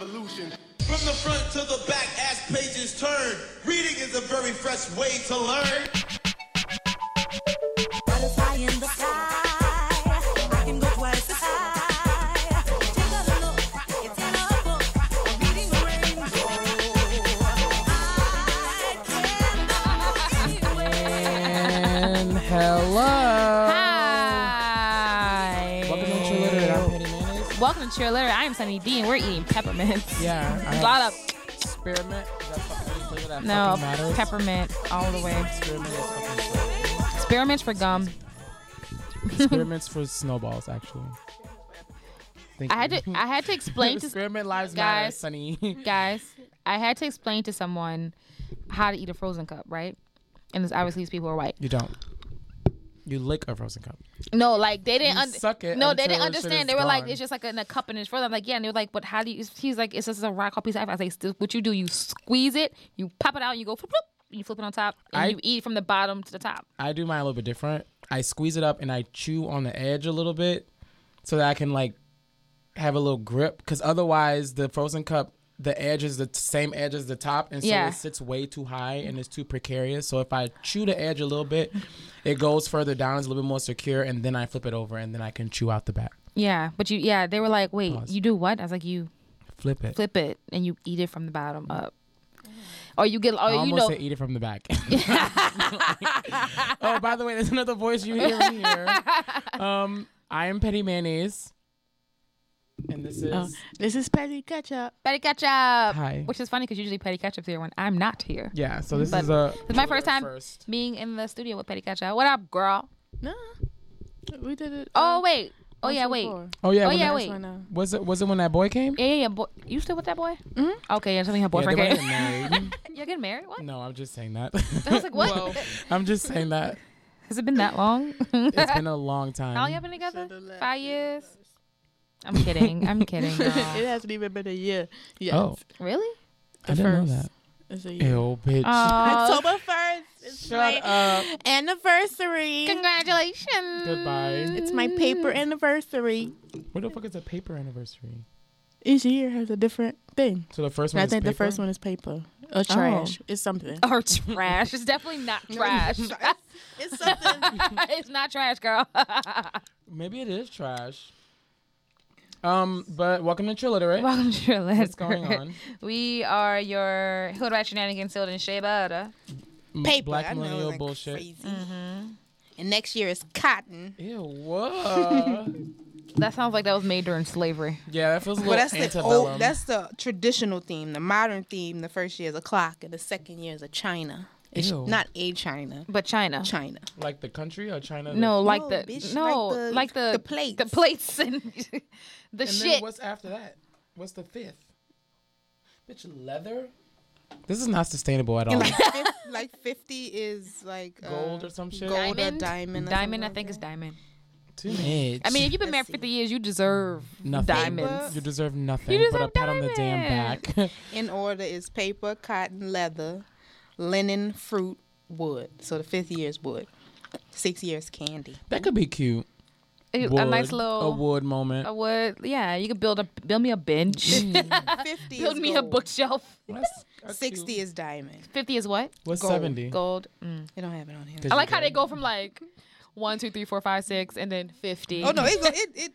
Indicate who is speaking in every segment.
Speaker 1: revolution.
Speaker 2: From the front to the back, as pages turn, reading is a very fresh way to learn.
Speaker 3: Butterfly in the sky. I can go twice as high. Take a look, it's in a book. A reading rainbow. I
Speaker 4: And hello.
Speaker 5: Hi.
Speaker 4: Welcome to Chilliterate. I'm Penny Mayonnaise.
Speaker 5: Welcome to Cheer Litter. I am Sunny D, and we're eating peppermints.
Speaker 4: Yeah. I
Speaker 5: A lot of
Speaker 4: experiment. Is that fucking flavor that
Speaker 5: no
Speaker 4: fucking matters?
Speaker 5: peppermint all the way.
Speaker 4: Experiment is fucking flavor.
Speaker 5: Experiments for gum.
Speaker 4: Experiments for snowballs, actually. Thank
Speaker 5: I had
Speaker 4: you.
Speaker 5: to. I had to explain to
Speaker 4: experiment lives matter,
Speaker 5: guys.
Speaker 4: Sunny.
Speaker 5: guys. I had to explain to someone how to eat a frozen cup, right? And this obviously these people are white.
Speaker 4: you don't. You lick a frozen cup.
Speaker 5: No, like they didn't
Speaker 4: You
Speaker 5: under-
Speaker 4: suck it
Speaker 5: No, they
Speaker 4: until
Speaker 5: didn't
Speaker 4: the shit
Speaker 5: understand.
Speaker 4: is
Speaker 5: They were like,
Speaker 4: gone.
Speaker 5: it's just like in a cup and it's frozen. I'm like, yeah. And they were like, but how do you? He's like, it's just a rock called piece of ice. I was like, "Still- what you do? You squeeze it, you pop it out, and you go, flip, flip, and you flip it on top, and
Speaker 4: I-
Speaker 5: you eat from the bottom to the top.
Speaker 4: I do mine a little bit different. I squeeze it up and I chew on the edge a little bit so that I can like have a little grip because otherwise the frozen cup the edge is the t- same edge as the top and so
Speaker 5: Yeah.
Speaker 4: it sits way too high and it's too precarious so if i chew the edge a little bit it goes further down it's a little bit more secure and then i flip it over and then i can chew out the back
Speaker 5: Yeah, but you, yeah, they were like, wait,
Speaker 4: Pause.
Speaker 5: you do what? I was like, you
Speaker 4: flip it
Speaker 5: flip it and you eat it from the bottom up. Or you get, or
Speaker 4: Mm. I
Speaker 5: you
Speaker 4: almost
Speaker 5: know,
Speaker 4: said eat it from the back. oh, by the way, there's another voice you hear in here. Um, I am Petty Mayonnaise, and this
Speaker 5: Oh.
Speaker 4: is
Speaker 6: This is Petty Ketchup.
Speaker 5: petty ketchup.
Speaker 4: Hi.
Speaker 5: Which is funny because usually petty ketchup's here when I'm not here.
Speaker 4: yeah. So this
Speaker 5: But
Speaker 4: is a.
Speaker 5: It's my first time
Speaker 4: First.
Speaker 5: being in the studio with petty ketchup. What up, girl?
Speaker 6: No, we did it.
Speaker 5: Oh
Speaker 6: uh,
Speaker 5: wait. Oh
Speaker 6: once
Speaker 5: yeah, wait.
Speaker 6: before.
Speaker 4: Oh yeah.
Speaker 5: Oh,
Speaker 4: was
Speaker 5: yeah,
Speaker 4: it-
Speaker 5: wait.
Speaker 6: Why not?
Speaker 4: Was it was it when that boy came?
Speaker 5: Yeah, yeah, yeah. Boy, you still with that boy? Mm-hmm. Okay, yeah, tell me her
Speaker 4: Yeah, they
Speaker 5: boyfriend.
Speaker 4: weren't
Speaker 5: came.
Speaker 4: even married.
Speaker 5: You're getting married? What?
Speaker 4: no, I'm just saying that.
Speaker 5: I was like, what?
Speaker 4: I'm just saying that.
Speaker 5: Has it been that long?
Speaker 4: It's been a long time.
Speaker 5: How long y'all been together? Five years. I'm kidding. I'm kidding.
Speaker 6: it
Speaker 5: girl.
Speaker 6: hasn't even been a year. Yes.
Speaker 4: Oh,
Speaker 5: really?
Speaker 4: I
Speaker 6: The
Speaker 4: didn't know
Speaker 6: first.
Speaker 4: that.
Speaker 6: It's a year.
Speaker 4: Ew, bitch.
Speaker 5: Oh,
Speaker 6: October 1st. It's my
Speaker 4: Shut up.
Speaker 6: anniversary.
Speaker 5: congratulations.
Speaker 4: Goodbye.
Speaker 6: It's my paper anniversary.
Speaker 4: What the fuck is a paper anniversary?
Speaker 6: Each year has a different thing.
Speaker 4: So the first one.
Speaker 6: I
Speaker 4: is
Speaker 6: think the
Speaker 4: paper? Oh.
Speaker 6: first one is paper or trash. It's something.
Speaker 5: Or trash. It's definitely not trash.
Speaker 6: It's something.
Speaker 5: it's not trash, girl.
Speaker 4: Maybe it is trash. Um, but welcome to Chill Literate.
Speaker 5: Welcome to your list.
Speaker 4: What's going on?
Speaker 5: We are your Hood Rat Shenanigans Hild and Shea Butter.
Speaker 4: M-
Speaker 6: paper.
Speaker 4: Black
Speaker 6: I know it
Speaker 4: millennial
Speaker 6: ain't
Speaker 4: bullshit.
Speaker 6: crazy.
Speaker 5: Mm-hmm.
Speaker 6: And next year is cotton.
Speaker 4: Ew, what?
Speaker 5: That sounds like that was made during slavery.
Speaker 4: yeah, that feels a little
Speaker 6: Well, that's the
Speaker 4: antebellum.
Speaker 6: old, that's the traditional theme. The modern theme. The first year is a clock, and the second year is a china. It's
Speaker 4: Ew.
Speaker 6: not a china.
Speaker 5: But China.
Speaker 6: China.
Speaker 4: like the country or China.
Speaker 5: No, like
Speaker 6: No,
Speaker 5: the
Speaker 6: bitch,
Speaker 5: no,
Speaker 6: like the-
Speaker 5: like the
Speaker 6: the plates.
Speaker 5: the plates and the
Speaker 4: and
Speaker 5: shit.
Speaker 4: then what's after that? What's the fifth? Bitch, leather. This is not sustainable at all.
Speaker 6: Like, fif- like fifty is like uh,
Speaker 4: Oh. Gold or some shit.
Speaker 6: Gold
Speaker 5: Diamond?
Speaker 6: or diamond. or
Speaker 5: Diamond, I
Speaker 6: something
Speaker 5: think,
Speaker 6: like
Speaker 5: is diamond.
Speaker 4: Too much.
Speaker 5: I mean, if you've been married for 50 years, you deserve
Speaker 4: nothing.
Speaker 5: diamonds.
Speaker 4: You deserve nothing
Speaker 5: You
Speaker 4: but a
Speaker 5: deserve
Speaker 4: pat on the damn
Speaker 5: diamonds.
Speaker 4: back.
Speaker 6: that. In order is paper, cotton, leather, linen, fruit, wood. So the fifth year is wood. Six years candy.
Speaker 4: that could be cute.
Speaker 5: A- a
Speaker 4: Wood.
Speaker 5: nice
Speaker 4: a
Speaker 5: little
Speaker 4: wood moment.
Speaker 5: a wood. Yeah, you could build a build me a bench,
Speaker 6: Fifty.
Speaker 5: build
Speaker 6: is
Speaker 5: me a
Speaker 6: gold.
Speaker 5: bookshelf.
Speaker 4: That's- that's cute.
Speaker 6: Sixty is diamond.
Speaker 5: 50 is what?
Speaker 4: What's
Speaker 6: gold.
Speaker 4: seventy?
Speaker 5: Gold. Mm.
Speaker 6: They don't have it on here.
Speaker 4: 'Cause
Speaker 5: I
Speaker 4: you
Speaker 5: like how
Speaker 4: got-
Speaker 5: they go from like one, two, three, four, five, six, and then 50.
Speaker 6: Oh no, it go- it it.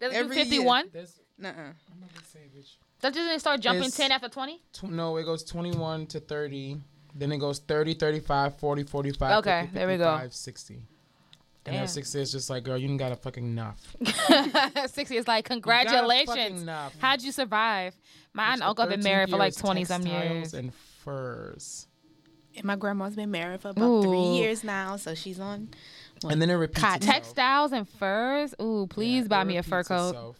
Speaker 5: Does it do
Speaker 6: every year.
Speaker 5: 51?
Speaker 4: There's-
Speaker 6: Nuh-uh.
Speaker 4: I'm not gonna say, bitch.
Speaker 5: Doesn't it start jumping
Speaker 4: It's-
Speaker 5: 10 after 20?
Speaker 4: tw- no, it goes 21 to 30. Then it goes 30, 35, 40, 45.
Speaker 5: Okay,
Speaker 4: 50,
Speaker 5: there we go.
Speaker 4: 55, 60. And
Speaker 5: Damn.
Speaker 4: that 60 is just like, girl, you didn't got a fucking enough.
Speaker 5: 60 is like,
Speaker 4: You got a fucking
Speaker 5: congratulations.
Speaker 4: enough.
Speaker 5: How'd you survive? My aunt and
Speaker 4: The
Speaker 5: uncle have been
Speaker 4: 13th
Speaker 5: married for
Speaker 4: year
Speaker 5: like
Speaker 4: is
Speaker 5: 20 some
Speaker 4: textiles
Speaker 5: years.
Speaker 4: And furs.
Speaker 6: And my grandma's been married for about
Speaker 5: Ooh.
Speaker 6: three years now, so she's on.
Speaker 4: And then it repeats.
Speaker 6: Cotton.
Speaker 4: itself.
Speaker 5: Textiles and furs. Ooh, please
Speaker 4: Yeah,
Speaker 5: buy
Speaker 4: it
Speaker 5: me a fur
Speaker 4: repeats
Speaker 5: coat.
Speaker 4: itself.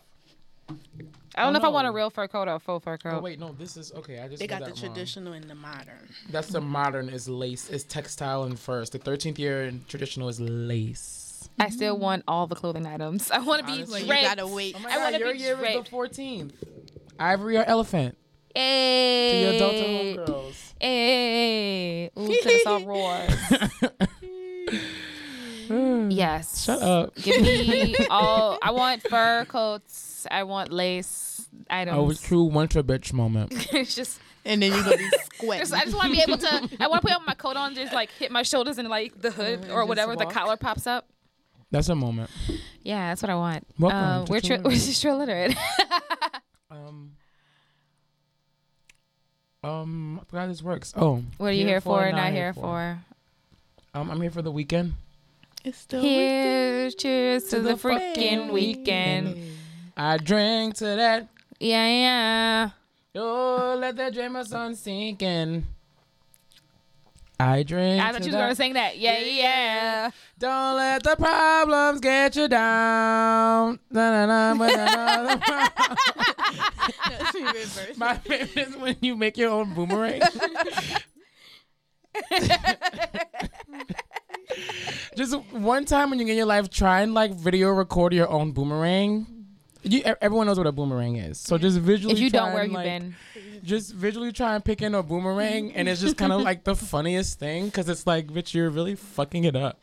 Speaker 5: I don't
Speaker 4: Oh,
Speaker 5: know if I want a
Speaker 4: no.
Speaker 5: real fur coat or a faux fur coat.
Speaker 4: Oh, wait, no, this is okay. I just
Speaker 6: They
Speaker 4: read
Speaker 6: got the
Speaker 4: that wrong.
Speaker 6: traditional and the modern.
Speaker 4: That's the modern is lace, is textile and furs. The 13th year and traditional is lace.
Speaker 5: I still want all the clothing items. I want to be
Speaker 4: Honestly,
Speaker 5: draped.
Speaker 4: you
Speaker 6: gotta wait. Oh
Speaker 5: I want to
Speaker 4: your
Speaker 5: be
Speaker 4: year is
Speaker 5: draped.
Speaker 4: the 14th. Ivory or elephant? To your adult
Speaker 5: Hey,
Speaker 4: homegirls.
Speaker 5: hey, ooh, Kennesaw roars. yes.
Speaker 4: Shut up.
Speaker 5: Give me all. I want fur coats. I want lace. items.
Speaker 4: I was true winter bitch moment.
Speaker 5: it's just,
Speaker 6: And then you're gonna be squatting.
Speaker 5: just- I just want to be able to. I want to put my coat on, just like hit my shoulders and like the hood or
Speaker 6: just
Speaker 5: whatever the
Speaker 6: walk.
Speaker 5: collar pops up.
Speaker 4: That's a moment.
Speaker 5: Yeah, that's what I want.
Speaker 4: Welcome
Speaker 5: Uh,
Speaker 4: to
Speaker 5: we're
Speaker 4: True
Speaker 5: tri- we're just true literate.
Speaker 4: Um, um, I forgot how this works. Oh,
Speaker 5: what are you here for? Not here for.
Speaker 4: Um, I'm here for the weekend.
Speaker 6: it's the
Speaker 5: Here, cheers to, the, freaking
Speaker 6: freaking
Speaker 5: weekend.
Speaker 4: I drank to that.
Speaker 5: Yeah, yeah.
Speaker 4: Oh, let that dream of sun sink in. I drink.
Speaker 5: I thought
Speaker 4: to
Speaker 5: you was
Speaker 4: that.
Speaker 5: gonna sing that. Yeah, yeah.
Speaker 4: Don't let the problems get you down. Na-na-na, ba-na-na, the pro-
Speaker 6: weekend.
Speaker 4: My favorite is when you make your own boomerang. Just one time when you get in your life, try and like video record your own boomerang. You, e- everyone knows what a boomerang is, so just visually.
Speaker 5: If you
Speaker 4: try
Speaker 5: don't, where
Speaker 4: and,
Speaker 5: you
Speaker 4: like,
Speaker 5: been?
Speaker 4: Just visually try and pick in a boomerang, and it's just kind of like the funniest thing because it's like, bitch, you're really fucking it up.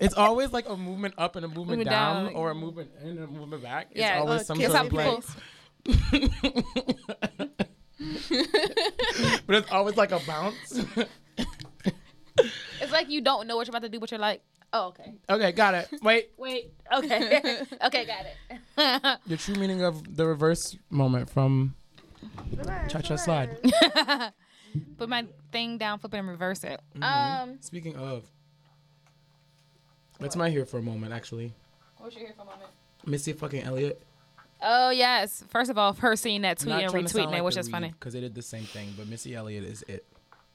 Speaker 4: it's always like a movement up and a movement,
Speaker 5: Movement
Speaker 4: down,
Speaker 5: down.
Speaker 4: or a movement in and a movement back. It's
Speaker 5: Yeah,
Speaker 4: always
Speaker 5: uh,
Speaker 4: some
Speaker 6: kiss
Speaker 4: sort
Speaker 5: That's how
Speaker 4: of
Speaker 5: people.
Speaker 4: like, but it's always like a bounce.
Speaker 5: It's like you don't know what you're about to do, but you're like, oh, okay.
Speaker 4: okay, got it. Wait,
Speaker 5: Wait. Okay. okay, got it.
Speaker 4: the true meaning of the reverse moment from Cha Cha Slide.
Speaker 5: Put my thing down, flip it, and reverse it.
Speaker 4: Mm-hmm.
Speaker 5: Um,
Speaker 4: Speaking of, that's my here for a moment actually.
Speaker 5: what's your here for a moment?
Speaker 4: Missy fucking Elliott.
Speaker 5: Oh yes. First of all, her seeing that tweet and retweeting it, which is funny.
Speaker 4: because they did the same thing, but Missy Elliott is it.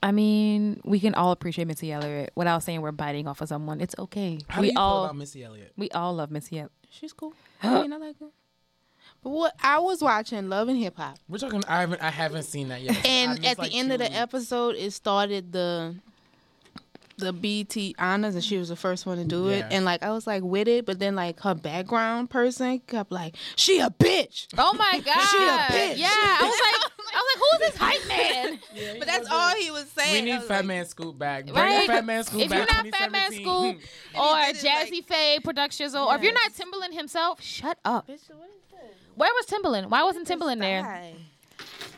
Speaker 5: I mean, we can all appreciate Missy Elliott without saying we're biting off of someone. It's okay.
Speaker 4: How
Speaker 5: we
Speaker 4: do you feel
Speaker 5: all
Speaker 4: about Missy Elliott?
Speaker 5: we all love Missy Elliott.
Speaker 6: She's cool. I mean, I like her. But what I was watching Love and Hip Hop,
Speaker 4: We're talking. I haven't. I haven't seen that yet. I'm
Speaker 6: and
Speaker 4: just,
Speaker 6: at the
Speaker 4: like,
Speaker 6: end of the
Speaker 4: truly-
Speaker 6: episode, it started the the BT honors, and she was the first one to do it.
Speaker 4: Yeah.
Speaker 6: And like I was like with it, but then like her background person kept like, "She a bitch."
Speaker 5: Oh my god.
Speaker 6: bitch.
Speaker 5: Yeah. I was like I was like, who is this hype man?
Speaker 6: But that's all he was saying.
Speaker 4: We
Speaker 6: I
Speaker 4: need
Speaker 6: was
Speaker 4: Fat
Speaker 6: like,
Speaker 4: Man Scoop back. Bring
Speaker 5: Right?
Speaker 4: Fat Man Scoop
Speaker 5: if
Speaker 4: back.
Speaker 5: you're not Fat Man
Speaker 4: 2017.
Speaker 5: School or
Speaker 6: And he did it,
Speaker 5: Jazzy Faye Productions or, or if you're not Timbaland himself, shut up.
Speaker 6: "Bitch, what is this?
Speaker 5: Where was Timbaland? Why wasn't Timbaland there?
Speaker 6: Hi.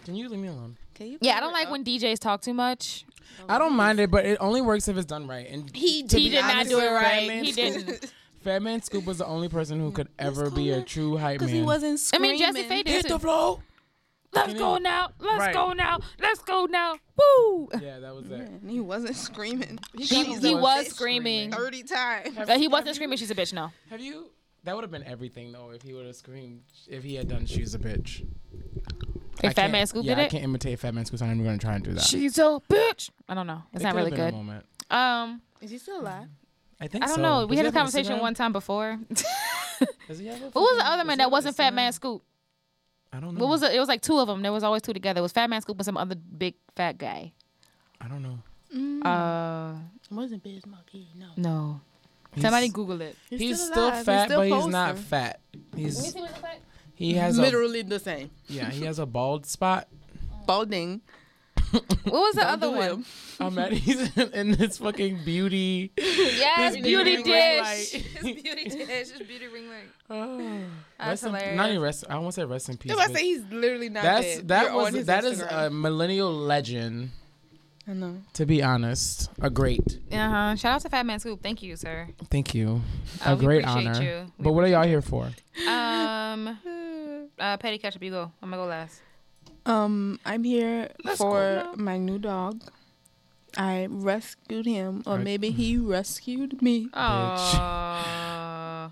Speaker 4: Can you leave me alone?
Speaker 6: Can you
Speaker 5: Yeah, I
Speaker 6: cover
Speaker 5: don't like
Speaker 6: up?"
Speaker 5: when DJs talk too much.
Speaker 4: I don't mind it, but it only works if it's done right. And
Speaker 6: he
Speaker 5: Oh, He did not
Speaker 4: honest
Speaker 5: do
Speaker 4: with
Speaker 5: it
Speaker 4: you, Fat
Speaker 5: right.
Speaker 4: Man
Speaker 5: He
Speaker 4: Scoop.
Speaker 5: didn't.
Speaker 4: Fat Man Scoop was the only person who could ever be a true hype man.
Speaker 6: because he wasn't
Speaker 5: I
Speaker 6: screaming.
Speaker 5: mean, Jazzy Faye did
Speaker 4: Hit the
Speaker 5: too.
Speaker 4: flow.
Speaker 5: Let's go now. Let's
Speaker 4: Right.
Speaker 5: go now. Let's go now. Woo!
Speaker 4: Yeah, that was it.
Speaker 5: Mm-hmm.
Speaker 6: And he wasn't screaming.
Speaker 5: He,
Speaker 4: She
Speaker 5: he
Speaker 4: was
Speaker 5: was screaming.
Speaker 6: thirty times.
Speaker 5: But he wasn't screaming. She's a bitch. No.
Speaker 4: Have you? That would have been everything though if he would have screamed if he had done "She's a bitch." I
Speaker 5: If Fat
Speaker 4: can't-
Speaker 5: Man Scoop
Speaker 4: yeah,
Speaker 5: did
Speaker 4: I
Speaker 5: it,
Speaker 4: can't imitate Fat Man Scoop. So I'm gonna try and do that.
Speaker 5: she's a bitch. I don't know. It's
Speaker 4: It
Speaker 5: not
Speaker 4: could've
Speaker 5: really
Speaker 4: been a
Speaker 5: good.
Speaker 4: moment.
Speaker 5: Um,
Speaker 6: Is he still alive?
Speaker 4: I think
Speaker 5: I don't
Speaker 4: so.
Speaker 5: know. We had
Speaker 4: Does he
Speaker 5: this
Speaker 4: have an
Speaker 5: conversation
Speaker 4: Instagram?
Speaker 5: one time before.
Speaker 4: Does he have a
Speaker 5: What was the other
Speaker 4: fucking- does
Speaker 5: man
Speaker 4: he
Speaker 5: that
Speaker 4: have an
Speaker 5: wasn't Fat Man
Speaker 4: Instagram?
Speaker 5: Scoop?
Speaker 4: I don't know.
Speaker 5: What was it? It was like two of them. There was always two together. It was Fat Man Scoop and some other big fat guy.
Speaker 4: I don't know. Hmm.
Speaker 5: Uh,
Speaker 6: It wasn't Biz Markie, no.
Speaker 5: no.
Speaker 4: He's-
Speaker 5: Somebody Google it.
Speaker 6: He's,
Speaker 4: He's still, fat, but he's not fat. He's he has a
Speaker 6: Literally the same.
Speaker 4: yeah he has a bald spot.
Speaker 6: Balding.
Speaker 5: What was the other
Speaker 6: do it.
Speaker 5: one?
Speaker 4: I'm at he's in, in this fucking beauty.
Speaker 5: Yes,
Speaker 4: this
Speaker 5: Beauty
Speaker 4: ring
Speaker 5: Dish.
Speaker 4: light.
Speaker 5: Beauty Dish. Just Beauty Ring Light.
Speaker 4: Rest in- not even rest. I want to say rest in peace.
Speaker 6: If I
Speaker 4: but
Speaker 6: say he's literally not
Speaker 4: that's
Speaker 6: dead,
Speaker 4: that
Speaker 6: you're on
Speaker 4: was
Speaker 6: his
Speaker 4: that is
Speaker 6: Instagram.
Speaker 4: a millennial legend.
Speaker 6: I know.
Speaker 4: To be honest, a great.
Speaker 5: Uh huh. Shout out to Fat Man Scoop. Thank you, sir.
Speaker 4: Thank you.
Speaker 5: Uh,
Speaker 4: a
Speaker 5: we
Speaker 4: great
Speaker 5: appreciate
Speaker 4: honor.
Speaker 5: you. We
Speaker 4: But what are y'all here for?
Speaker 5: Um, uh, Petty Ketchup, you go. I'm gonna go last.
Speaker 6: Um, I'm here for
Speaker 5: go now.
Speaker 6: my new dog. I rescued him, or
Speaker 4: Right.
Speaker 6: maybe he rescued me.
Speaker 5: Uh, Aww.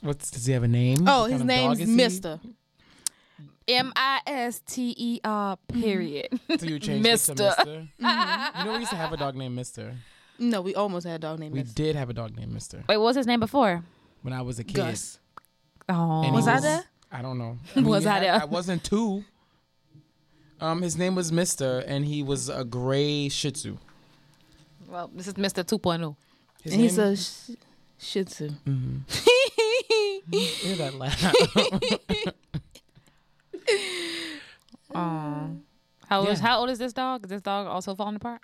Speaker 4: What's does he have a name?
Speaker 6: Oh,
Speaker 4: What
Speaker 6: his
Speaker 4: kind of dog
Speaker 6: name's
Speaker 4: is he?
Speaker 6: Mister.
Speaker 5: M I S T E R period.
Speaker 4: So you changed it to
Speaker 5: Mister.
Speaker 4: Mister. You know we used to have a dog named Mister.
Speaker 6: No, we almost had a dog named
Speaker 4: We
Speaker 6: Mister.
Speaker 4: did have a dog named Mister
Speaker 5: Wait, what was his name before?
Speaker 4: when I was a kid.
Speaker 6: Gus.
Speaker 5: Oh,
Speaker 4: And he
Speaker 5: was I
Speaker 6: was-
Speaker 5: there?
Speaker 4: I don't know. I mean,
Speaker 5: Was
Speaker 4: you
Speaker 5: I
Speaker 4: had-
Speaker 5: there?
Speaker 4: I wasn't two. Um, his name was Mister, and he was a gray Shih Tzu.
Speaker 5: Well, this is Mr. 2.0.
Speaker 4: His
Speaker 6: And he's
Speaker 4: name-
Speaker 6: a sh- Shih Tzu.
Speaker 4: Hear that laugh.
Speaker 5: How old, is,
Speaker 4: Yeah.
Speaker 5: how old is this dog? Is this dog also falling apart?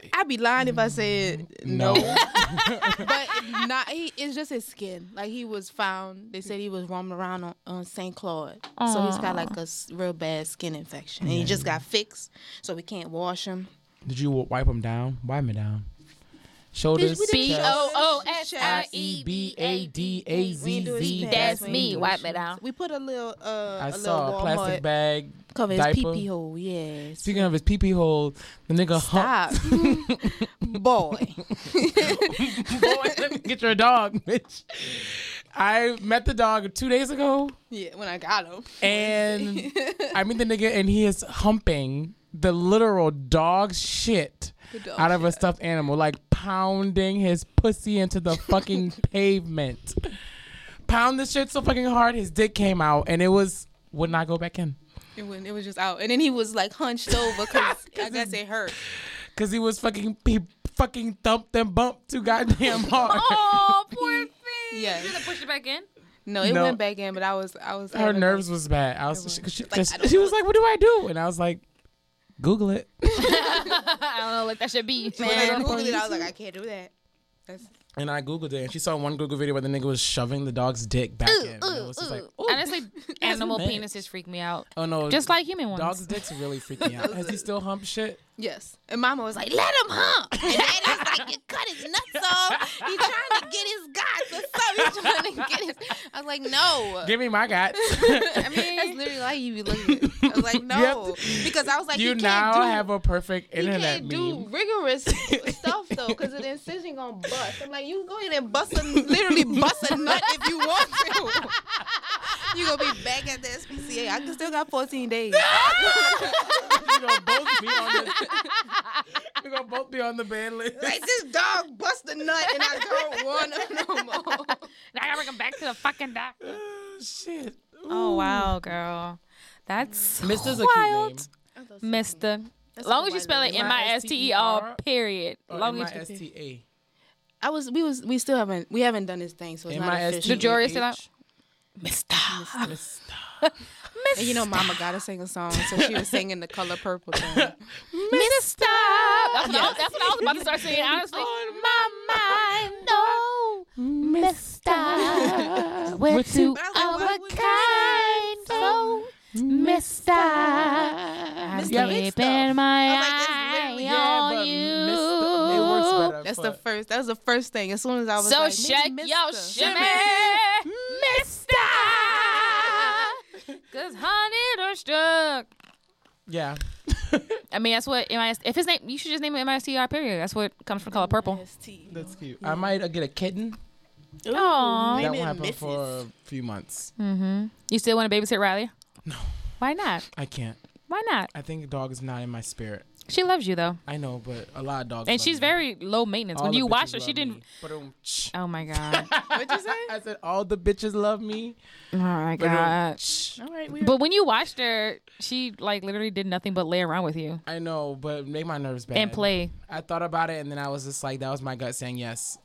Speaker 6: I'd be lying if I said
Speaker 4: No.
Speaker 6: no. but not he. It's just his skin. Like he was found. They said he was roaming around on, on Saint Claude, so he's got like a s- real bad skin infection, and he just got fixed. So we can't wash him.
Speaker 4: Did you wipe them down? Wipe me down. Shoulders.
Speaker 6: we didn't
Speaker 5: B
Speaker 4: chest,
Speaker 5: O O S I E B A D A
Speaker 6: We
Speaker 4: Z
Speaker 6: ain't do his
Speaker 4: Z.
Speaker 6: pants,
Speaker 5: That's
Speaker 6: we ain't
Speaker 5: me.
Speaker 6: do
Speaker 5: Wipe
Speaker 6: his
Speaker 5: it out.
Speaker 6: shoes. We put a little. Uh,
Speaker 4: I
Speaker 6: a
Speaker 4: saw a
Speaker 6: little
Speaker 4: plastic
Speaker 6: plastic
Speaker 4: bag.
Speaker 6: cover his pee
Speaker 4: diaper.
Speaker 6: pee hole. Yes.
Speaker 4: Speaking of his pee pee hole, the nigga
Speaker 6: Stop, boy.
Speaker 4: humped. Get your dog, bitch. I met the dog two days ago,
Speaker 6: Yeah, when I got him.
Speaker 4: and I meet the nigga, and he is humping the literal dog shit
Speaker 6: dog
Speaker 4: out of a stuffed animal, like pounding his pussy into the fucking pavement. Pound the shit so fucking hard, his dick came out, and it was would not go back in.
Speaker 6: It, went, it was just out, and then he was like hunched over because I guess it hurt.
Speaker 4: Cause he was fucking he fucking thumped and bumped too goddamn hard.
Speaker 5: Oh, poor thing.
Speaker 6: Yes.
Speaker 5: You gonna push it back in?
Speaker 6: No, it
Speaker 4: No.
Speaker 6: went back in, but I was I was
Speaker 4: Her
Speaker 6: having,
Speaker 4: nerves
Speaker 6: Like,
Speaker 4: was bad. I was she, she,
Speaker 6: Like, I don't
Speaker 4: she was like, "What do I do?" And I was like, "Google it."
Speaker 5: I don't know. Like that should be.
Speaker 6: when I
Speaker 5: Man.
Speaker 6: googled it, I was like, I can't do that. That's,
Speaker 4: And I googled it, and she saw one Google video where the nigga was shoving the dog's dick back in. And it was just like, "Ooh."
Speaker 5: Honestly, animal
Speaker 4: bad.
Speaker 5: penises freak me out.
Speaker 4: "Oh no!"
Speaker 5: Just like human ones.
Speaker 4: dogs' dicks really freak me out. Has he still hump shit?
Speaker 6: yes, and Mama was like, let him hump. And Daddy's like, you cut his nuts off. He's trying to get his guts or something. He's trying to get his. I was like, no.
Speaker 4: Give me my guts.
Speaker 6: I mean, that's literally like you be looking. I was like,
Speaker 4: have
Speaker 6: no, because I was like,
Speaker 4: you
Speaker 6: he can't
Speaker 4: now
Speaker 6: do,
Speaker 4: have a perfect
Speaker 6: he
Speaker 4: internet
Speaker 6: can't do
Speaker 4: meme.
Speaker 6: rigorous stuff though, because the incision gonna bust. I'm like, you go ahead and bust a literally bust a nut if you want to. You gonna be back at the SPCA. I can still got 14 days.
Speaker 4: We're gonna both be on this. We're gonna both be on the ban list.
Speaker 6: Like this dog bust a nut and I don't want him no more.
Speaker 5: Now I gotta bring them back to the fucking doctor.
Speaker 4: Oh, shit.
Speaker 5: Oh wow, girl, that's
Speaker 4: Mister's a cute
Speaker 5: wild.
Speaker 4: name.
Speaker 5: Mister. As long as you spell it M I S T E R, Oh,
Speaker 4: M-I-S-T-E-R,
Speaker 5: period. Long as you-
Speaker 4: M-I-S-T-A.
Speaker 6: I was we was we still haven't we haven't done this thing, so it's not
Speaker 4: M-I-S-T-E-H.
Speaker 6: official.
Speaker 5: The jury still out? Mister.
Speaker 4: Mister.
Speaker 6: And you know, Mama gotta sing a song, so she was singing the color purple thing.
Speaker 5: Mister. That's what, I was, that's what I was about to start saying, honestly. my mind, no. Mister. We're two
Speaker 6: But I was like, why would you say
Speaker 5: So, Mister. I
Speaker 6: Mister Big Stuff.
Speaker 5: my
Speaker 6: I'm like, that's literally-
Speaker 4: Mister, it works better.
Speaker 6: That's
Speaker 4: for-
Speaker 6: the first. That was the first thing. As soon as I was
Speaker 5: So
Speaker 6: like, "Miss
Speaker 5: shake your
Speaker 6: Mister."
Speaker 5: shimmy, mister. Cause honey, they're stuck.
Speaker 4: Yeah.
Speaker 5: I mean, that's what MIS. If his name, you should just name it MISTR. Period. That's what comes from color purple.
Speaker 4: That's cute. I might uh, get a kitten.
Speaker 5: Aww.
Speaker 4: That
Speaker 6: it
Speaker 4: won't happen
Speaker 6: Mrs.
Speaker 4: for a few months.
Speaker 5: You still want to babysit Riley? No. Why not?
Speaker 4: I can't.
Speaker 5: Why not?
Speaker 4: I think a dog is not in my spirit.
Speaker 5: She loves you though,
Speaker 4: I know, but a lot of dogs.
Speaker 5: and
Speaker 4: love
Speaker 5: she's
Speaker 4: me.
Speaker 5: very low maintenance.
Speaker 4: All
Speaker 5: when
Speaker 4: the
Speaker 5: you watch her,
Speaker 4: bitches
Speaker 5: she
Speaker 4: love
Speaker 5: didn't.
Speaker 4: me. Ba-dum-tsh.
Speaker 5: Oh my god.
Speaker 6: What'd you say?
Speaker 4: I said all the bitches love me.
Speaker 5: oh my god.
Speaker 4: Ba-dum-tsh.
Speaker 6: All right, we
Speaker 5: But when you watched her, she like literally did nothing but lay around with you
Speaker 4: I know, but it made my nerves bad.
Speaker 5: and play.
Speaker 4: I thought about it, and then I was just like, that was my gut saying yes.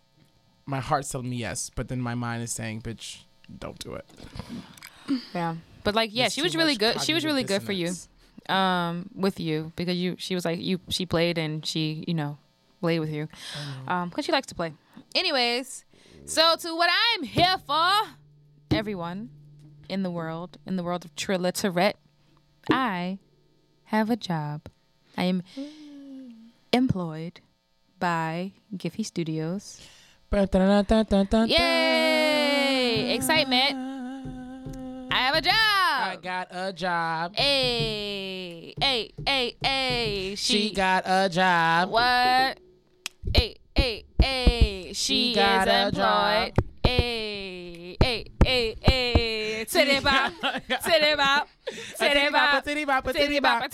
Speaker 4: My heart's telling me yes, but then my mind is saying, bitch, don't do it.
Speaker 5: Yeah. But like, yeah,
Speaker 4: There's
Speaker 5: she
Speaker 4: too
Speaker 5: was really
Speaker 4: much
Speaker 5: good. She was
Speaker 4: cognitive
Speaker 5: really good for you.
Speaker 4: dissonance.
Speaker 5: um with you because you she was like you she played and she you know played with you um because she likes to play anyways so to what i'm here for everyone in the world in the world of trilla tourette i have a job i am employed by Giphy Studios. Yay! Excitement! I have a job!
Speaker 4: I got a job.
Speaker 5: Hey, hey, hey, hey.
Speaker 4: She got a job.
Speaker 5: what? Hey, hey, hey. She,
Speaker 4: got
Speaker 5: is
Speaker 4: a
Speaker 5: employed. Hey, hey, hey, hey. Titty bop, titty bop, titty bop,
Speaker 4: Titty bop,
Speaker 5: titty bop.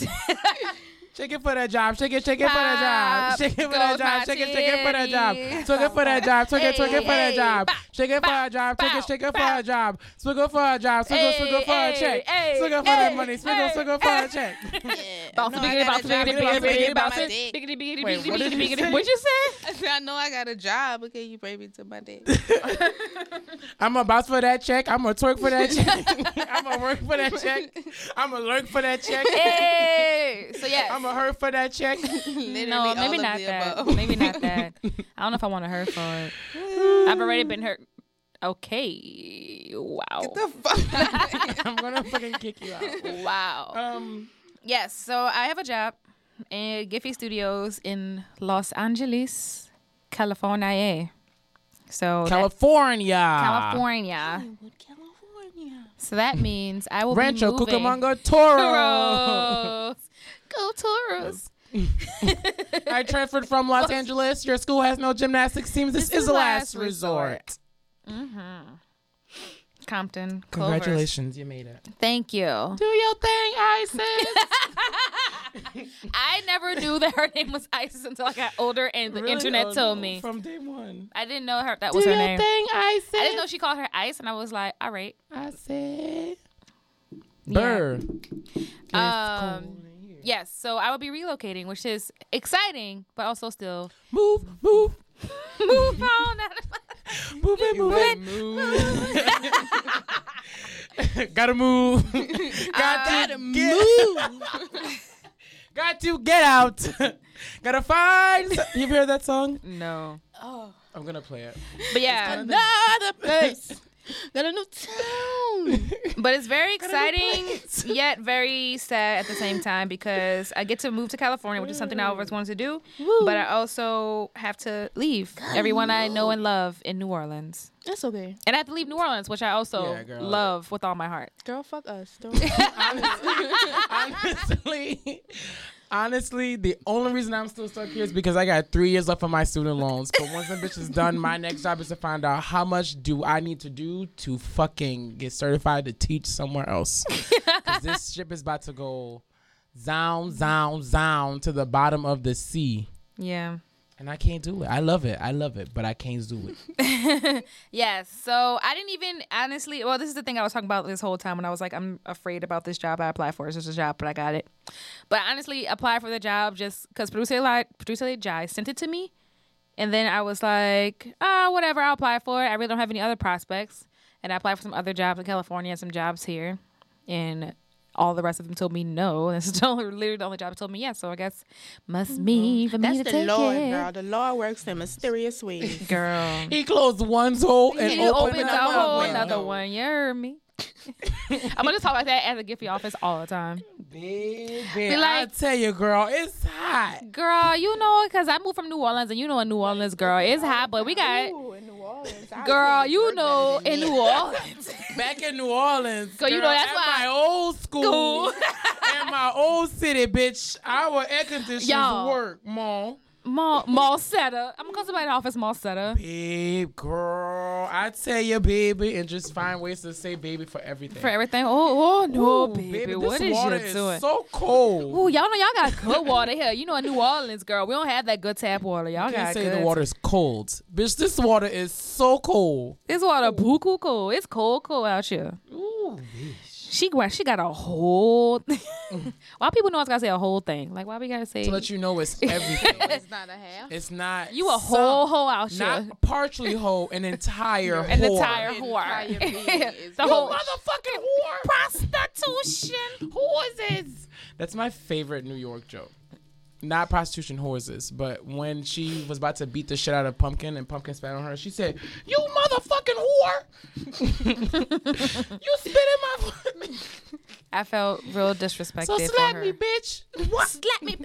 Speaker 4: Shake it for the job. Shake it, shake it for the job.
Speaker 5: Pop
Speaker 4: Shake it for the
Speaker 5: goes
Speaker 4: job.
Speaker 5: my
Speaker 4: Shake it, shake it for the job.
Speaker 5: titty.
Speaker 4: Twerk it for the job. Twerk it, twerk it for the
Speaker 5: Hey,
Speaker 4: job.
Speaker 5: bow,
Speaker 4: Shake it for
Speaker 5: bow,
Speaker 4: a job. Shake it, shake it
Speaker 5: bow,
Speaker 4: for a job. Swiggle for a job. Swiggle,
Speaker 5: Hey,
Speaker 4: swiggle for a
Speaker 5: hey,
Speaker 4: check.
Speaker 5: hey,
Speaker 4: Swiggle for the
Speaker 5: hey,
Speaker 4: money. Swiggle,
Speaker 5: hey,
Speaker 4: swiggle for a check.
Speaker 5: Bounce,
Speaker 6: No, I
Speaker 5: biggity,
Speaker 6: got
Speaker 5: bounce,
Speaker 6: a job.
Speaker 5: biggity,
Speaker 6: You
Speaker 5: biggity,
Speaker 6: know, I
Speaker 5: biggity,
Speaker 6: said about
Speaker 5: bounce.
Speaker 6: my
Speaker 5: Biggity,
Speaker 6: dick.
Speaker 5: biggity,
Speaker 4: Wait, what
Speaker 5: biggity,
Speaker 4: did you
Speaker 5: biggity,
Speaker 4: say?
Speaker 5: biggity. What'd you say?
Speaker 6: I said, I know I got a job because you bring me to my day.
Speaker 4: I'm gonna bounce for that check. I'm gonna twerk for that check. I'm gonna work for that check. I'm gonna lurk for that check.
Speaker 5: Hey, So yes.
Speaker 4: I'm a hurt for that check.
Speaker 5: no,
Speaker 6: Literally all
Speaker 5: maybe
Speaker 6: of
Speaker 5: not
Speaker 6: the
Speaker 5: that.
Speaker 6: above.
Speaker 5: Maybe not that. I don't know if I want to hurt for it. I've already been hurt. Okay. Wow.
Speaker 4: I'm gonna fucking kick you out.
Speaker 5: wow.
Speaker 4: Um,
Speaker 5: Yes, so I have a job at Giphy Studios in Los Angeles, California. So that-
Speaker 4: California.
Speaker 6: Ah.
Speaker 5: California. So that means I will
Speaker 4: Rancho
Speaker 5: be moving.
Speaker 4: Cucamonga Toro.
Speaker 5: Toros. Go Toros.
Speaker 4: I transferred from Los Angeles. Your school has no gymnastics teams. This, is the last resort.
Speaker 5: Compton. Clovers.
Speaker 4: Congratulations, you made it.
Speaker 5: Thank you.
Speaker 4: Do your thing, Isis.
Speaker 5: I never knew that her name was Isis until I got older and the internet told me.
Speaker 4: Oh, from day one.
Speaker 5: I didn't know her that was her name.
Speaker 4: thing,
Speaker 5: I
Speaker 4: Isis.
Speaker 5: didn't know she called her Ice, and I was like, all right.
Speaker 4: I said. Burr.
Speaker 5: Um, yes, so I will be relocating, which is exciting, but also still
Speaker 4: Move, move,
Speaker 5: move on. out of-
Speaker 4: move it, move it. Gotta move. Got to get, move. Got to get out. Gotta find. so- You heard that song?
Speaker 5: no,
Speaker 4: I'm gonna play it.
Speaker 5: but yeah,
Speaker 6: Oh. Another place. Got a new town.
Speaker 5: but it's very exciting yet very sad at the same time because I get to move to California, which is something I always wanted to do, but I also have to leave everyone I know and love in New Orleans,
Speaker 6: That's okay.
Speaker 5: and I have to leave New Orleans, which I also
Speaker 4: Yeah, girl.
Speaker 5: love with all my heart.
Speaker 6: Girl, fuck us. Don't-
Speaker 4: honestly, honestly, the only reason I'm still stuck here is because I got three years left on my student loans. But once the bitch is done, my next job is to find out how much do I need to do to fucking get certified to teach somewhere else. 'Cause this ship is about to go zound, zound, zound to the bottom of the sea.
Speaker 5: Yeah.
Speaker 4: And I can't do it. I love it. I love it, but I can't do it.
Speaker 5: Yes. So I didn't even honestly. Well, this is the thing I was talking about this whole time when I was like, I'm afraid about this job I applied for. It's just a job, but I got it. But I honestly, applied for the job just because producer Eli, producer Jai sent it to me, and then I was like, ah, whatever. I'll apply for it. I really don't have any other prospects, and I applied for some other jobs in California and some jobs here, and all the rest of them told me no. And this is the only- literally the only job that told me yes. So I guess must be for me
Speaker 6: Mm-hmm. That's
Speaker 5: to
Speaker 6: the
Speaker 5: take
Speaker 6: Lord,
Speaker 5: it.
Speaker 6: girl. The Lord works in mysterious ways.
Speaker 5: Girl.
Speaker 4: He closed one hole and
Speaker 5: and it
Speaker 4: opened,
Speaker 5: opens a
Speaker 4: another
Speaker 5: whole
Speaker 4: window.
Speaker 5: another one. You heard me. I'm gonna talk about that at the Giphy office all the time.
Speaker 4: Baby, I
Speaker 5: like-
Speaker 4: tell you, girl, it's hot.
Speaker 5: Girl, you know, cause I moved from New Orleans, and you know, a New Orleans girl is hot, but we got
Speaker 6: Ooh, in New Orleans. I
Speaker 5: girl,
Speaker 6: can't
Speaker 5: you
Speaker 6: work
Speaker 5: know,
Speaker 6: better than
Speaker 5: in
Speaker 6: that.
Speaker 5: New Orleans.
Speaker 4: back in New Orleans.
Speaker 5: So you know
Speaker 4: girl,
Speaker 5: that's
Speaker 4: at
Speaker 5: why-
Speaker 4: my old school,
Speaker 5: School.
Speaker 4: in my old city, bitch. Our air conditioners
Speaker 5: Y'all.
Speaker 4: work, mom.
Speaker 5: Mall, mall setter. I'm gonna call somebody in the office. Mall setter.
Speaker 4: Babe, girl, I tell you, baby, and just find ways to say baby for everything.
Speaker 5: For everything. Oh, oh no,
Speaker 4: Ooh,
Speaker 5: baby.
Speaker 4: this
Speaker 5: What is
Speaker 4: water
Speaker 5: you
Speaker 4: is
Speaker 5: doing?
Speaker 4: so cold.
Speaker 5: Ooh, y'all know y'all got good water here. You know, in New Orleans, girl, we don't have that good tap water. Y'all
Speaker 4: I can't
Speaker 5: got
Speaker 4: say
Speaker 5: good.
Speaker 4: the water's cold, bitch. This water is so cold.
Speaker 5: This water boo cool cool. It's cold cool out here.
Speaker 4: Ooh,
Speaker 5: She got she got a whole. why people know I was gonna say a whole thing? Like why we gotta say
Speaker 4: Mm. to let you know, it's everything.
Speaker 6: It's not a half.
Speaker 4: it's not
Speaker 5: you a
Speaker 4: some-
Speaker 5: whole whole out here,
Speaker 4: not partially whole, an entire whole.
Speaker 5: an entire
Speaker 6: Entire being
Speaker 5: whore,
Speaker 6: is
Speaker 5: the whole
Speaker 4: motherfucking whore.
Speaker 5: prostitution.
Speaker 4: horses. That's my favorite New York joke. Not prostitution horses, but when she was about to beat the shit out of Pumpkin and Pumpkin spat on her, she said, "You motherfucking whore! you spit in my
Speaker 5: I felt real disrespected.
Speaker 4: so
Speaker 5: for
Speaker 4: slap
Speaker 5: her.
Speaker 4: me, bitch! What? Slap me!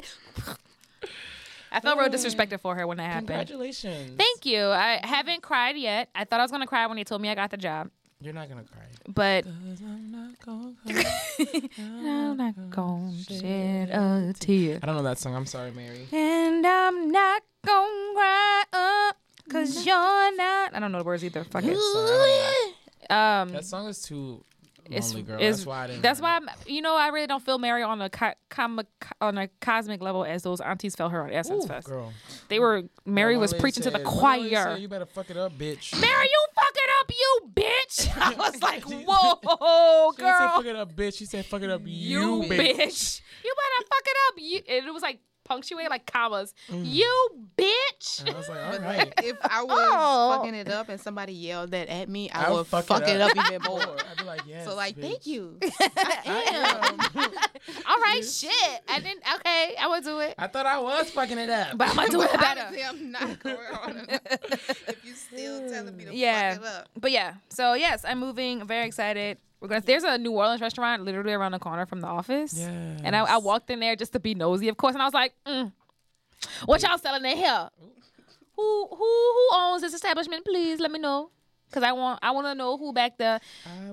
Speaker 5: I felt real disrespected for her when that happened.
Speaker 4: Congratulations!
Speaker 5: Thank you. I haven't cried yet. I thought I was gonna cry when they told me I got the job,
Speaker 4: You're not gonna cry.
Speaker 5: but
Speaker 4: Cause I'm not gonna cry.
Speaker 5: I'm not gonna shed a tear.
Speaker 4: I don't know that song. I'm sorry, Mary.
Speaker 5: And I'm not gonna cry, uh, cause you're not. I don't know the words either. Fuck it.
Speaker 4: Sorry, I don't know.
Speaker 5: Um,
Speaker 4: That song is too
Speaker 5: it's,
Speaker 4: lonely, girl.
Speaker 5: it's-
Speaker 4: that's why I didn't.
Speaker 5: That's
Speaker 4: learn
Speaker 5: why I'm, you know I really don't feel Mary on a co- comic on a cosmic level as those aunties felt her on Essence
Speaker 4: it. Ooh,
Speaker 5: Fest.
Speaker 4: girl.
Speaker 5: They were Mary
Speaker 4: My
Speaker 5: was
Speaker 4: lady
Speaker 5: preaching to
Speaker 4: said,
Speaker 5: the
Speaker 4: my lady
Speaker 5: choir.
Speaker 4: said, You better fuck it up, bitch.
Speaker 5: Mary, you fucking up, you bitch! I was like, whoa,
Speaker 4: She didn't say
Speaker 5: girl,
Speaker 4: fuck it up, bitch. She said fuck it up,
Speaker 5: you
Speaker 4: you, bitch.
Speaker 5: bitch, you better fuck it up. You, and it was like punctuated like commas. You bitch.
Speaker 4: Mm-hmm. I was like, all right.
Speaker 6: If I was
Speaker 5: Oh.
Speaker 6: fucking it up and somebody yelled that at me, I,
Speaker 4: I would
Speaker 6: would
Speaker 4: fuck
Speaker 6: fuck,
Speaker 4: it
Speaker 6: it
Speaker 4: up.
Speaker 6: up even more.
Speaker 4: I'd be like, yes.
Speaker 6: So like,
Speaker 4: bitch.
Speaker 6: thank you.
Speaker 4: I am.
Speaker 5: All right, shit. I didn't. Okay, I will do it,
Speaker 4: Mm-hmm. I thought I was fucking it up.
Speaker 5: but I'm gonna do it better.
Speaker 6: Honestly, I'm not going on it. if you still telling me to
Speaker 5: Yeah,
Speaker 6: fuck it up.
Speaker 5: but yeah. So yes, I'm moving. I'm very excited. We're gonna. There's a New Orleans restaurant literally around the corner from the office. And I, I
Speaker 4: Yes.
Speaker 5: walked in there just to be nosy, of course. And I was like, mm, "What y'all selling in here? Who who who owns this establishment? Please let me know, cause I want I want to know who back there.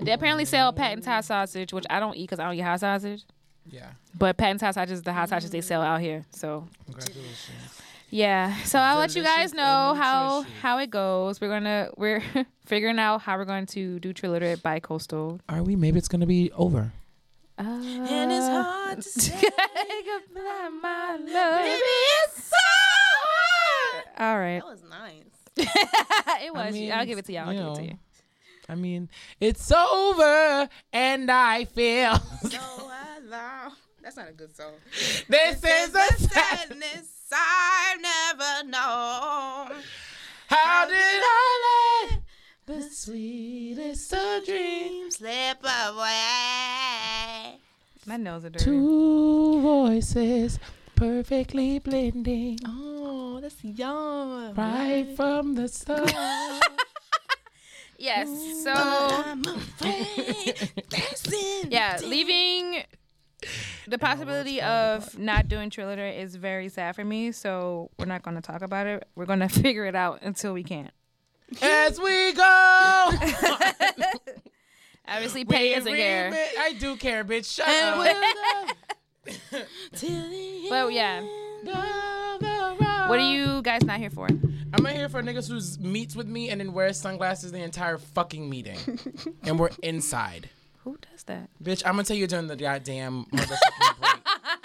Speaker 5: They apparently sell patent Thai sausage, which I don't eat cause I don't eat hot sausage.
Speaker 4: yeah.
Speaker 5: But patent Thai sausage is the hot sausage they
Speaker 4: Mm.
Speaker 5: sell out here. So
Speaker 4: Congratulations.
Speaker 5: yeah. So I'll let you guys
Speaker 4: Delicious
Speaker 5: know
Speaker 4: and
Speaker 5: how
Speaker 4: nutritious.
Speaker 5: how it goes. We're gonna we're figuring out how we're going to do Triliterate by coastal.
Speaker 4: Are we? Maybe it's gonna be over.
Speaker 6: And it's hard to say.
Speaker 5: my love. All right.
Speaker 6: That was nice.
Speaker 5: it was. I'll give it to y'all. I'll give it to you.
Speaker 4: I mean, it's over, and I feel
Speaker 6: So alone. That's not a good song.
Speaker 4: this is a sad.
Speaker 6: sadness I've never known.
Speaker 4: How did I let the sweetest of dreams?
Speaker 6: Slip away.
Speaker 5: My nose is dirty.
Speaker 4: Two voices perfectly blending
Speaker 6: Oh, that's young.
Speaker 4: right from the start.
Speaker 5: Yes. So
Speaker 6: I'm afraid. Dancing.
Speaker 5: yeah, leaving the possibility of not doing Triliter is very sad for me. So we're not going to talk about it. We're going to figure it out until we can.
Speaker 4: As we go,
Speaker 5: Obviously, Pay doesn't care.
Speaker 4: I do care, bitch. Shut up.
Speaker 5: But yeah,
Speaker 4: What
Speaker 5: what are you guys not here for?
Speaker 4: I'm not here for niggas who meets with me and then wears sunglasses the entire fucking meeting, and we're inside.
Speaker 5: Who does that?
Speaker 4: Bitch, I'm gonna tell you during the goddamn motherfucking break.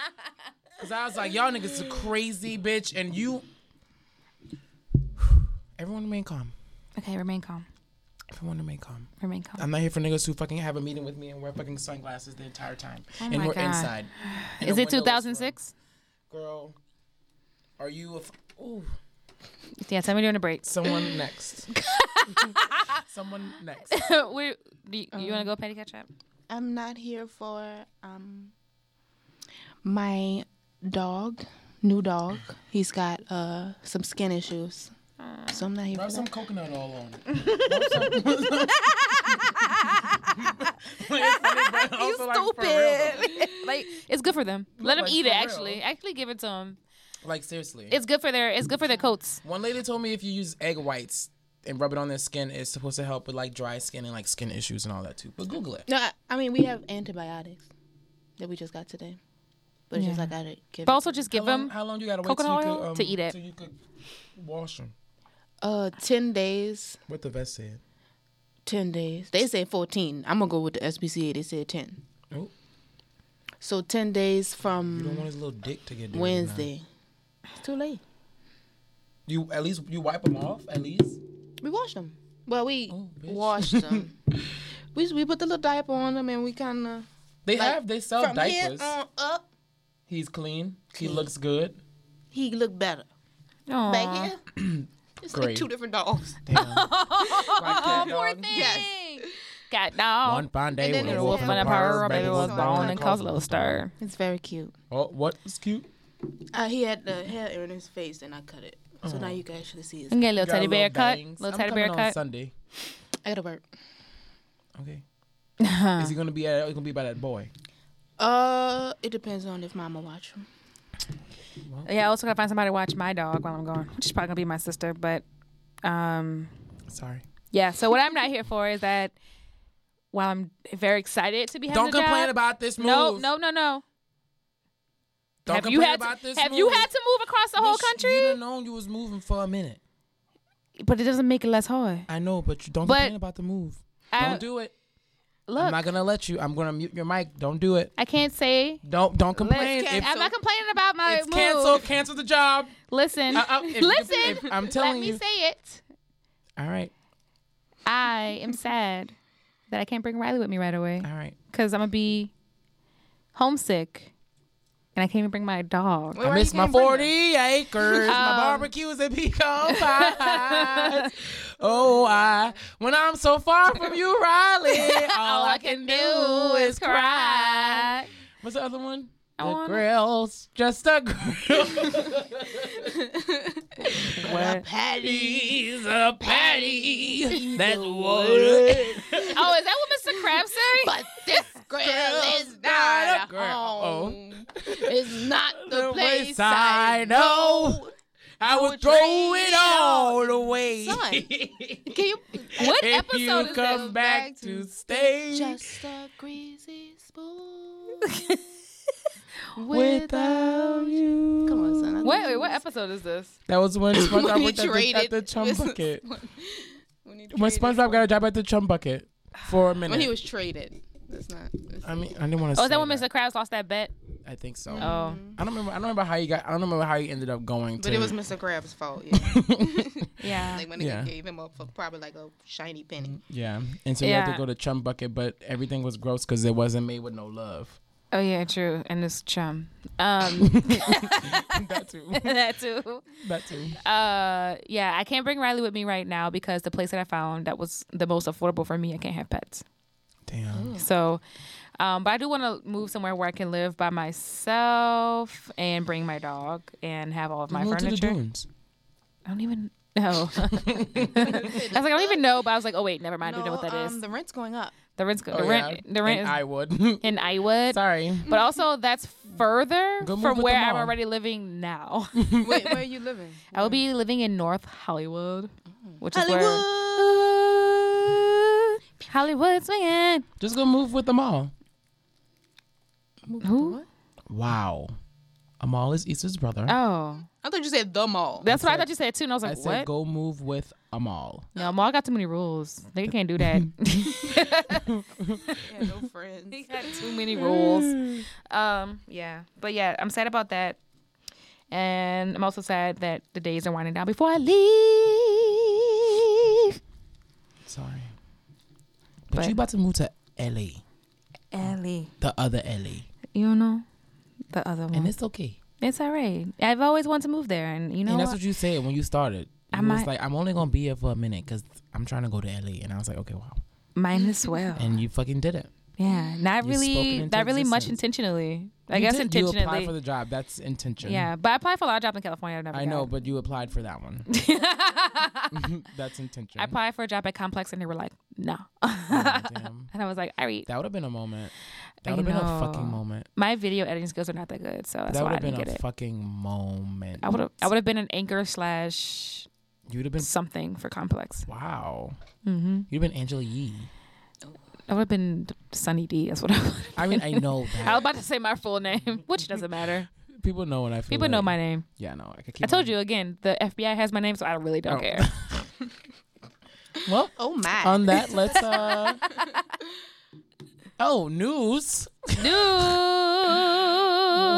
Speaker 4: Cause I was like, y'all niggas are crazy, bitch, and you. Everyone remain calm.
Speaker 5: Okay, remain calm.
Speaker 4: Everyone remain calm.
Speaker 5: Remain calm.
Speaker 4: I'm not here for niggas who fucking have a meeting with me and wear fucking sunglasses the entire time, and
Speaker 5: Oh my
Speaker 4: we're
Speaker 5: God.
Speaker 4: inside. in
Speaker 5: Is
Speaker 4: a
Speaker 5: it
Speaker 4: windowless room.
Speaker 5: 2006?
Speaker 4: Girl, are you? A f- Ooh,
Speaker 5: Yeah, tell me during the break.
Speaker 4: someone next. someone next.
Speaker 5: we, do you, you
Speaker 4: um,
Speaker 5: want to go petty catch up?
Speaker 6: I'm not here for um my dog, new dog. He's got uh some skin issues. So I'm not here
Speaker 4: Rub
Speaker 6: for
Speaker 4: some
Speaker 6: that.
Speaker 4: coconut all on. it. Rub some- It's funny, but also, like, for real, though.
Speaker 5: like it's good for them. Let them
Speaker 4: like,
Speaker 5: eat it.
Speaker 4: for real.
Speaker 5: Actually, actually give it to them.
Speaker 4: Like seriously.
Speaker 5: It's good for their. It's good for their coats.
Speaker 4: One lady told me if you use egg whites and rub it on their skin, it's supposed to help with like dry skin and like skin issues and all that too. But Google it.
Speaker 6: No, I, I mean we have antibiotics that we just got today. But it's just
Speaker 5: Yeah.
Speaker 6: like I gotta give
Speaker 5: But also just
Speaker 4: How
Speaker 5: give
Speaker 4: long,
Speaker 5: them.
Speaker 4: how long you gotta wait
Speaker 5: coconut
Speaker 4: till
Speaker 5: oil
Speaker 4: you could, um,
Speaker 5: to eat it.
Speaker 4: Till you could wash them.
Speaker 6: uh ten days.
Speaker 4: What the vet said.
Speaker 6: Ten days. They said fourteen. I'm gonna go with the SPCA, they said ten.
Speaker 4: Oh,
Speaker 6: So ten days
Speaker 4: you don't
Speaker 6: from
Speaker 4: want his little dick to get dirty. now.
Speaker 6: Wednesday. It's too late.
Speaker 4: You at least you wipe them off at least.
Speaker 6: We washed them. Well, we
Speaker 4: Oh, bitch.
Speaker 6: washed them. we we put the little diaper on them and we kind of
Speaker 4: They have they sell
Speaker 6: from here
Speaker 4: Oh, diapers.
Speaker 6: on up.
Speaker 4: He's clean. He looks good.
Speaker 6: He looked better.
Speaker 5: Aw.
Speaker 6: Back here, it's
Speaker 4: Great.
Speaker 6: like two different dogs.
Speaker 4: Damn. oh,
Speaker 5: Uh-huh, Poor thing. Got dog.
Speaker 4: One fine day
Speaker 6: And then
Speaker 4: when a
Speaker 6: it'll
Speaker 4: wolf
Speaker 6: wolf
Speaker 4: and
Speaker 6: in
Speaker 4: a
Speaker 6: a
Speaker 4: purr,
Speaker 6: purr,
Speaker 4: baby
Speaker 6: baby
Speaker 4: was
Speaker 6: was
Speaker 4: born
Speaker 6: born
Speaker 4: and caused a little stir.
Speaker 5: stir.
Speaker 6: It's very cute.
Speaker 4: Oh, what is cute?
Speaker 6: Uh, he had the hair in his face, and I cut it. So
Speaker 4: Oh.
Speaker 6: now you can actually see his.
Speaker 5: You get a little
Speaker 4: Got
Speaker 5: teddy
Speaker 4: little
Speaker 5: bear cut.
Speaker 4: bangs.
Speaker 5: Little
Speaker 4: I'm
Speaker 5: teddy bear
Speaker 4: coming on
Speaker 5: cut.
Speaker 4: Sunday.
Speaker 6: I gotta work.
Speaker 4: Okay. is he gonna be? At, he gonna be by that boy?
Speaker 6: Uh, it depends on if Mama watch him.
Speaker 5: Yeah, I also gotta find somebody to watch my dog while I'm gone. Which is probably gonna be my sister, but um,
Speaker 4: Sorry.
Speaker 5: yeah. So what I'm not here for is that while I'm very excited to be having
Speaker 4: Don't
Speaker 5: a job-
Speaker 4: complain about this move.
Speaker 5: No, no, no, no.
Speaker 4: Don't
Speaker 5: have
Speaker 4: complain
Speaker 5: you had
Speaker 4: about
Speaker 5: to,
Speaker 4: this
Speaker 5: have
Speaker 4: move.
Speaker 5: you had to move across the whole
Speaker 4: Bitch, You done
Speaker 5: country?
Speaker 4: known you was moving for a minute.
Speaker 5: But it doesn't make it less hard.
Speaker 4: I know, but you don't
Speaker 5: But-
Speaker 4: complain about the move.
Speaker 5: I,
Speaker 4: don't do it. I'm
Speaker 5: look,
Speaker 4: not gonna let you. I'm gonna mute your mic. Don't do it.
Speaker 5: I can't say.
Speaker 4: Don't don't complain.
Speaker 5: Let's
Speaker 4: If-
Speaker 5: I'm not complaining about my
Speaker 4: it's
Speaker 5: move.
Speaker 4: canceled. Cancel the job.
Speaker 5: Listen,
Speaker 4: Uh, uh, if- if-
Speaker 5: listen.
Speaker 4: if- I'm
Speaker 5: let
Speaker 4: telling
Speaker 5: me
Speaker 4: you.
Speaker 5: say it.
Speaker 4: All right.
Speaker 5: I am sad that I can't bring Riley with me right away
Speaker 4: All right.
Speaker 5: because I'm gonna be homesick, and I can't even bring my dog.
Speaker 4: I miss my 40 acres, my
Speaker 5: Um,
Speaker 4: barbecues and pecan pies. oh, I, when I'm so far from you, Riley, all I can do is cry. What's the other one?
Speaker 5: I
Speaker 4: the
Speaker 5: wanna-
Speaker 4: grill's just a grill. Where patty's a patty. That's
Speaker 5: Oh,
Speaker 4: what.
Speaker 5: is that what Mr. Krabs said?
Speaker 6: But this grill is
Speaker 4: not a
Speaker 6: not a
Speaker 4: grill. Oh.
Speaker 6: home. It's not the
Speaker 4: The
Speaker 6: place
Speaker 4: place
Speaker 6: I
Speaker 4: I know. I would throw it all away.
Speaker 6: Son, Can you
Speaker 5: what
Speaker 4: if
Speaker 5: episode
Speaker 4: you
Speaker 5: is
Speaker 4: come
Speaker 5: that?
Speaker 4: back, to stay
Speaker 6: just a greasy spoon
Speaker 4: without you.
Speaker 6: Come on, son.
Speaker 5: Wait,
Speaker 6: I think
Speaker 5: wait,
Speaker 6: you-
Speaker 5: what episode is this?
Speaker 4: That was when SpongeBob
Speaker 6: When he
Speaker 4: worked at the, at
Speaker 6: traded-
Speaker 4: the chum
Speaker 6: this is
Speaker 4: bucket.
Speaker 6: When he
Speaker 4: When
Speaker 6: traded-
Speaker 4: SpongeBob got a job at the chum bucket for a minute.
Speaker 6: when he was traded. That's not. that's-
Speaker 4: I mean, I didn't want to.
Speaker 5: Oh, is that when Mr. Krabs lost that bet?
Speaker 4: I think so.
Speaker 5: Oh,
Speaker 4: I don't remember. I don't remember how he got. I don't remember how he ended up going.
Speaker 6: But
Speaker 4: to,
Speaker 6: it was Mr. Krab's fault. Yeah.
Speaker 5: yeah.
Speaker 6: like when they
Speaker 4: Yeah.
Speaker 6: gave him up for probably like a shiny penny.
Speaker 4: Yeah, and so you had
Speaker 5: Yeah.
Speaker 4: to go to chum bucket, but everything was gross because it wasn't made with no love.
Speaker 5: Oh yeah, true. And this chum. Um,
Speaker 4: that too.
Speaker 5: that too.
Speaker 4: That too.
Speaker 5: Uh, yeah, I can't bring Riley with me right now because the place that I found that was the most affordable for me, I can't have pets.
Speaker 4: Damn.
Speaker 5: So, um, but I do want to move somewhere where I can live by myself and bring my dog and have all of my
Speaker 4: Go to the
Speaker 5: furniture.
Speaker 4: dunes.
Speaker 5: I don't even know. I was like, I don't even know, but I was like, oh wait, never mind. I do know what that is.
Speaker 6: um, the rent's going up.
Speaker 5: The rent's go-
Speaker 4: Oh,
Speaker 5: the
Speaker 4: yeah.
Speaker 5: rent the rent
Speaker 4: And
Speaker 5: is
Speaker 4: I would.
Speaker 5: in Iowa.
Speaker 4: Sorry.
Speaker 5: But also that's further
Speaker 4: Go move
Speaker 5: from
Speaker 4: with
Speaker 5: where
Speaker 4: the
Speaker 5: I'm
Speaker 4: mall.
Speaker 5: already living now.
Speaker 6: Wait, where are you living?
Speaker 5: I will be living in North Hollywood, which is
Speaker 6: Hollywood.
Speaker 5: where Hollywood swinging.
Speaker 4: Just go move with the mall.
Speaker 5: Who?
Speaker 4: Wow. Amal is Issa's brother.
Speaker 5: Oh,
Speaker 6: I thought you said the mall.
Speaker 5: that's what I thought you said too, and I was
Speaker 4: I
Speaker 5: like,
Speaker 4: said
Speaker 5: what?
Speaker 4: go move with Amal.
Speaker 5: No, mall got too many rules. They can't do that.
Speaker 6: Yeah, no friends.
Speaker 5: got too many rules. Um, yeah, but yeah, I'm sad about that, and I'm also sad that the days are winding down before I leave.
Speaker 4: Sorry. But,
Speaker 5: But-
Speaker 4: you about to move to LA,
Speaker 5: Ellie,
Speaker 4: the other LA,
Speaker 5: you know the other one.
Speaker 4: and
Speaker 5: it's,
Speaker 4: it's okay.
Speaker 5: all right. I've always wanted to move there, and you know
Speaker 4: and that's
Speaker 5: what?
Speaker 4: what you said when you started. You
Speaker 5: I
Speaker 4: was
Speaker 5: might-
Speaker 4: like, I'm only gonna be here for a minute because I'm trying to go to LA, and I was like, okay, wow.
Speaker 5: mine as well.
Speaker 4: And you fucking did it.
Speaker 5: Yeah, not
Speaker 4: You've
Speaker 5: really,
Speaker 4: spoken
Speaker 5: not really
Speaker 4: into
Speaker 5: much
Speaker 4: existence.
Speaker 5: intentionally. I
Speaker 4: You
Speaker 5: guess
Speaker 4: did- You applied
Speaker 5: intentionally.
Speaker 4: for the job. That's intention.
Speaker 5: yeah, but I applied for a lot of jobs in California. I've never
Speaker 4: I know,
Speaker 5: got.
Speaker 4: but you applied for that one. That's intention.
Speaker 5: I applied for a job at Complex, and they were like, "No,"
Speaker 4: Oh, damn.
Speaker 5: and I was like, "All right."
Speaker 4: That would have been a moment. That
Speaker 5: I
Speaker 4: would have been a
Speaker 5: know.
Speaker 4: fucking moment.
Speaker 5: My video editing skills are not that good, so that's
Speaker 4: that
Speaker 5: why
Speaker 4: would
Speaker 5: I
Speaker 4: have been
Speaker 5: didn't
Speaker 4: a
Speaker 5: get it.
Speaker 4: fucking moment.
Speaker 5: I would have, I would have been an anchor slash
Speaker 4: You'd have been
Speaker 5: something for Complex.
Speaker 4: wow.
Speaker 5: hmm
Speaker 4: You'd have been Angela Yee.
Speaker 5: I would have been Sunny D. That's what I would.
Speaker 4: I mean, I know that.
Speaker 5: I was about to say my full name, which doesn't matter.
Speaker 4: People know when I feel.
Speaker 5: People know
Speaker 4: like-
Speaker 5: my name.
Speaker 4: Yeah, no, I could keep.
Speaker 5: I told
Speaker 4: my-
Speaker 5: you again. The FBI has my name, so I really don't
Speaker 4: Oh.
Speaker 5: care.
Speaker 4: Well,
Speaker 6: Oh my.
Speaker 4: on that, let's. uh Oh, news!
Speaker 5: News.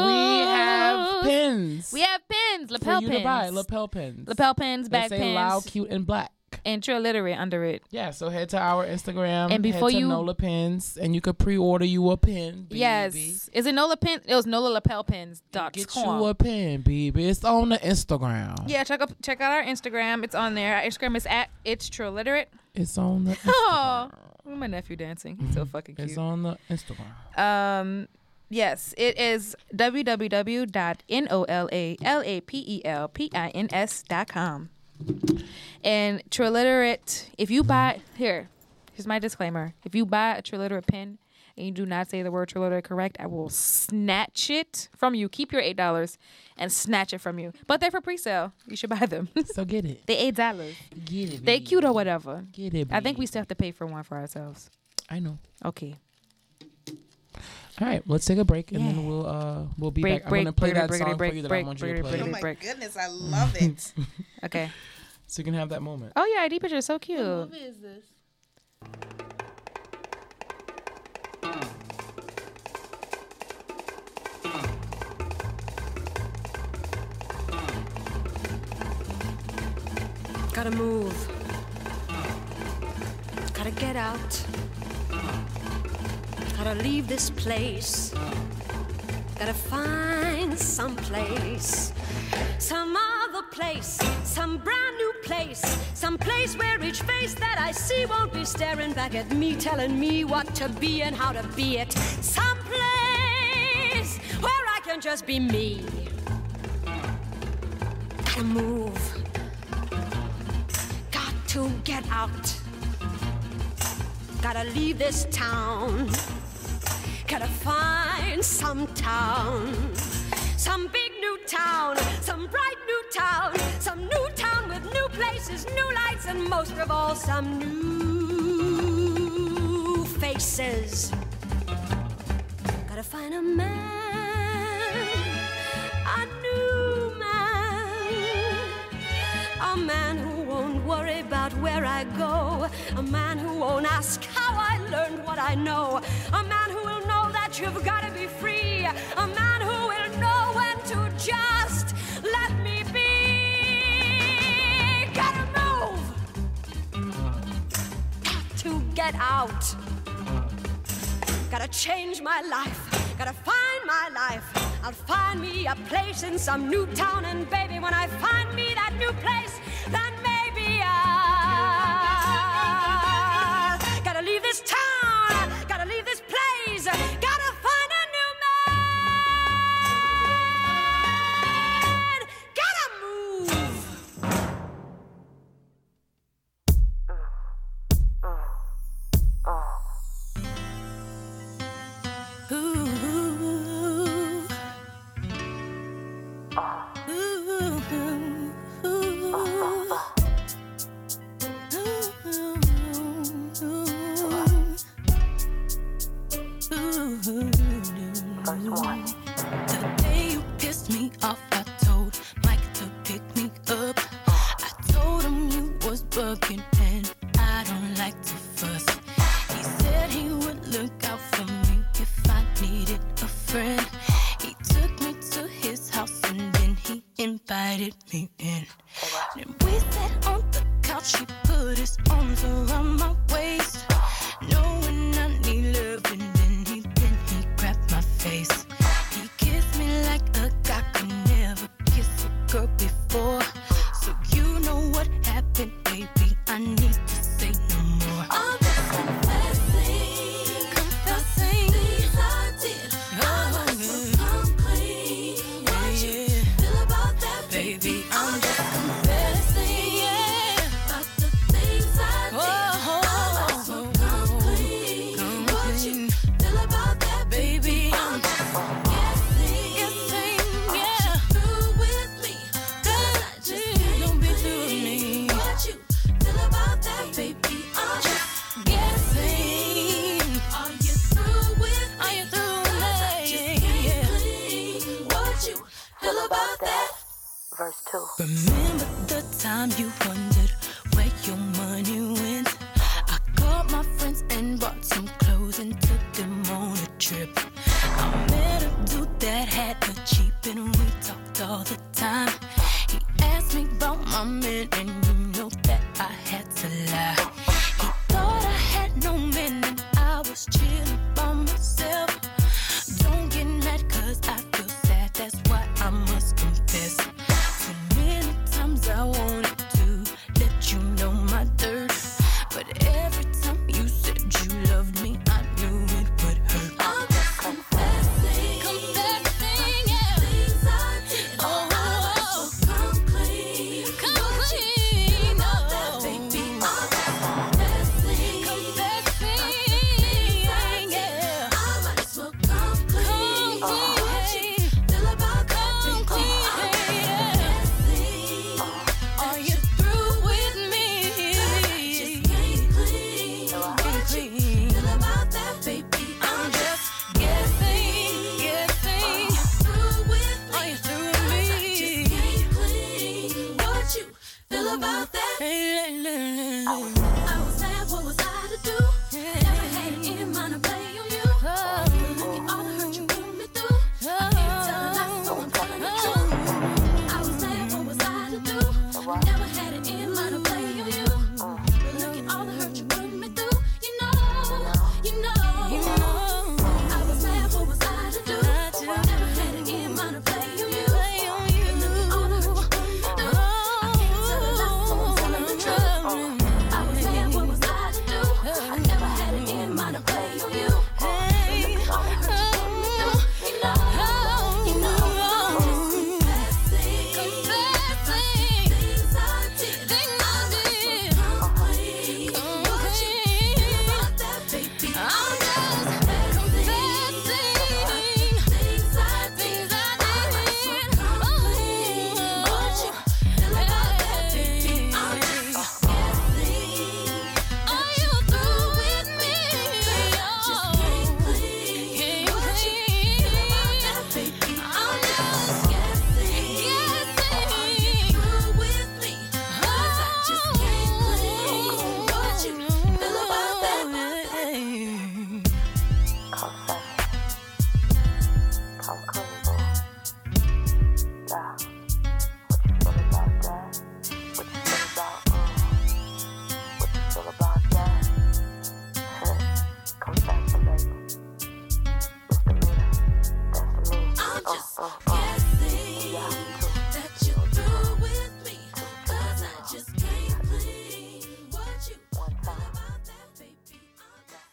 Speaker 4: We have pins.
Speaker 5: We have pins,
Speaker 4: for
Speaker 5: lapel
Speaker 4: you
Speaker 5: pins,
Speaker 4: to buy lapel pins.
Speaker 5: lapel pins,
Speaker 4: They
Speaker 5: back
Speaker 4: say
Speaker 5: pins,
Speaker 4: loud, cute, and black.
Speaker 5: and trilitery under it.
Speaker 4: Yeah, so head to our Instagram
Speaker 5: And before
Speaker 4: head to
Speaker 5: you-
Speaker 4: Nola pins, and you could pre-order you a pin. BB.
Speaker 5: Yes, is it Nola pin? It was Nola lapel pins. Dot
Speaker 4: get
Speaker 5: com.
Speaker 4: you a pin, BB. It's on the Instagram.
Speaker 5: yeah, check up, check out our Instagram. It's on there. Our Instagram is at it's triliterate.
Speaker 4: it's on the.
Speaker 5: Oh, look at my nephew dancing. He's so fucking
Speaker 4: Mm-hmm. It's
Speaker 5: cute.
Speaker 4: on the Instagram.
Speaker 5: Um, yes, it is E www.nolalapelpins.com. And Triliterate, if you buy, here, here's my disclaimer. If you buy a Triliterate pen and you do not say the word Triliterate correct, I will snatch it from you. Keep your $8 and snatch it from you. But they're for pre sale. You should buy them.
Speaker 4: So get it.
Speaker 5: they $8.
Speaker 4: Get it.
Speaker 5: They
Speaker 4: baby.
Speaker 5: cute or whatever.
Speaker 4: Get it.
Speaker 5: I think we
Speaker 4: baby.
Speaker 5: still have to pay for one for ourselves.
Speaker 4: I know.
Speaker 5: Okay.
Speaker 4: All right, let's take a break and
Speaker 5: Yeah.
Speaker 4: then we'll uh we'll be
Speaker 5: Break,
Speaker 4: back.
Speaker 5: break,
Speaker 4: I'm gonna play
Speaker 5: break,
Speaker 4: that
Speaker 5: break,
Speaker 4: song
Speaker 5: break,
Speaker 4: for you that
Speaker 5: break,
Speaker 4: I want you
Speaker 5: break,
Speaker 4: to play,
Speaker 5: break,
Speaker 6: Oh
Speaker 5: break.
Speaker 6: my goodness, I love it.
Speaker 5: Okay.
Speaker 4: so you can have that moment.
Speaker 5: Oh yeah, ID picture is so cute.
Speaker 6: What is this?
Speaker 1: Gotta move. Gotta get out. Gotta leave this place. Gotta find some place. Some other place. Some brand new place. Some place where each face that I see won't be staring back at me, telling me what to be and how to be it. Some place. can't just be me. Gotta move. Got to get out. Gotta leave this town. Gotta find some town. Some big new town. Some bright new town. Some new town with new places, new lights, and most of all, some new faces. Gotta find a man, a new man, a man who won't worry about where I go, a man who won't ask how I learned what I know, a man who will know that you've gotta be free, a man who will know when to just let me be. Gotta move, got to get out. Gotta change my life. Gotta find my life. I'll find me a place in some new town, and baby, when I find me that new place, then maybe I gotta leave this town. Gotta leave this place. Gotta find a new man. Gotta move.
Speaker 7: The day you pissed me off, I told Mike to pick me up. I told him you was bugging and I don't like to fuss. He said he would look out for me if I needed a friend. He took me to his house and then he invited me in. Then we sat on the couch, he put his arms around my waist. Knowing I need love, and then he then he grabbed my face. He kissed me like a guy could never kiss a girl before. So you know what happened, baby. I need to say no more. All this confessing, confessing things I did. My life was unclean. What you feel about that, baby? I'm just confessing, yeah, about the things I did. My life was oh, unclean. What you feel about that, baby? I'm just guessing. Guessing, yeah. Through with me, 'cause I just don't be through with me. What you feel about that, baby? I'm just guessing. Are you through with me? Are you through with me? I just can't clean. What you feel about that? Remember the time you wondered where your money went? I called my friends and bought some clothes and took them on a trip. I met a dude that had a Jeep and we talked all the time. He asked me about my man and you know that I had to lie. He thought I had no man and I was chilling by myself. Don't get mad cause I feel sad, that's why I must confess. Too many times I wanted to let you know my dirt. But every time you said you loved me, I knew it would hurt. I'm just confessing, confessing, yeah. Things I did, oh, I was so complete. Complete, no. That baby, I'm just confessing, confessing, yeah. I'm oh,
Speaker 8: I'm coming, boy. Yeah. What you feel about that? What you feel about, uh, what you feel about that? Confession, baby. Misdemeanor. That's
Speaker 9: I'm
Speaker 8: me. Uh,
Speaker 9: just
Speaker 8: uh, uh.
Speaker 9: guessing
Speaker 8: Yeah, you too.
Speaker 9: that you're through with me. Cause I just can't please what you feel
Speaker 8: One time.
Speaker 9: about that, baby. I'm just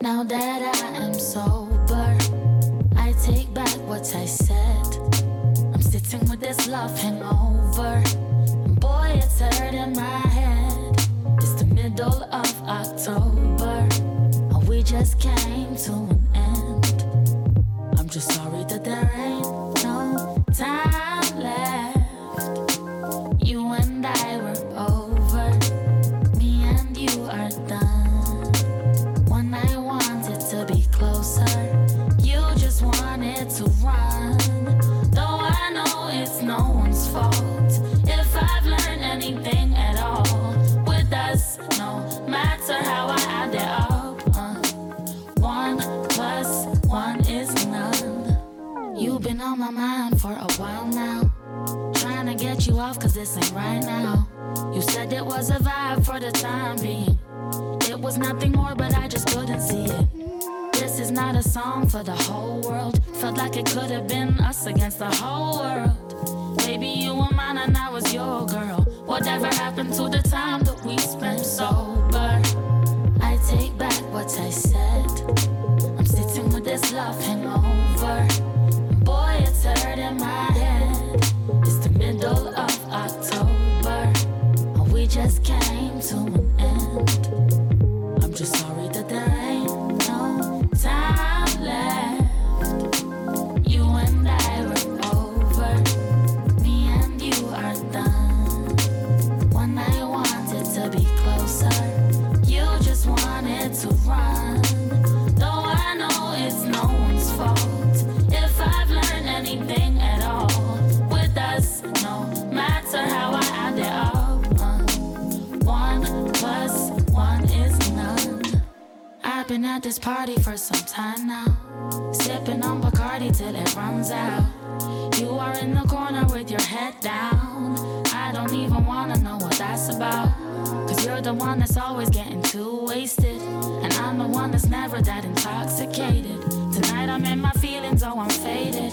Speaker 3: Now that I am sober, I take back what I said. I'm sitting with this love hangover. And boy, it's hurting my head. It's the middle of October. And we just came to an end. I'm just sorry that there ain't no time left. You and I were over. Me and you are done. When I wanted to be closer, you just wanted to run. Though I know it's no one's fault. If I've learned anything at all, with us, no matter how I add it up, uh, one plus one is none. You've been on my mind for a while now. Trying to get you off, cause this ain't right now. You said it was a vibe for the time being. It was nothing more, but I just couldn't see it. This is not a song for the whole world. Felt like it could have been us against the whole world. Baby, you were mine and I was your girl. Whatever happened to the time that we spent sober? I take back what I said. I'm sitting with this love hangover. Boy, it's hurting my head. It's the middle of October. And we just came to an end. I'm just sorry that there ain't no time left. You and I were over, me and you are done. When I wanted to be closer, you just wanted to run. Though I know it's no one's fault. If I've learned anything at all, with us, no matter how I add it up. uh, one plus one is none. I've been at this party for some time now. Sipping on Bacardi till it runs out. You are in the corner with your head down. I don't even wanna know what that's about. Cause you're the one that's always getting too wasted. And I'm the one that's never that intoxicated. Tonight I'm in my feelings, oh, I'm faded.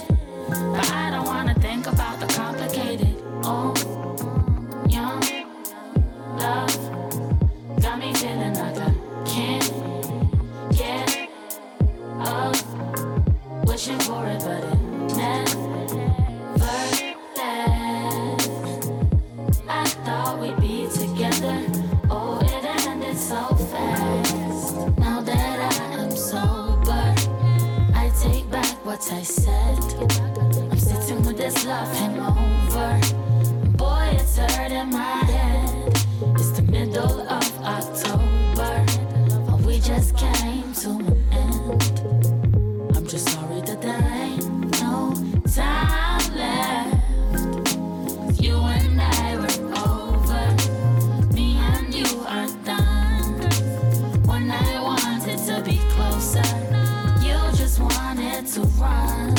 Speaker 3: But I don't wanna think about the complicated. Oh, young love got me feeling like I can't get up. Wishing for it, but it never lasts. I thought we'd be together. Oh, it ended so fast. Now that I am sober, I take back what I said. I'm sitting with this love hangover. Boy, it's hurting my head. It's the middle of October. But we just came to an end. I'm just sorry that there ain't no time left. You and I were over. Me and you are done. When I wanted to be closer, you just wanted to run.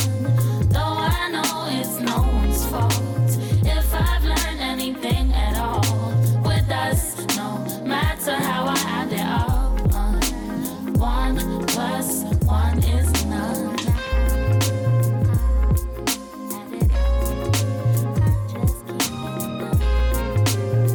Speaker 3: Though I know it's no one's fault. If I've learned anything at all, with us, no matter how I add it up, uh, one plus one is none. Just keep it up.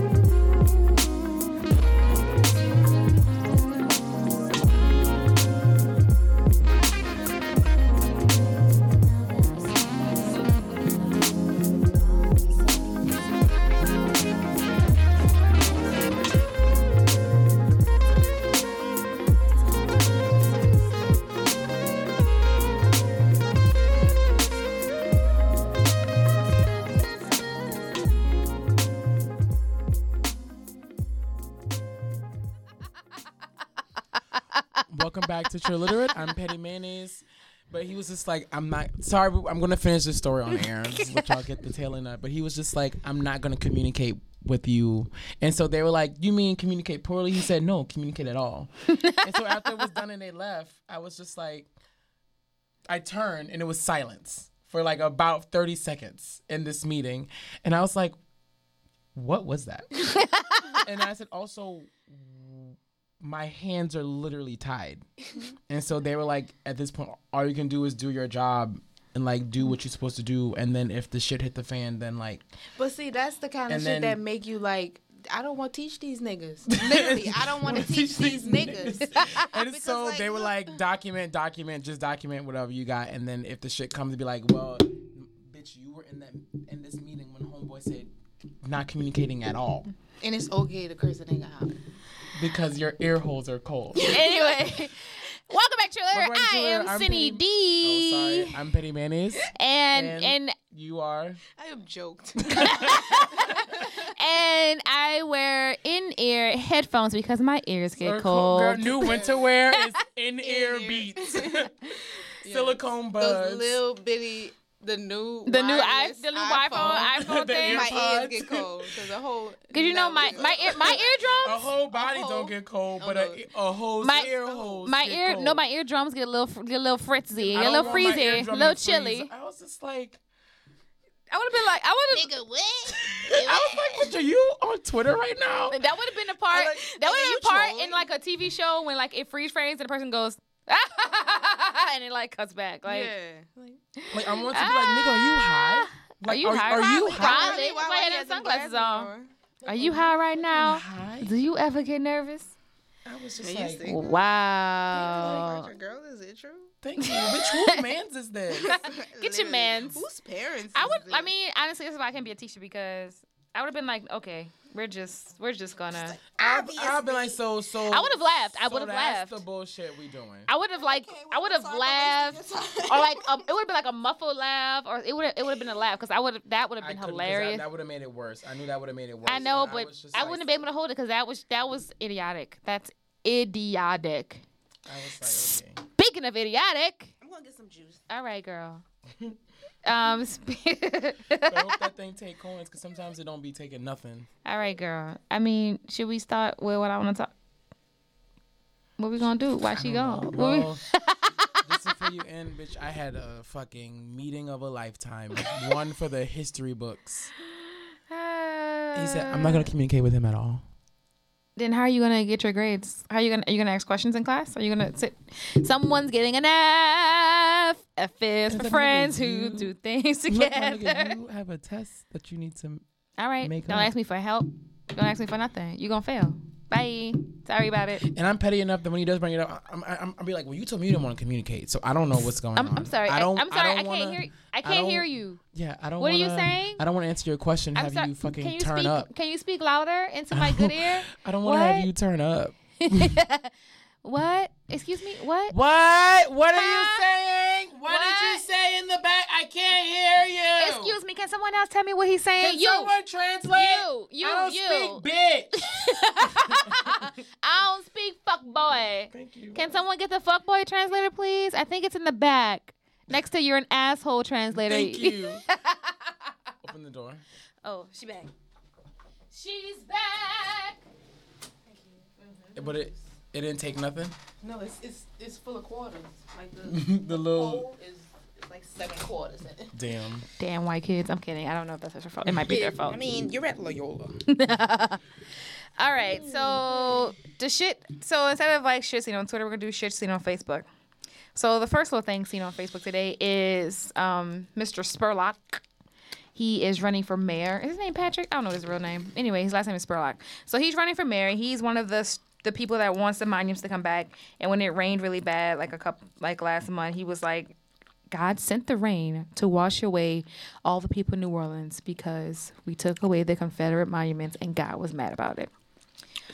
Speaker 4: Welcome back to True Literate. I'm Petty Mayonnaise. But he was just like, I'm not sorry. but I'm gonna finish this story on the air. Just let y'all get the tail end up. But he was just like, I'm not gonna communicate with you. And so they were like, You mean communicate poorly? He said, No, communicate at all. and so after it was done and they left, I was just like, I turned and it was silence for like about 30 seconds in this meeting, and I was like, What was that? and I said, Also, my hands are literally tied.
Speaker 5: Mm-hmm.
Speaker 4: And so they were like, at this point, all you can do is do your job and like do what you're supposed to do. And then if the shit hit the fan, then like
Speaker 6: But see, that's the kind of
Speaker 4: And
Speaker 6: shit that
Speaker 4: then-
Speaker 6: make you like, I don't want to teach these niggas. Literally, I don't want to teach these niggas.
Speaker 4: and
Speaker 6: Because,
Speaker 4: so
Speaker 6: like,
Speaker 4: they were
Speaker 6: look-
Speaker 4: like, document, document, just document whatever you got. And then if the shit comes, be like, well, bitch, you were in that in this meeting when homeboy said not communicating at all
Speaker 6: and it's okay to curse a nigga out.
Speaker 4: because your ear holes are cold.
Speaker 5: anyway, welcome back, Triller.
Speaker 4: Welcome back,
Speaker 5: I
Speaker 4: Triller.
Speaker 5: am
Speaker 4: I'm
Speaker 5: Cindy
Speaker 4: Penny-
Speaker 5: D.
Speaker 4: oh, sorry, I'm Petty Mayonnaise.
Speaker 5: And
Speaker 4: And-
Speaker 5: and
Speaker 4: You are.
Speaker 6: I am joked.
Speaker 5: and I wear in-ear headphones because my ears get
Speaker 4: Or co-
Speaker 5: cold.
Speaker 4: Girl, new winter wear is in ear beats. Silicone buds.
Speaker 6: Those little bitty, the new,
Speaker 5: the new i
Speaker 6: wireless
Speaker 5: the new iPhone iPhone
Speaker 4: The
Speaker 5: thing.
Speaker 4: ear-
Speaker 6: My ears
Speaker 4: AirPods.
Speaker 6: get cold because the whole.
Speaker 5: Cause you know my my ear my
Speaker 4: a
Speaker 5: eardrums.
Speaker 4: whole body
Speaker 6: whole-
Speaker 4: don't get cold, but
Speaker 6: no.
Speaker 4: a, e, a whole
Speaker 5: My-
Speaker 4: ear holes.
Speaker 5: My
Speaker 4: get
Speaker 5: ear,
Speaker 4: cold.
Speaker 5: no, my eardrums get a little, fr- get a little fritzy, get
Speaker 4: I
Speaker 5: a
Speaker 4: don't
Speaker 5: little
Speaker 4: want my
Speaker 5: freezy, a
Speaker 4: eardrum to
Speaker 5: little
Speaker 4: freeze.
Speaker 5: chilly.
Speaker 4: I was just like,
Speaker 5: I would have been like, I would have.
Speaker 6: Nigga, what?
Speaker 4: I was like, bitch, are you on Twitter right now?
Speaker 5: That would have been a part.
Speaker 4: I like-
Speaker 5: that would
Speaker 6: I like,
Speaker 5: have been a part
Speaker 6: you
Speaker 5: in
Speaker 6: trolling.
Speaker 5: like a TV show when like it freeze frames and the person goes and it like cuts back. Like,
Speaker 6: Like,
Speaker 4: Like, I want to be like, nigga, are you high? Like,
Speaker 5: ah, are you high?
Speaker 4: Are, you
Speaker 5: Probably,
Speaker 4: high?
Speaker 5: probably.
Speaker 6: Why- why
Speaker 5: Why
Speaker 6: he
Speaker 5: had
Speaker 6: has them
Speaker 5: sunglasses
Speaker 6: glasses
Speaker 5: on?
Speaker 6: on?
Speaker 5: are you high right now?
Speaker 4: High?
Speaker 5: Do you ever get nervous?
Speaker 4: I was just
Speaker 6: you
Speaker 4: like,
Speaker 6: see?
Speaker 5: Wow.
Speaker 6: Like, girl, is it true?
Speaker 4: thank you. Bitch, who man's is this?
Speaker 5: Get your mans.
Speaker 6: Whose parents?
Speaker 5: I
Speaker 6: is
Speaker 5: would. I
Speaker 6: this?
Speaker 5: mean, honestly, this is why I can't be a teacher because I would have been like, okay, we're just, we're just gonna.
Speaker 4: I've, I've been like, so, so.
Speaker 5: I would've laughed. I
Speaker 4: so
Speaker 5: would've
Speaker 4: that's
Speaker 5: laughed.
Speaker 4: the bullshit we doing.
Speaker 5: I would have like, I would have laughed, or like, um, it would have been like a muffled laugh, or it would, it would have been a laugh because I would, that would have
Speaker 4: I
Speaker 5: been
Speaker 4: couldn't 'cause I-
Speaker 5: hilarious.
Speaker 4: that would have made it worse. I knew that would have made it worse.
Speaker 5: I know,
Speaker 4: and
Speaker 5: but
Speaker 4: was just
Speaker 5: I
Speaker 4: like-
Speaker 5: wouldn't have been able to hold it because that was that was idiotic. That's idiotic.
Speaker 4: I was like, okay.
Speaker 5: Speaking of idiotic,
Speaker 6: I'm gonna get some juice.
Speaker 5: all right, girl. um, sp-
Speaker 4: But I hope that thing take coins because sometimes it don't be taking nothing.
Speaker 5: all right, girl. I mean, should we start with what I want to talk? What we gonna do? Why she gone? What we-
Speaker 4: Well, just before you end, bitch, I had a fucking meeting of a lifetime. One for the history books. He said, I'm not going to communicate with him at all.
Speaker 5: Uh, Then how are you gonna get your grades? How are you gonna are you gonna ask questions in class? Are you gonna sit? Someone's getting an F. F is
Speaker 4: Is
Speaker 5: for
Speaker 4: that
Speaker 5: friends who
Speaker 4: nigga you?
Speaker 5: do things
Speaker 4: Look,
Speaker 5: together.
Speaker 4: my nigga, you have a test that you need to.
Speaker 5: All right.
Speaker 4: Make
Speaker 5: Don't
Speaker 4: up.
Speaker 5: ask me for help. Don't ask me for nothing. You gonna fail. Bye. Sorry about it.
Speaker 4: And I'm petty enough that when he does bring it up, I'm, I'm, I'll be like, well, you told me you didn't want to communicate, so I don't know what's going
Speaker 5: I'm,
Speaker 4: on.
Speaker 5: I'm sorry. I
Speaker 4: I don't.
Speaker 5: am sorry. I,
Speaker 4: don't
Speaker 5: can't
Speaker 4: wanna-
Speaker 5: hear. I
Speaker 4: I
Speaker 5: can't
Speaker 4: don't-
Speaker 5: hear you.
Speaker 4: Yeah, I don't.
Speaker 5: What are you
Speaker 4: wanna-
Speaker 5: saying?
Speaker 4: I don't want to answer your question.
Speaker 5: I'm
Speaker 4: have
Speaker 5: sorry.
Speaker 4: you fucking
Speaker 5: can you
Speaker 4: turn
Speaker 5: speak?
Speaker 4: up?
Speaker 5: Can you speak louder into my good ear?
Speaker 4: I don't want to have
Speaker 5: What?
Speaker 4: you turn up.
Speaker 5: What? Excuse me. What?
Speaker 4: What? What are
Speaker 5: Huh?
Speaker 4: saying? What,
Speaker 5: What?
Speaker 4: say in the back? I can't hear you.
Speaker 5: Excuse me. Can someone else tell me what he's saying?
Speaker 4: Can
Speaker 5: you.
Speaker 4: translate?
Speaker 5: You, you, you.
Speaker 4: bitch.
Speaker 5: I don't speak fuck boy.
Speaker 4: Thank you.
Speaker 5: Can someone get the fuck boy translator, please? I think it's in the back. Next to you're an asshole translator.
Speaker 4: Thank you. Open the door.
Speaker 5: oh, she back. She's back.
Speaker 4: But it it didn't take nothing.
Speaker 6: No, it's it's it's full of quarters. Like the
Speaker 4: the little
Speaker 6: bowl is it's like seven quarters. in it.
Speaker 4: damn.
Speaker 5: Damn white kids. I'm kidding. I don't know if that's their fault. It might be their fault.
Speaker 6: I mean, you're at Loyola.
Speaker 5: All right. So the shit. So instead of like shit seen on Twitter, we're gonna do shit seen on Facebook. So the first little thing seen on Facebook today is um, Mr. Spurlock. He is running for mayor. Is his name Patrick? I don't know his real name. Anyway, his last name is Spurlock. So he's running for mayor. He's one of the s- the people that wants the monuments to come back. And when it rained really bad, like a couple, like last month, he was like, God sent the rain to wash away all the people in New Orleans because we took away the Confederate monuments and God was mad about it.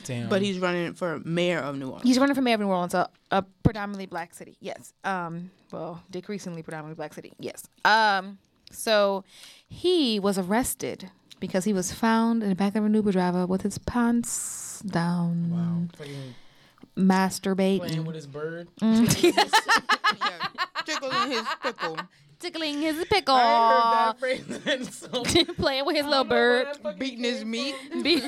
Speaker 4: Damn.
Speaker 6: But he's running for mayor of New Orleans.
Speaker 5: He's running for mayor of New Orleans, a, a predominantly black city. Yes. Um, well, decreasingly predominantly black city. Yes. Um, so he was arrested because he was found in the back of an Uber driver with his pants down.
Speaker 4: Wow. Fucking
Speaker 5: masturbating,
Speaker 4: Playing with his bird.
Speaker 6: Yeah. Tickle in his pickle.
Speaker 5: tickling his pickle,
Speaker 4: I heard that phrase. So
Speaker 5: playing with his little bird.
Speaker 6: Beating his meat.
Speaker 5: Be-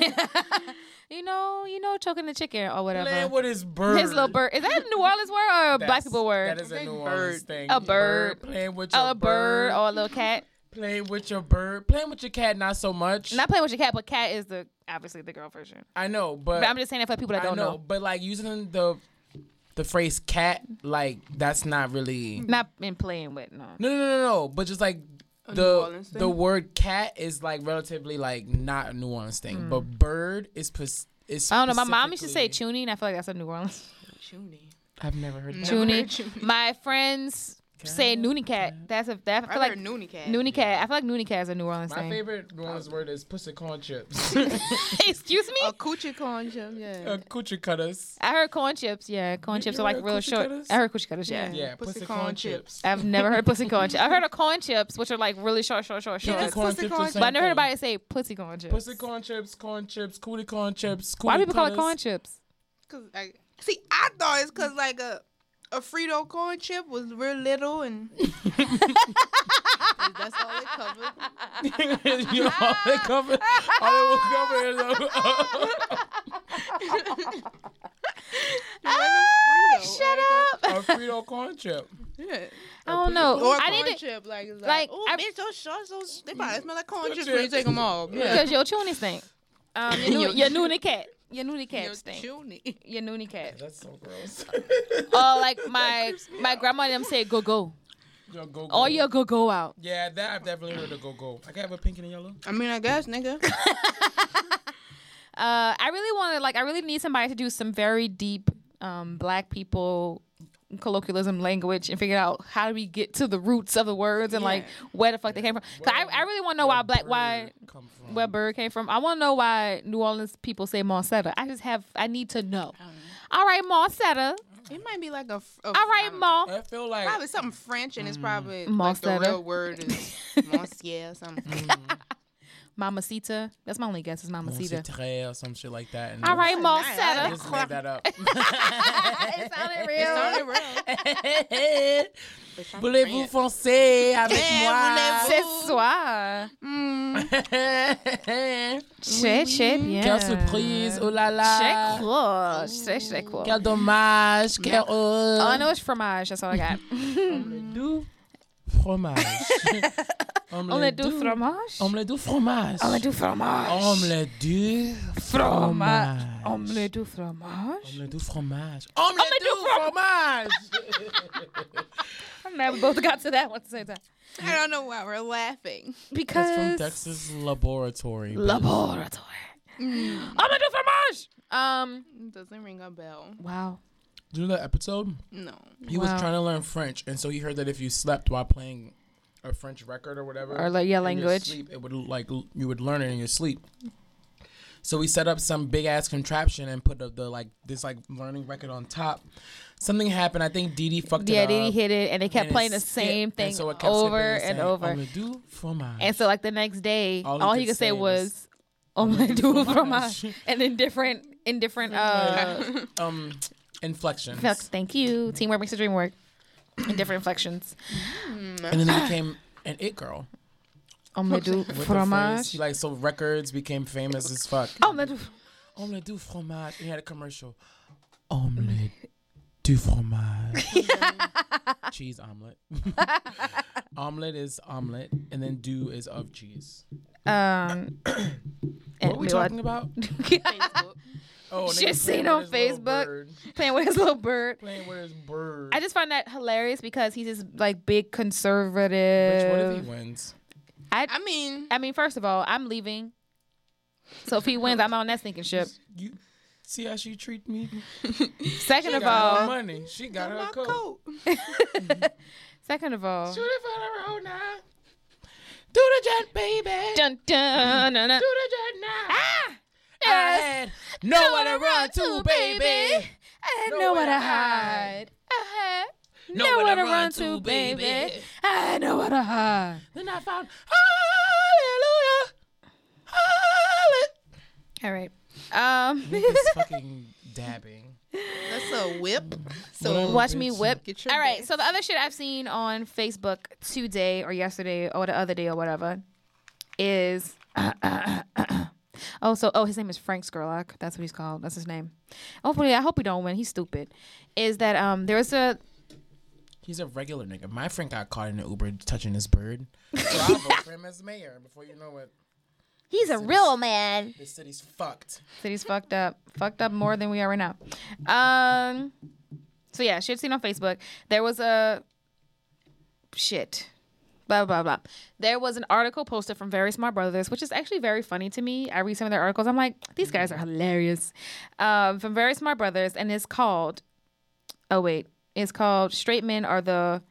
Speaker 5: you know, you know, choking the chicken or whatever.
Speaker 4: playing with his bird.
Speaker 5: His little bird. Is that a New Orleans word or a black
Speaker 4: That's-
Speaker 5: people word?
Speaker 4: That is a
Speaker 6: think
Speaker 4: New Orleans
Speaker 6: bird.
Speaker 4: thing.
Speaker 5: A bird.
Speaker 4: Playing with your
Speaker 5: a bird or a little cat.
Speaker 4: Playing with your bird. Playing with your cat, not so much.
Speaker 5: Not playing with your cat, but cat is the obviously the girl version.
Speaker 4: I know, but,
Speaker 5: But I'm just saying that for people that
Speaker 4: I
Speaker 5: don't know.
Speaker 4: But like using the the phrase cat, like that's not really.
Speaker 5: Not in playing with, no.
Speaker 4: No, no, no, no, no. But just like
Speaker 6: New
Speaker 4: the
Speaker 6: Orleans
Speaker 4: the
Speaker 6: thing?
Speaker 4: word cat is like relatively like not a New Orleans thing, but bird is. Pers- is
Speaker 5: Mm. I don't know. My mom used to say
Speaker 4: specifically-
Speaker 5: chuny, and I feel like that's a New Orleans
Speaker 4: I've never heard that.
Speaker 5: chuny. My friends say noonie cat. That's a that I
Speaker 6: I
Speaker 5: feel like
Speaker 6: heard noonie cat.
Speaker 5: noonie cat. I feel like noonie cat is a New Orleans
Speaker 4: My
Speaker 5: thing.
Speaker 4: favorite New Orleans word is pussy corn chips.
Speaker 5: Excuse me.
Speaker 6: A coochie corn chip, yeah.
Speaker 4: uh, coochie cutters.
Speaker 5: I heard corn chips. Yeah, corn chips
Speaker 4: you
Speaker 5: are like
Speaker 4: heard
Speaker 5: real
Speaker 4: coochie
Speaker 5: short.
Speaker 4: cutters?
Speaker 5: I heard coochie cutters. Yeah.
Speaker 4: Yeah, pussy, corn, chips.
Speaker 5: I've never heard pussy corn chips. I heard of corn chips, which are like really short, short, short, short.
Speaker 4: Pussy corn
Speaker 6: pussy
Speaker 4: chips.
Speaker 6: corn
Speaker 4: are
Speaker 6: chips.
Speaker 5: but I never heard
Speaker 4: same thing.
Speaker 5: anybody say pussy corn chips.
Speaker 4: Pussy corn chips, corn chips, cootie corn chips. Cootie
Speaker 5: Why do people call it
Speaker 4: cutters.
Speaker 5: corn chips?
Speaker 6: Cause I, see, I thought it's cause like a a Frito corn chip was real little and that's all it covered.
Speaker 4: you know, all they cover, all they will cover is
Speaker 6: Ah,
Speaker 5: Shut up!
Speaker 4: a, a Frito corn chip.
Speaker 6: Yeah.
Speaker 5: I don't know.
Speaker 6: Or
Speaker 5: I
Speaker 6: corn
Speaker 5: need to
Speaker 6: chip, like it's
Speaker 5: like,
Speaker 6: like, oh
Speaker 5: I-
Speaker 6: bitch, those shorts, those they probably smell like corn
Speaker 4: Corn
Speaker 6: chips when you
Speaker 4: chips.
Speaker 6: take them off. Yeah.
Speaker 5: because your chuny stink. Um, your, new, your noonie cat. Your noonie cat stink.
Speaker 6: Chuny.
Speaker 5: Your noonie cat.
Speaker 4: That's so gross.
Speaker 5: Oh, like my my grandma and them say go go.
Speaker 4: Yo, go, go.
Speaker 5: All your go go out.
Speaker 4: Yeah, that I've definitely heard of go go. I can have a pink and a yellow.
Speaker 6: I mean, I guess, nigga.
Speaker 5: Uh, I really want to like. I really need somebody to do some very deep, um, black people colloquialism language and figure out how do we get to the roots of the words and like where the fuck they came from. 'Cause I, I really want to know why black why
Speaker 4: Come from.
Speaker 5: where bird came from. I want to know why New Orleans people say Monsetta. I just have I need to know. All right, Monsetta.
Speaker 6: It might be like a. f- a-
Speaker 5: All right,
Speaker 6: um,
Speaker 5: Mon.
Speaker 4: I feel like
Speaker 6: Probably something French, and it's probably like the
Speaker 5: Mozzarella.
Speaker 6: real word is monsieur or something.
Speaker 5: Mamacita. That's my only guess is
Speaker 4: Monsieur
Speaker 5: Mamacita.
Speaker 4: Trey or some shit like that. And
Speaker 5: All right,
Speaker 4: I
Speaker 5: Monsetta.
Speaker 4: just made that up.
Speaker 5: it sounded real.
Speaker 6: Sounded real.
Speaker 4: Voulez-vous foncer avec moi?
Speaker 5: C'est soir. Très, très bien.
Speaker 4: Quelle surprise, oh là
Speaker 5: Très
Speaker 4: là.
Speaker 5: cool. Très, très cool.
Speaker 4: Quel dommage, quel
Speaker 5: All Oh, I
Speaker 4: heureux.
Speaker 5: know is fromage. That's all I got.
Speaker 4: Fromage.
Speaker 5: Omelette du fromage.
Speaker 4: Omelette du fromage.
Speaker 5: Omelette du fromage.
Speaker 4: Omelette du oh, fromage.
Speaker 5: Omelette du fromage.
Speaker 4: Omelette du fromage.
Speaker 5: I
Speaker 4: Omelette du fromage.
Speaker 5: don't know. We both got to that one at the same time.
Speaker 6: I don't know why we're laughing.
Speaker 5: Because.
Speaker 4: That's from Texas Laboratory.
Speaker 5: Laboratory. Omelette du fromage. Um.
Speaker 6: Doesn't ring a bell.
Speaker 5: Wow.
Speaker 4: Do you know that episode?
Speaker 6: No.
Speaker 4: He
Speaker 5: Wow.
Speaker 4: was trying to learn French, and so he heard that if you slept while playing a French record or whatever,
Speaker 5: Or, like, yeah,
Speaker 4: in your
Speaker 5: language.
Speaker 4: sleep, it would like l- you would learn it in your sleep. So we set up some big ass contraption and put the, the like this like learning record on top. Something happened. I think Didi fucked
Speaker 5: Yeah,
Speaker 4: it
Speaker 5: Didi
Speaker 4: up,
Speaker 5: hit it, and they kept
Speaker 4: and it
Speaker 5: playing the
Speaker 4: skipped,
Speaker 5: same
Speaker 4: and
Speaker 5: thing
Speaker 4: so it kept skipping
Speaker 5: over and
Speaker 4: saying,
Speaker 5: over.
Speaker 4: "Omelette du fromage."
Speaker 5: And so, like the next day, all,
Speaker 4: All
Speaker 5: he,
Speaker 4: he
Speaker 5: could,
Speaker 4: could
Speaker 5: say
Speaker 4: say
Speaker 5: was "Oh,
Speaker 4: was,
Speaker 5: "omelette du fromage,"
Speaker 4: fromage."
Speaker 5: and in different, in different. Uh,
Speaker 4: um inflections.
Speaker 5: felt- thank you. Teamwork makes the dream work. In different inflections.
Speaker 4: And then he became an it girl.
Speaker 5: Omelette du
Speaker 4: With the phrase.
Speaker 5: fromage. Oh.
Speaker 4: She like so records became famous as fuck.
Speaker 5: Omelette du.
Speaker 4: Omelette du fromage. He had a commercial. Omelette du fromage. cheese omelet. omelet is omelet, and then do is of cheese.
Speaker 5: Um,
Speaker 4: What are we talking about? Oh, nigga
Speaker 5: Shit seen
Speaker 4: playing
Speaker 5: on
Speaker 4: with his little
Speaker 5: Facebook.
Speaker 4: bird.
Speaker 5: playing with his little bird.
Speaker 4: Playing with his bird.
Speaker 5: I just find that hilarious because he's this like big
Speaker 4: Bitch, what if
Speaker 5: conservative.
Speaker 4: he wins?
Speaker 6: I mean,
Speaker 5: I mean, first of all, I'm leaving. So if he wins, I'm on that sinking ship.
Speaker 4: You see how she treat me?
Speaker 5: Second of
Speaker 4: Got her
Speaker 5: all,
Speaker 4: money. She got her
Speaker 6: my
Speaker 4: coat.
Speaker 6: coat.
Speaker 5: second of all,
Speaker 4: Do the fun around now. Do the jet, baby.
Speaker 5: dun dun dun. dun.
Speaker 4: Do the jet now. I
Speaker 5: Ah, yes.
Speaker 4: had nowhere to run to, baby.
Speaker 5: I had nowhere to hide. I had
Speaker 4: Nowhere
Speaker 5: nowhere
Speaker 4: to
Speaker 5: to
Speaker 4: run
Speaker 5: run
Speaker 4: to,
Speaker 5: to, baby.
Speaker 4: baby.
Speaker 5: I had nowhere to hide.
Speaker 4: Then I found hallelujah. Hallelujah.
Speaker 5: All right. Um,
Speaker 4: It's fucking dabbing.
Speaker 6: That's a whip.
Speaker 4: Whatever,
Speaker 6: So
Speaker 5: watch me
Speaker 4: bitch.
Speaker 5: whip.
Speaker 6: Get your
Speaker 5: All right.
Speaker 6: best.
Speaker 5: So the other shit I've seen on Facebook today or yesterday or the other day or whatever is oh so oh his name is Frank Skurlock. That's what he's called. That's his name. Hopefully, I hope he don't win. He's stupid. Is that um there was a
Speaker 4: He's a regular nigga. My friend got caught in an Uber touching this bird. Bravo for him as mayor. Before you know it,
Speaker 5: he's a real man.
Speaker 4: this city's fucked.
Speaker 5: City's fucked up. Fucked up more than we are right now. Um so yeah, shit seen on Facebook. There was a shit. Blah blah blah. There was an article posted from Very Smart Brothers, which is actually very funny to me. I read some of their articles. I'm like, these guys are hilarious. Um, from Very Smart Brothers, and it's called. Oh wait, it's called "Straight Men Are the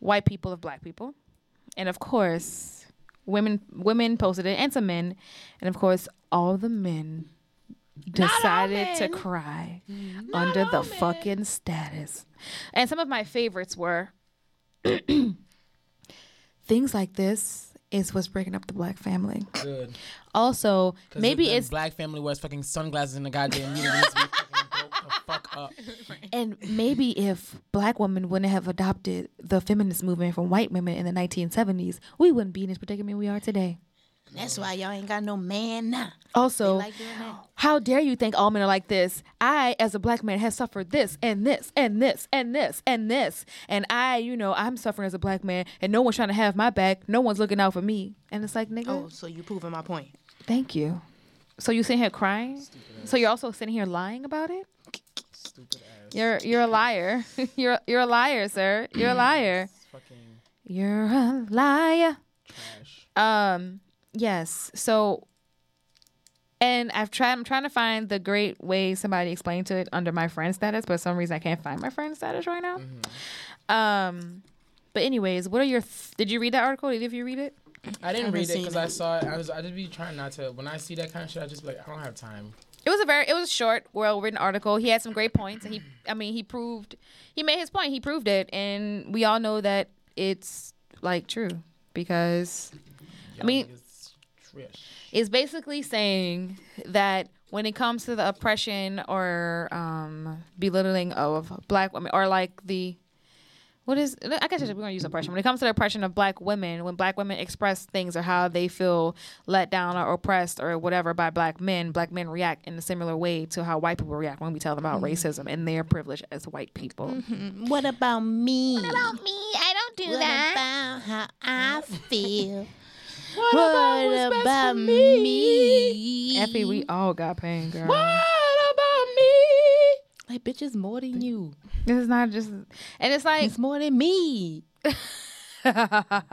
Speaker 5: White People of Black People," and of course, women women posted it, and some men, and of course, all the men decided to cry under the fucking status. And some of my favorites were things like this is what's breaking up the black family.
Speaker 4: Good.
Speaker 5: Also,
Speaker 4: 'Cause
Speaker 5: maybe
Speaker 4: if the
Speaker 5: it's
Speaker 4: black family wears fucking sunglasses in the goddamn meeting. these be fucking broke the fuck up.
Speaker 5: and maybe if black women wouldn't have adopted the feminist movement from white women in the 1970s, we wouldn't be in this predicament we are today.
Speaker 6: That's why y'all ain't got no man now.
Speaker 5: Also,
Speaker 6: Like doing that.
Speaker 5: How dare you think all men are like this? I, as a black man, have suffered this and this and this and this and this. And I, you know, I'm suffering as a black man and no one's trying to have my back. No one's looking out for me. And it's like, nigga,
Speaker 6: Oh, so you proving my point.
Speaker 5: thank you. So you sitting here crying? So you're also sitting here lying about it? You're you're a liar. you're you're a liar, sir. You're a liar.
Speaker 4: Fucking
Speaker 5: You're a liar.
Speaker 4: trash.
Speaker 5: Um. Yes. So. And I've tried. I'm trying to find the great way somebody explained to it under my friend status, but for some reason I can't find my friend status right now. Um. But anyways, what are your? Th- did you read that article? Did you read it?
Speaker 4: I didn't
Speaker 6: Haven't
Speaker 4: read it
Speaker 6: seen
Speaker 4: because I saw it. I was I just be trying not to. When I see that kind of shit, I just be like, I don't have time.
Speaker 5: It was a very. It was a short, well written article. He had some great points, and he. I mean, he proved. He made his point. He proved it, and we all know that it's like true because
Speaker 4: Y'all
Speaker 5: mean-
Speaker 4: niggas trash.
Speaker 5: is basically saying that when it comes to the oppression or um, belittling of black women, or like the what is I guess we're gonna use oppression. When it comes to the oppression of black women, when black women express things or how they feel let down or oppressed or whatever by black men, black men react in a similar way to how white people react when we tell them about racism and their privilege as white people.
Speaker 6: What about me? What about,
Speaker 5: Me, I don't do Oh.
Speaker 6: how I feel?
Speaker 5: What,
Speaker 6: what about me?
Speaker 5: Effie, we all got pain, girl.
Speaker 6: about me? Like, bitch, it's more than you.
Speaker 5: This is not just, and it's like
Speaker 6: It's more than me.
Speaker 5: And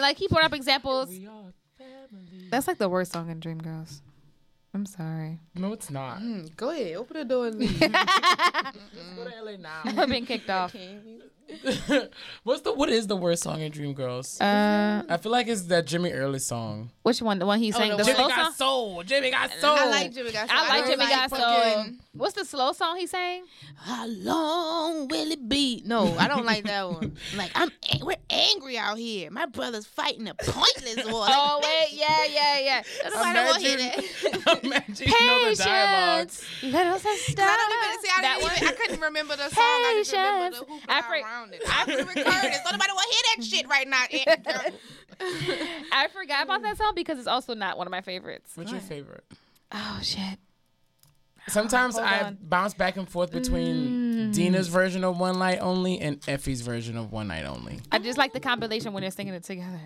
Speaker 5: like he brought up examples. That's like the worst song in Dreamgirls. I'm sorry.
Speaker 4: No, it's not.
Speaker 5: Hmm.
Speaker 6: Go ahead, open the door and leave.
Speaker 4: Go to LA now.
Speaker 5: I've been kicked off.
Speaker 4: What's the what is the worst song in Dreamgirls?
Speaker 5: Uh,
Speaker 4: I feel like it's that Jimmy Early song.
Speaker 5: which one? The one he sang.
Speaker 6: the
Speaker 5: Oh, the
Speaker 6: one-
Speaker 5: slow
Speaker 4: Jimmy
Speaker 5: song.
Speaker 4: got soul. Jimmy got soul.
Speaker 6: I like Jimmy Gasso.
Speaker 5: I like
Speaker 6: don't
Speaker 5: Jimmy Got Soul.
Speaker 6: fucking-
Speaker 5: What's the slow song he sang?
Speaker 6: How long will it be? No, I don't like that one. Like I'm, an- we're angry out here. My brother's fighting a pointless war. Like,
Speaker 5: Oh wait, yeah, yeah, yeah. That's why I don't want to hear that.
Speaker 4: Imagine you know the dialogue.
Speaker 5: Patience. Let us stop.
Speaker 6: I don't even see. I,
Speaker 5: that
Speaker 6: didn't
Speaker 5: one.
Speaker 6: even, I couldn't remember the song. I just remember the
Speaker 5: Patience.
Speaker 6: hoop
Speaker 5: I
Speaker 6: I
Speaker 5: fre-
Speaker 6: around it. I couldn't record it. So nobody will hear that shit right now. Aunt girl.
Speaker 5: I forgot about that song because it's also not one of my favorites.
Speaker 4: What's your favorite?
Speaker 5: Oh shit.
Speaker 4: Sometimes
Speaker 5: Hold
Speaker 4: I
Speaker 5: on. Mm.
Speaker 4: bounce back and forth between Dina's version of One Night Only and Effie's version of One Night Only.
Speaker 5: I just like the compilation when they're singing it together.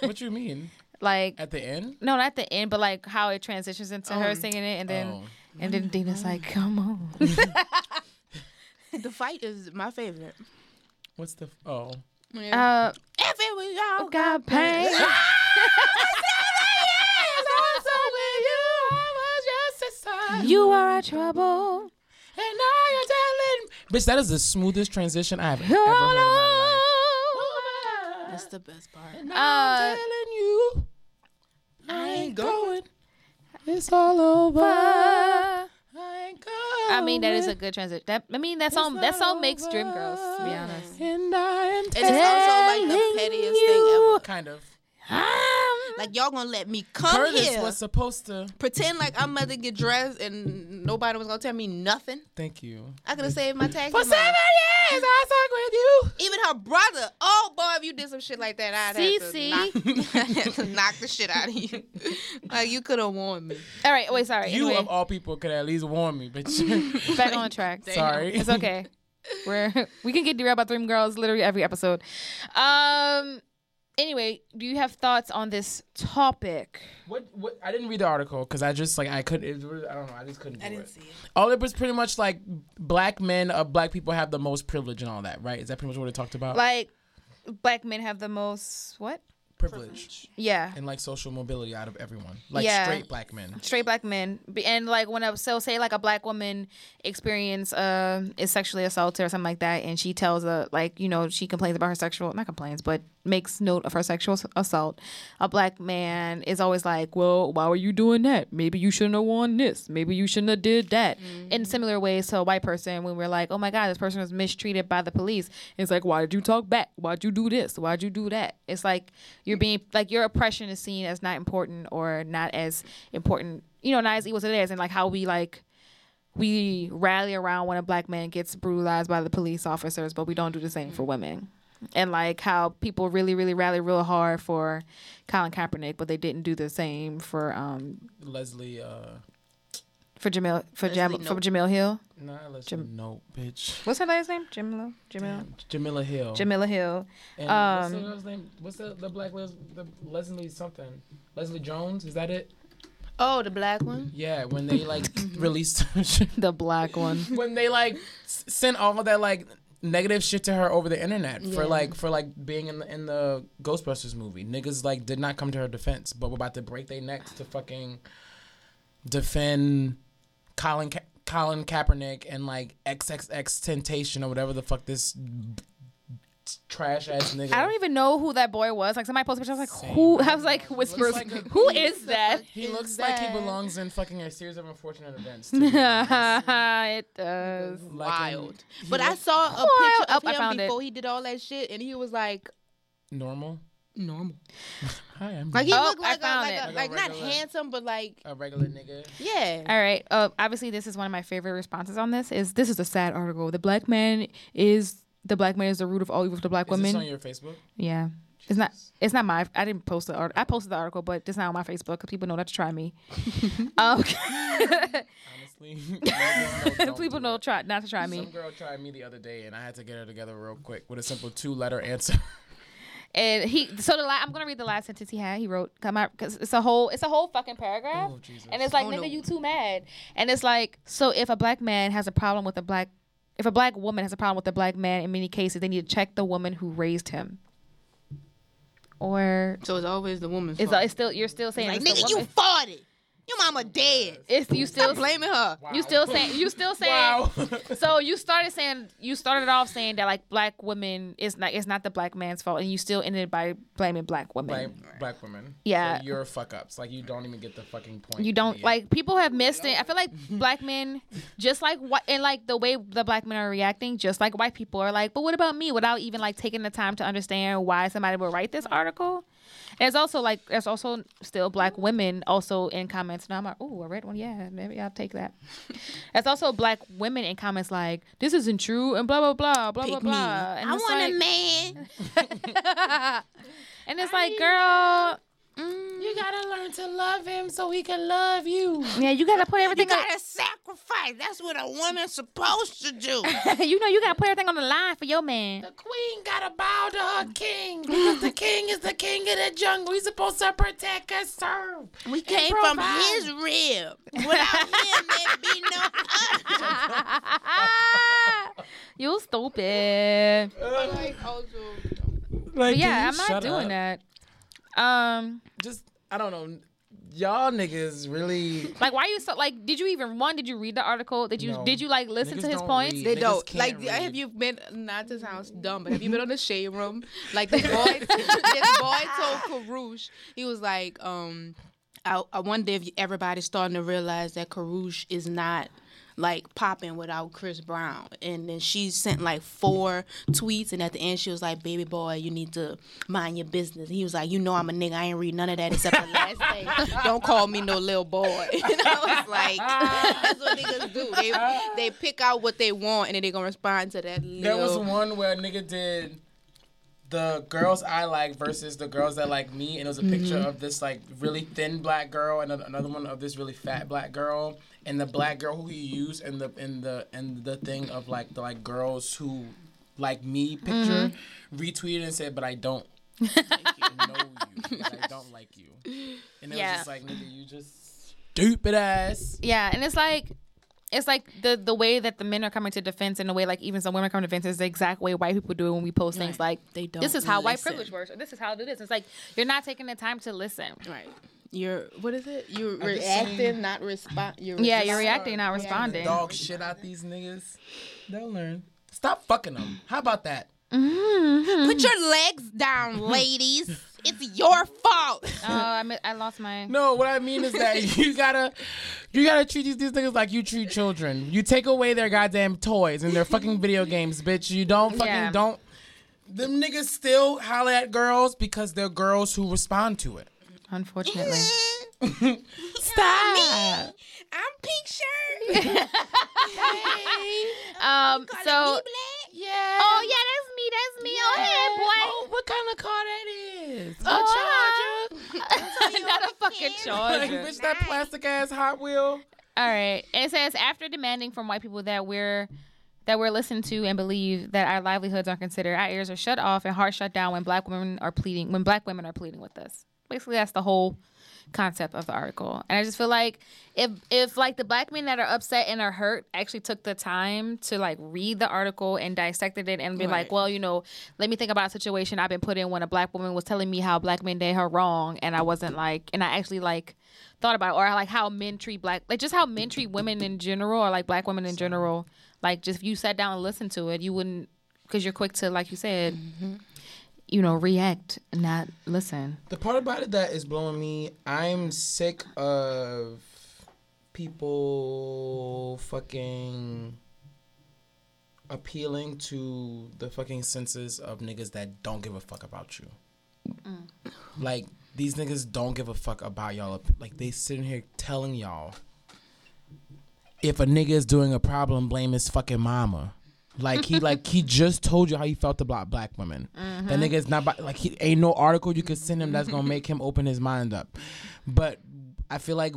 Speaker 4: What you mean?
Speaker 5: Like
Speaker 4: At the end?
Speaker 5: No, not the end, but like how it transitions into her singing it, and then
Speaker 4: Oh.
Speaker 5: and then Dina's like, "Come on."
Speaker 6: The fight is my favorite.
Speaker 4: What's the oh?
Speaker 5: Uh,
Speaker 6: If it was y'all,
Speaker 5: got pain. You are a trouble.
Speaker 4: Bitch, that is the smoothest transition I have ever heard in
Speaker 5: You're
Speaker 4: my life.
Speaker 5: all over.
Speaker 6: that's the best part.
Speaker 5: Uh,
Speaker 4: telling you, I ain't going. It's all over. I ain't going.
Speaker 5: Uh, I mean, that is a good transition. That I mean, that song that song makes Dream Girls. To be honest,
Speaker 4: And I
Speaker 5: Um,
Speaker 4: am Um,
Speaker 6: And it's also like the pettiest thing ever.
Speaker 4: kind of.
Speaker 6: Like y'all gonna let me come
Speaker 4: Curtis
Speaker 6: here,
Speaker 4: was supposed to.
Speaker 6: pretend like I'm about to get dressed, and nobody was gonna tell me nothing.
Speaker 4: Thank you.
Speaker 6: I could have saved my tax.
Speaker 4: For
Speaker 6: money.
Speaker 4: seven years, I stuck with you.
Speaker 6: Even her brother. Oh boy, if you did some shit like that, I'd
Speaker 5: Cece.
Speaker 6: have, to knock, I'd have to knock the shit out of you. like you could have warned me.
Speaker 5: All right, wait, sorry.
Speaker 4: You
Speaker 5: anyway,
Speaker 4: of all people could at least warn me, but you,
Speaker 5: back on track.
Speaker 4: sorry.
Speaker 5: It's okay. We're we can get derailed by Three Girls literally every episode. Um. Anyway, do you have thoughts on this topic?
Speaker 4: What, what? I didn't read the article because I just like I couldn't. It, was- I don't know. I just couldn't. Do I didn't it. see it. All it was pretty much like black men of black people have the most privilege and all that, right? Is that pretty much what it talked about?
Speaker 5: Like, black men have the most what?
Speaker 4: privilege,
Speaker 5: Yeah,
Speaker 4: and like social mobility out of everyone, like
Speaker 5: Yeah.
Speaker 4: straight black men.
Speaker 5: straight black men. B- And like when I so say like a black woman experience uh, is sexually assaulted or something like that, and she tells a like you know she complains about her sexual not complains but makes note of her sexual s- assault. A black man is always like, well, why were you doing that? Maybe you shouldn't have worn this. Maybe you shouldn't have did that. In similar ways to a white person, when we're like, oh my god, this person was mistreated by the police. It's like, why did you talk back? Why'd you do this? Why'd you do that? It's like you're being like your oppression is seen as not important or not as important, you know, not as equal to theirs, and like how we like we rally around when a black man gets brutalized by the police officers, but we don't do the same for women. And like how people really, really rally real hard for Colin Kaepernick, but they didn't do the same for um
Speaker 4: Leslie, uh,
Speaker 5: for Jamil for Jam, for Jamil Hill.
Speaker 4: not Leslie. no, bitch.
Speaker 5: What's her last name? Jamila. Jamila.
Speaker 4: Jamila Hill.
Speaker 5: Jamila Hill.
Speaker 4: and what's the girl's name? What's the, the black Les- the Leslie something? Leslie Jones? Is that it?
Speaker 6: Oh, the black one.
Speaker 4: Yeah, when they like released
Speaker 5: The black one.
Speaker 4: when they like s- sent all of that like negative shit to her over the internet for like for like being in the in the Ghostbusters movie. Niggas like did not come to her defense, but were about to break their necks to fucking defend Colin Ka- Colin Kaepernick and like XXX Temptation or whatever the fuck this trash ass nigga.
Speaker 5: I don't even know who that boy was. Like somebody posted a picture. I was like, who? I was like whispers.
Speaker 4: like a-
Speaker 5: who is that?
Speaker 4: he looks like he belongs in fucking a series of unfortunate events. to me.
Speaker 5: it does.
Speaker 4: Like in
Speaker 6: Wild. But I saw a picture
Speaker 5: up,
Speaker 6: of
Speaker 5: I found
Speaker 6: him
Speaker 5: it.
Speaker 6: before he did all that shit, and he was like
Speaker 4: normal.
Speaker 6: normal.
Speaker 4: Hi, I'm
Speaker 6: Like he
Speaker 5: Oh,
Speaker 6: looked
Speaker 5: I
Speaker 6: like a,
Speaker 5: found
Speaker 6: like,
Speaker 5: it.
Speaker 6: a, like not handsome, but like
Speaker 4: a regular nigga.
Speaker 6: yeah.
Speaker 5: All right. Uh, obviously, this is one of my favorite responses on this. Is this is a sad article? The black man is the black man is the root of all evil for the black
Speaker 4: Is this
Speaker 5: women.
Speaker 4: on your Facebook?
Speaker 5: yeah. It's not. It's not my. I didn't post the article. I posted the article, but it's not on my Facebook because people know not to try me. um,
Speaker 4: Honestly, I don't
Speaker 5: people
Speaker 4: do
Speaker 5: know
Speaker 4: it.
Speaker 5: try not to try me.
Speaker 4: Some girl tried me the other day, and I had to get her together real quick with a simple two-letter answer.
Speaker 5: And he, so the la- I'm gonna read the last sentence he had. He wrote, "Come out," because it's a whole, it's a whole fucking paragraph,
Speaker 4: Oh, Jesus.
Speaker 5: and it's like, nigga, you too mad. And it's like, so if a black man has a problem with a black, if a black woman has a problem with a black man, in many cases they need to check the woman who raised him. Or
Speaker 6: So it's always the woman's
Speaker 5: it's, it's still you're still saying
Speaker 6: Like
Speaker 5: it's the
Speaker 6: nigga, you
Speaker 5: woman.
Speaker 6: farted. Your mama dead.
Speaker 5: It's you still
Speaker 6: Stop blaming her.
Speaker 5: you still saying you still saying. So you started saying you started off saying that like black women is not it's not the black man's fault, and you still ended by blaming black women.
Speaker 4: Black, black women.
Speaker 5: Yeah.
Speaker 4: So you're fuck ups. Like you don't even get the fucking point.
Speaker 5: You don't
Speaker 4: idiot.
Speaker 5: like people have missed it. I feel like black men, just like what and like the way the black men are reacting, just like white people are like, but what about me? Without even like taking the time to understand why somebody would write this article. There's also like there's also still black women also in comments. Now I'm like, oh, I read one. Yeah, maybe I'll take that. there's also black women in comments like this isn't true and blah blah blah blah blah
Speaker 6: Pick me.
Speaker 5: blah. And
Speaker 6: I
Speaker 5: it's
Speaker 6: want
Speaker 5: like,
Speaker 6: a man.
Speaker 5: and it's like, girl,
Speaker 4: You gotta learn to love him so he can love you.
Speaker 5: yeah, you gotta put everything. on-
Speaker 6: Gotta sacrifice. That's what a woman's supposed to do.
Speaker 5: you know, you gotta put everything on the line for your man.
Speaker 4: Queen gotta bow to her king because the king is the king of the jungle. He's supposed to protect us, serve.
Speaker 6: We came from his rib. Without him, there'd be no us.
Speaker 5: Ah! You stupid.
Speaker 4: Like,
Speaker 5: yeah, I'm not doing that. Um,
Speaker 4: Just I don't know. Y'all niggas really
Speaker 5: like why you so like? Did you even one? Did you read the article? Did you
Speaker 4: No.
Speaker 5: did you like listen
Speaker 4: Niggas
Speaker 5: to his
Speaker 4: don't
Speaker 5: points?
Speaker 4: read.
Speaker 6: They
Speaker 4: Niggas
Speaker 6: don't
Speaker 4: can't
Speaker 6: like.
Speaker 4: read.
Speaker 6: Have you been not to sound dumb, but have you been on the shade room? Like this boy, this boy told Karush, he was like, um, I, I wonder if everybody's starting to realize that Karush is not like popping without Chris Brown. And then she sent like four tweets, and at the end she was like, "Baby boy, you need to mind your business." And he was like, "You know I'm a nigga. I ain't read none of that except the last thing. Don't call me no little boy." And I was like, "That's what niggas do. They they pick out what they want, and then they gonna respond to that."
Speaker 4: There
Speaker 6: Little,
Speaker 4: was one where a nigga did the girls I like versus the girls that like me, and it was a picture of this like really thin black girl and a- another one of this really fat black girl, and the black girl who he used and the and the and the thing of like the like girls who like me picture retweeted and said, but I don't. like you, know you, but I don't like you, and it
Speaker 5: Yeah.
Speaker 4: was just like nigga, you just stupid ass.
Speaker 5: Yeah, and it's like it's like the the way that the men are coming to defense and the way like even some women come to defense is the exact way white people do it when we post things
Speaker 6: Right.
Speaker 5: like
Speaker 6: They don't
Speaker 5: This is how white
Speaker 6: listen.
Speaker 5: privilege works. Or this is how I do this. It's like you're not taking the time to listen.
Speaker 6: right? You're what is it? You're
Speaker 4: just saying-
Speaker 6: reacting, not respond. You're
Speaker 5: Yeah, you're
Speaker 6: just-
Speaker 5: reacting, not responding.
Speaker 4: Dog shit out these niggas. They'll learn. Stop fucking them. How about that?
Speaker 6: Put your legs down, ladies. It's your fault.
Speaker 5: Oh, I mi- I lost my.
Speaker 4: No, what I mean is that you gotta, you gotta treat these, these niggas like you treat children. You take away their goddamn toys and their fucking video games, bitch. You don't fucking
Speaker 5: Yeah.
Speaker 4: don't. Them niggas still holler at girls because they're girls who respond to it.
Speaker 5: Unfortunately,
Speaker 4: Stop.
Speaker 6: I'm pink shirt.
Speaker 5: um. So
Speaker 6: black.
Speaker 4: Yeah.
Speaker 5: oh yeah, that's me. That's me. Oh hey, boy.
Speaker 4: Oh, what kind of car that is? A
Speaker 5: Oh,
Speaker 4: Charger.
Speaker 5: not a fucking
Speaker 4: Like,
Speaker 5: charger.
Speaker 4: bitch, that plastic ass Hot Wheel.
Speaker 5: All right. It says after demanding from white people that we're that we're listened to and believe that our livelihoods are considered, our ears are shut off and hearts shut down when black women are pleading when black women are pleading with us. Basically, that's the whole concept of the article. And I just feel like if if like the black men that are upset and are hurt actually took the time to like read the article and dissected it and be like, well, you know, let me think about a situation I've been put in when a black woman was telling me how black men did her wrong and I wasn't like and I actually like thought about it or like how men treat black like just how men treat women in general or like black women in general. Like just if you sat down and listened to it, you wouldn't because you're quick to like you said, you know, react, not listen.
Speaker 4: The part about it that is blowing me, I'm sick of people fucking appealing to the fucking senses of niggas that don't give a fuck about you. Like these niggas don't give a fuck about y'all. Like they sitting here telling y'all if a nigga is doing a problem, blame his fucking mama. Like he like he just told you how he felt about black women. That
Speaker 5: Mm-hmm.
Speaker 4: nigga is not bi- like he ain't no article you could send him that's gonna make him open his mind up. But I feel like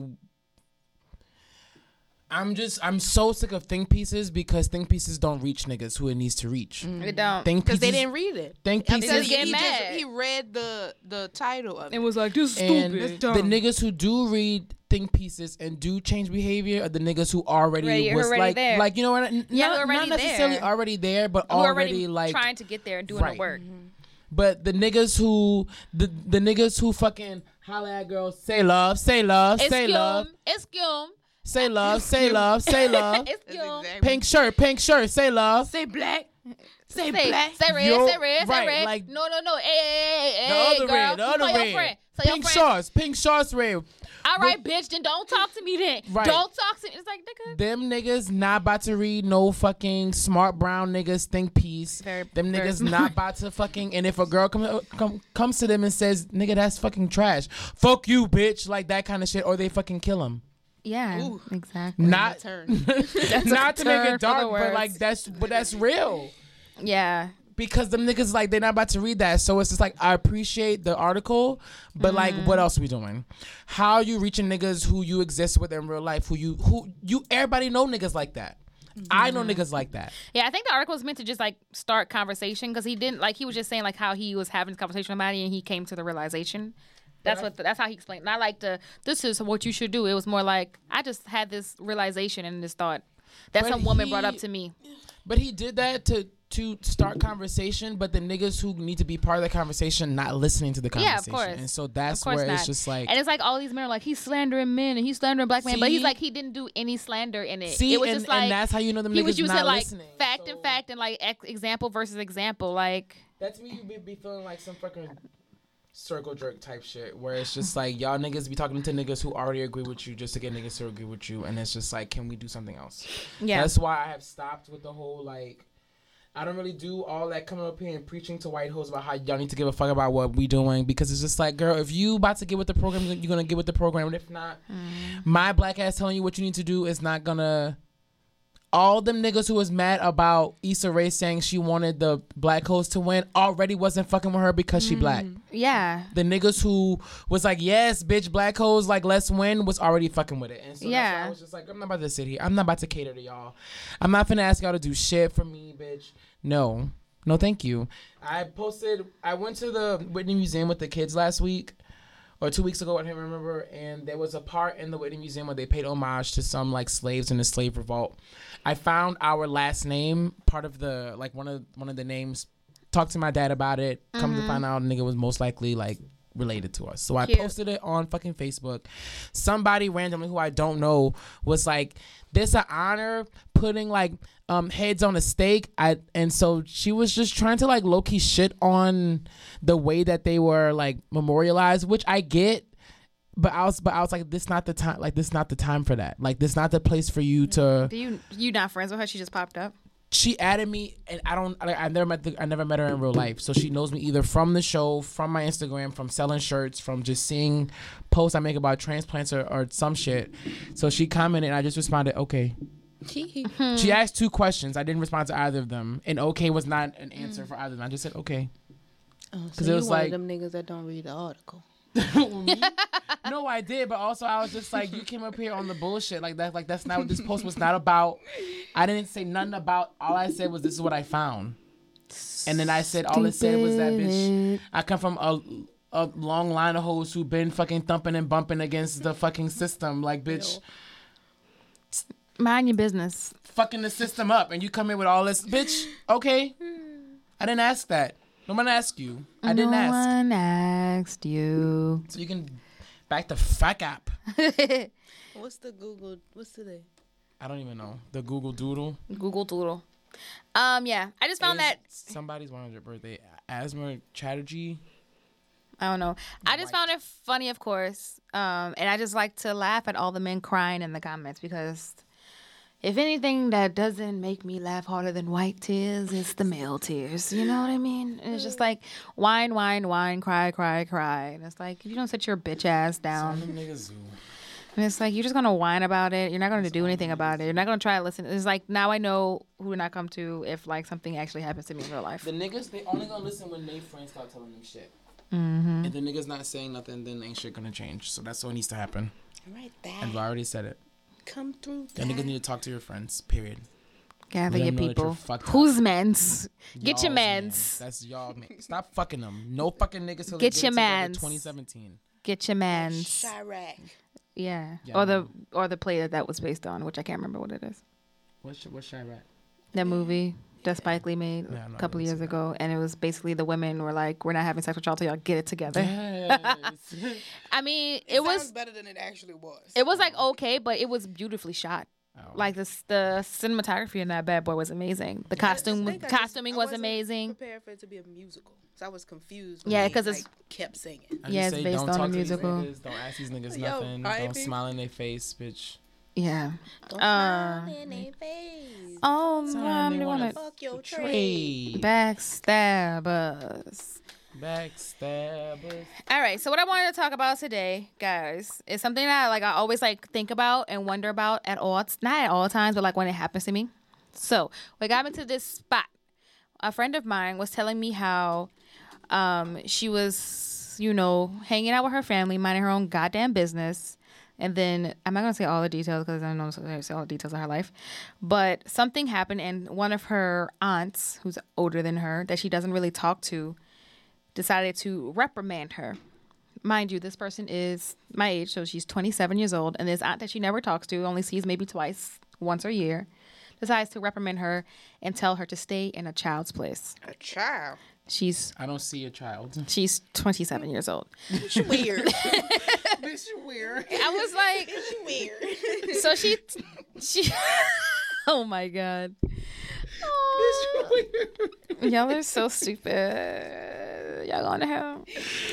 Speaker 4: I'm just I'm so sick of think pieces because think pieces don't reach niggas who it needs to reach.
Speaker 5: Mm-hmm. They don't.
Speaker 4: Think
Speaker 6: Because
Speaker 4: pieces
Speaker 6: they didn't read it.
Speaker 4: think
Speaker 6: I'm
Speaker 4: pieces
Speaker 6: telling you,
Speaker 5: get
Speaker 6: he,
Speaker 5: mad.
Speaker 6: Just, he read the the title of it.
Speaker 5: was like this is
Speaker 4: and the niggas who do read think pieces and do change behavior are the niggas who already
Speaker 5: Right, you're
Speaker 4: was
Speaker 5: already
Speaker 4: like
Speaker 5: there.
Speaker 4: like you know what n-
Speaker 5: Yeah,
Speaker 4: not,
Speaker 5: we're already
Speaker 4: not necessarily
Speaker 5: there.
Speaker 4: already there but
Speaker 5: Who are
Speaker 4: already, like
Speaker 5: trying to get there and doing
Speaker 4: Right.
Speaker 5: the work.
Speaker 4: Mm-hmm. but the niggas who the the niggas who fucking holla at girls say love say love say love
Speaker 5: Escume.
Speaker 4: say love say love say love
Speaker 5: Escume.
Speaker 4: pink shirt pink shirt say love
Speaker 6: Say black. Say,
Speaker 5: Say,
Speaker 6: black.
Speaker 5: say red,
Speaker 4: Yo,
Speaker 5: say red,
Speaker 4: right,
Speaker 5: say red.
Speaker 4: like-
Speaker 5: no, no, no. Hey, hey, hey,
Speaker 4: the
Speaker 5: hey,
Speaker 4: other
Speaker 5: girl.
Speaker 4: red, the
Speaker 5: Tell
Speaker 4: other
Speaker 5: your
Speaker 4: red,
Speaker 5: friend. Tell your
Speaker 4: pink
Speaker 5: friend.
Speaker 4: shorts, pink shorts red.
Speaker 5: All right, bitch. Then don't talk to me. Then
Speaker 4: Right.
Speaker 5: don't talk to me. It's like nigga.
Speaker 4: Them niggas not about to read no fucking smart brown niggas think piece.
Speaker 5: Very-
Speaker 4: them
Speaker 5: very
Speaker 4: niggas
Speaker 5: smart.
Speaker 4: not about to fucking. And if a girl come, come comes to them and says, "Nigga, that's fucking trash," fuck you, bitch, like that kind of shit, or they fucking kill them.
Speaker 5: Yeah, exactly.
Speaker 4: Not
Speaker 6: Turn.
Speaker 4: not to make
Speaker 5: turn for
Speaker 4: it dark,
Speaker 5: the
Speaker 4: but
Speaker 5: worse.
Speaker 4: like that's but that's real
Speaker 5: Yeah,
Speaker 4: because them niggas like they're not about to read that. So it's just like I appreciate the article, but like
Speaker 5: Mm-hmm.
Speaker 4: what else we doing? How you reaching niggas who you exist with in real life? Who you who you everybody know niggas like that. I
Speaker 5: Mm-hmm.
Speaker 4: know niggas like that.
Speaker 5: yeah. I think the article was meant to just like start conversation because he didn't like he was just saying like how he was having this conversation with somebody and he came to the realization. That's what that's how he explained. Not like the this is what you should do. It was more like I just had this realization and this thought that
Speaker 4: But
Speaker 5: some woman brought up
Speaker 4: he-
Speaker 5: to me.
Speaker 4: But he did that to to start conversation, but the niggas who need to be part of the conversation not listening to the
Speaker 5: Yeah, of
Speaker 4: conversation.
Speaker 5: course.
Speaker 4: And so
Speaker 5: Of
Speaker 4: that's
Speaker 5: course
Speaker 4: where it's
Speaker 5: not.
Speaker 4: just like
Speaker 5: and it's like all these men are like he's slandering men and he's slandering black men, but he's
Speaker 4: See?
Speaker 5: like he didn't do any slander in it.
Speaker 4: See,
Speaker 5: it was
Speaker 4: and-
Speaker 5: just like
Speaker 4: and that's how you know them
Speaker 5: he was
Speaker 4: niggas
Speaker 5: using
Speaker 4: not
Speaker 5: like
Speaker 4: listening,
Speaker 5: fact
Speaker 4: so-
Speaker 5: and fact and like ex- example versus example, like
Speaker 4: that's when you be, be feeling like some fucking circle jerk type shit where it's just like y'all niggas be talking to niggas who already agree with you just to get niggas to agree with you, and it's just like, can we do something else?
Speaker 5: Yeah.
Speaker 4: That's why I have stopped with the whole like. I don't really do all that coming up here and preaching to white hoes about how y'all need to give a fuck about what we doing because it's just like, girl, if you about to get with the program, you're gonna get with the program, and if not, my black ass telling you what you need to do is not gonna. All them niggas who was mad about Issa Rae saying she wanted the black host to win already wasn't fucking with her because she black.
Speaker 5: Yeah.
Speaker 4: The niggas who was like, yes, bitch, black hoes, like let's win, was already fucking with it. And so that's why
Speaker 5: Yeah.
Speaker 4: I was just like, I'm not about to sit here. I'm not about to cater to y'all. I'm not finna ask y'all to do shit for me, bitch. No, no, thank you. I posted. I went to the Whitney Museum with the kids last week or two weeks ago, I can't remember. And there was a part in the Whitney Museum where they paid homage to some like slaves in the slave revolt. I found our last name part of the like one of one of the names. Talked to my dad about it. Come to find out, nigga was most likely like related to us. So I posted it on fucking Facebook. Somebody randomly who I don't know was like, "This an honor putting like um heads on a stake." I and so she was just trying to like low key shit on the way that they were like memorialized, which I get. But I was, but I was like, this not the time. Like this not the time for that. Like this not the place for you to.
Speaker 5: Do you you not friends with her? She just popped up.
Speaker 4: She added me, and I don't. Like, I never met. The, I never met her in real life, so she knows me either from the show, from my Instagram, from selling shirts, from just seeing posts I make about transplants or, or some shit. So she commented, and I just responded, okay. She asked two questions. I didn't respond to either of them, and okay was not an answer for either of them. I just said okay.
Speaker 6: Because
Speaker 4: it was like-
Speaker 6: one of them niggas that don't read the article.
Speaker 4: No, I did, but also I was just like, you came up here on the bullshit like that. Like that's not what this post was not about. I didn't say nothing about. All I said was this is what I found, and then I said all it said was that bitch. I come from a a long line of hoes who been fucking thumping and bumping against the fucking system. Like bitch,
Speaker 5: Mind your business.
Speaker 4: fucking the system up, and you come in with all this bitch. Okay, I didn't ask that. No one asked you. I didn't
Speaker 5: no
Speaker 4: ask.
Speaker 5: one asked you.
Speaker 4: So you can back the fuck up.
Speaker 6: What's the Google? What's today?
Speaker 4: I don't even know the Google Doodle.
Speaker 5: Google Doodle. Um, yeah, I just found
Speaker 4: is
Speaker 5: that
Speaker 4: somebody's 100th birthday. Asthma Chatterjee.
Speaker 5: I don't know. I just found it funny, of course, um, and I just like to laugh at all the men crying in the comments because if anything that doesn't make me laugh harder than white tears, it's the male tears. You know what I mean? And it's just like whine, whine, whine, cry, cry, cry, and it's like if you don't sit your bitch ass down.
Speaker 4: Them niggas who-
Speaker 5: And it's like you're just gonna whine about it. You're not gonna do anything about it. You're not gonna try to listen. It's like now I know who to not come to if like something actually happens to me in real life.
Speaker 4: The niggas they only gonna listen when they friends start telling them shit.
Speaker 5: Mm-hmm.
Speaker 4: If the niggas not saying nothing, then ain't shit gonna change. So that's what needs to happen.
Speaker 6: Right
Speaker 4: And
Speaker 6: there.
Speaker 4: I already said it.
Speaker 6: Come through.
Speaker 4: The niggas need to talk to your friends. Period.
Speaker 5: Gather
Speaker 4: Let
Speaker 5: your
Speaker 4: 'em know that you're
Speaker 5: people.
Speaker 4: fucked up.
Speaker 5: Who's mans? Get your
Speaker 4: Y'all's
Speaker 5: mans.
Speaker 4: That's y'all man. Stop fucking them. No fucking niggas. till they
Speaker 5: Get your
Speaker 4: it together,
Speaker 5: mans.
Speaker 4: 2017.
Speaker 5: Get your mans.
Speaker 6: Chirac.
Speaker 5: Yeah.
Speaker 4: Yeah,
Speaker 5: Or the or the play that that was based on, which I can't remember what it is.
Speaker 4: What's Sh- what's Chirac?
Speaker 5: That movie that Spike Lee made
Speaker 4: Yeah, I know,
Speaker 5: a couple
Speaker 4: I
Speaker 5: of years ago, and it was basically the women were like, "We're not having sex with y'all till y'all get it together."
Speaker 4: Yes.
Speaker 5: I mean, it was
Speaker 6: better than it actually was.
Speaker 5: it was like okay, but it was beautifully shot.
Speaker 4: Oh.
Speaker 5: Like this, the cinematography in that bad boy was amazing. The costume,
Speaker 6: think I just-
Speaker 5: costuming
Speaker 6: I
Speaker 5: was
Speaker 6: wasn't
Speaker 5: amazing.
Speaker 6: Prepared for it to be a musical, so I was confused. When
Speaker 5: Yeah,
Speaker 6: they,
Speaker 5: 'cause it's-
Speaker 6: like, kept singing.
Speaker 4: I
Speaker 5: Yeah, it's
Speaker 4: just say,
Speaker 5: based
Speaker 4: don't
Speaker 5: on a
Speaker 4: talk to these
Speaker 5: musical.
Speaker 4: niggas, Don't ask these niggas
Speaker 6: Yo,
Speaker 4: nothing.
Speaker 6: alright,
Speaker 4: Don't
Speaker 6: bitch.
Speaker 4: smile in their face, bitch.
Speaker 5: Yeah.
Speaker 6: Don't
Speaker 5: smile
Speaker 6: in their face.
Speaker 5: Oh,
Speaker 4: Sometime
Speaker 5: mom,
Speaker 4: they
Speaker 5: you
Speaker 4: wanna
Speaker 5: wanna
Speaker 6: Fuck your
Speaker 4: Trade.
Speaker 5: backstabbers?
Speaker 4: Backstabbers.
Speaker 5: All right. So what I wanted to talk about today, guys, is something that like I always like think about and wonder about at all not at all times, but like when it happens to me. So we got into this spot. A friend of mine was telling me how um, she was, you know, hanging out with her family, minding her own goddamn business. And then I'm not gonna say all the details because I don't know to say all the details of her life, but something happened, and one of her aunts, who's older than her, that she doesn't really talk to, decided to reprimand her. Mind you, this person is my age, so she's 27 years old, and this aunt that she never talks to, only sees maybe twice, once a year, decides to reprimand her and tell her to stay in a child's place.
Speaker 6: A child.
Speaker 5: She's
Speaker 4: I don't see a child.
Speaker 5: she's 27 years old.
Speaker 6: She weird.
Speaker 4: Bitch, you weird.
Speaker 5: I was like,
Speaker 6: she weird.
Speaker 5: so she, she, oh my god, Aw. y'all are so stupid. Y'all Y'all going to hell.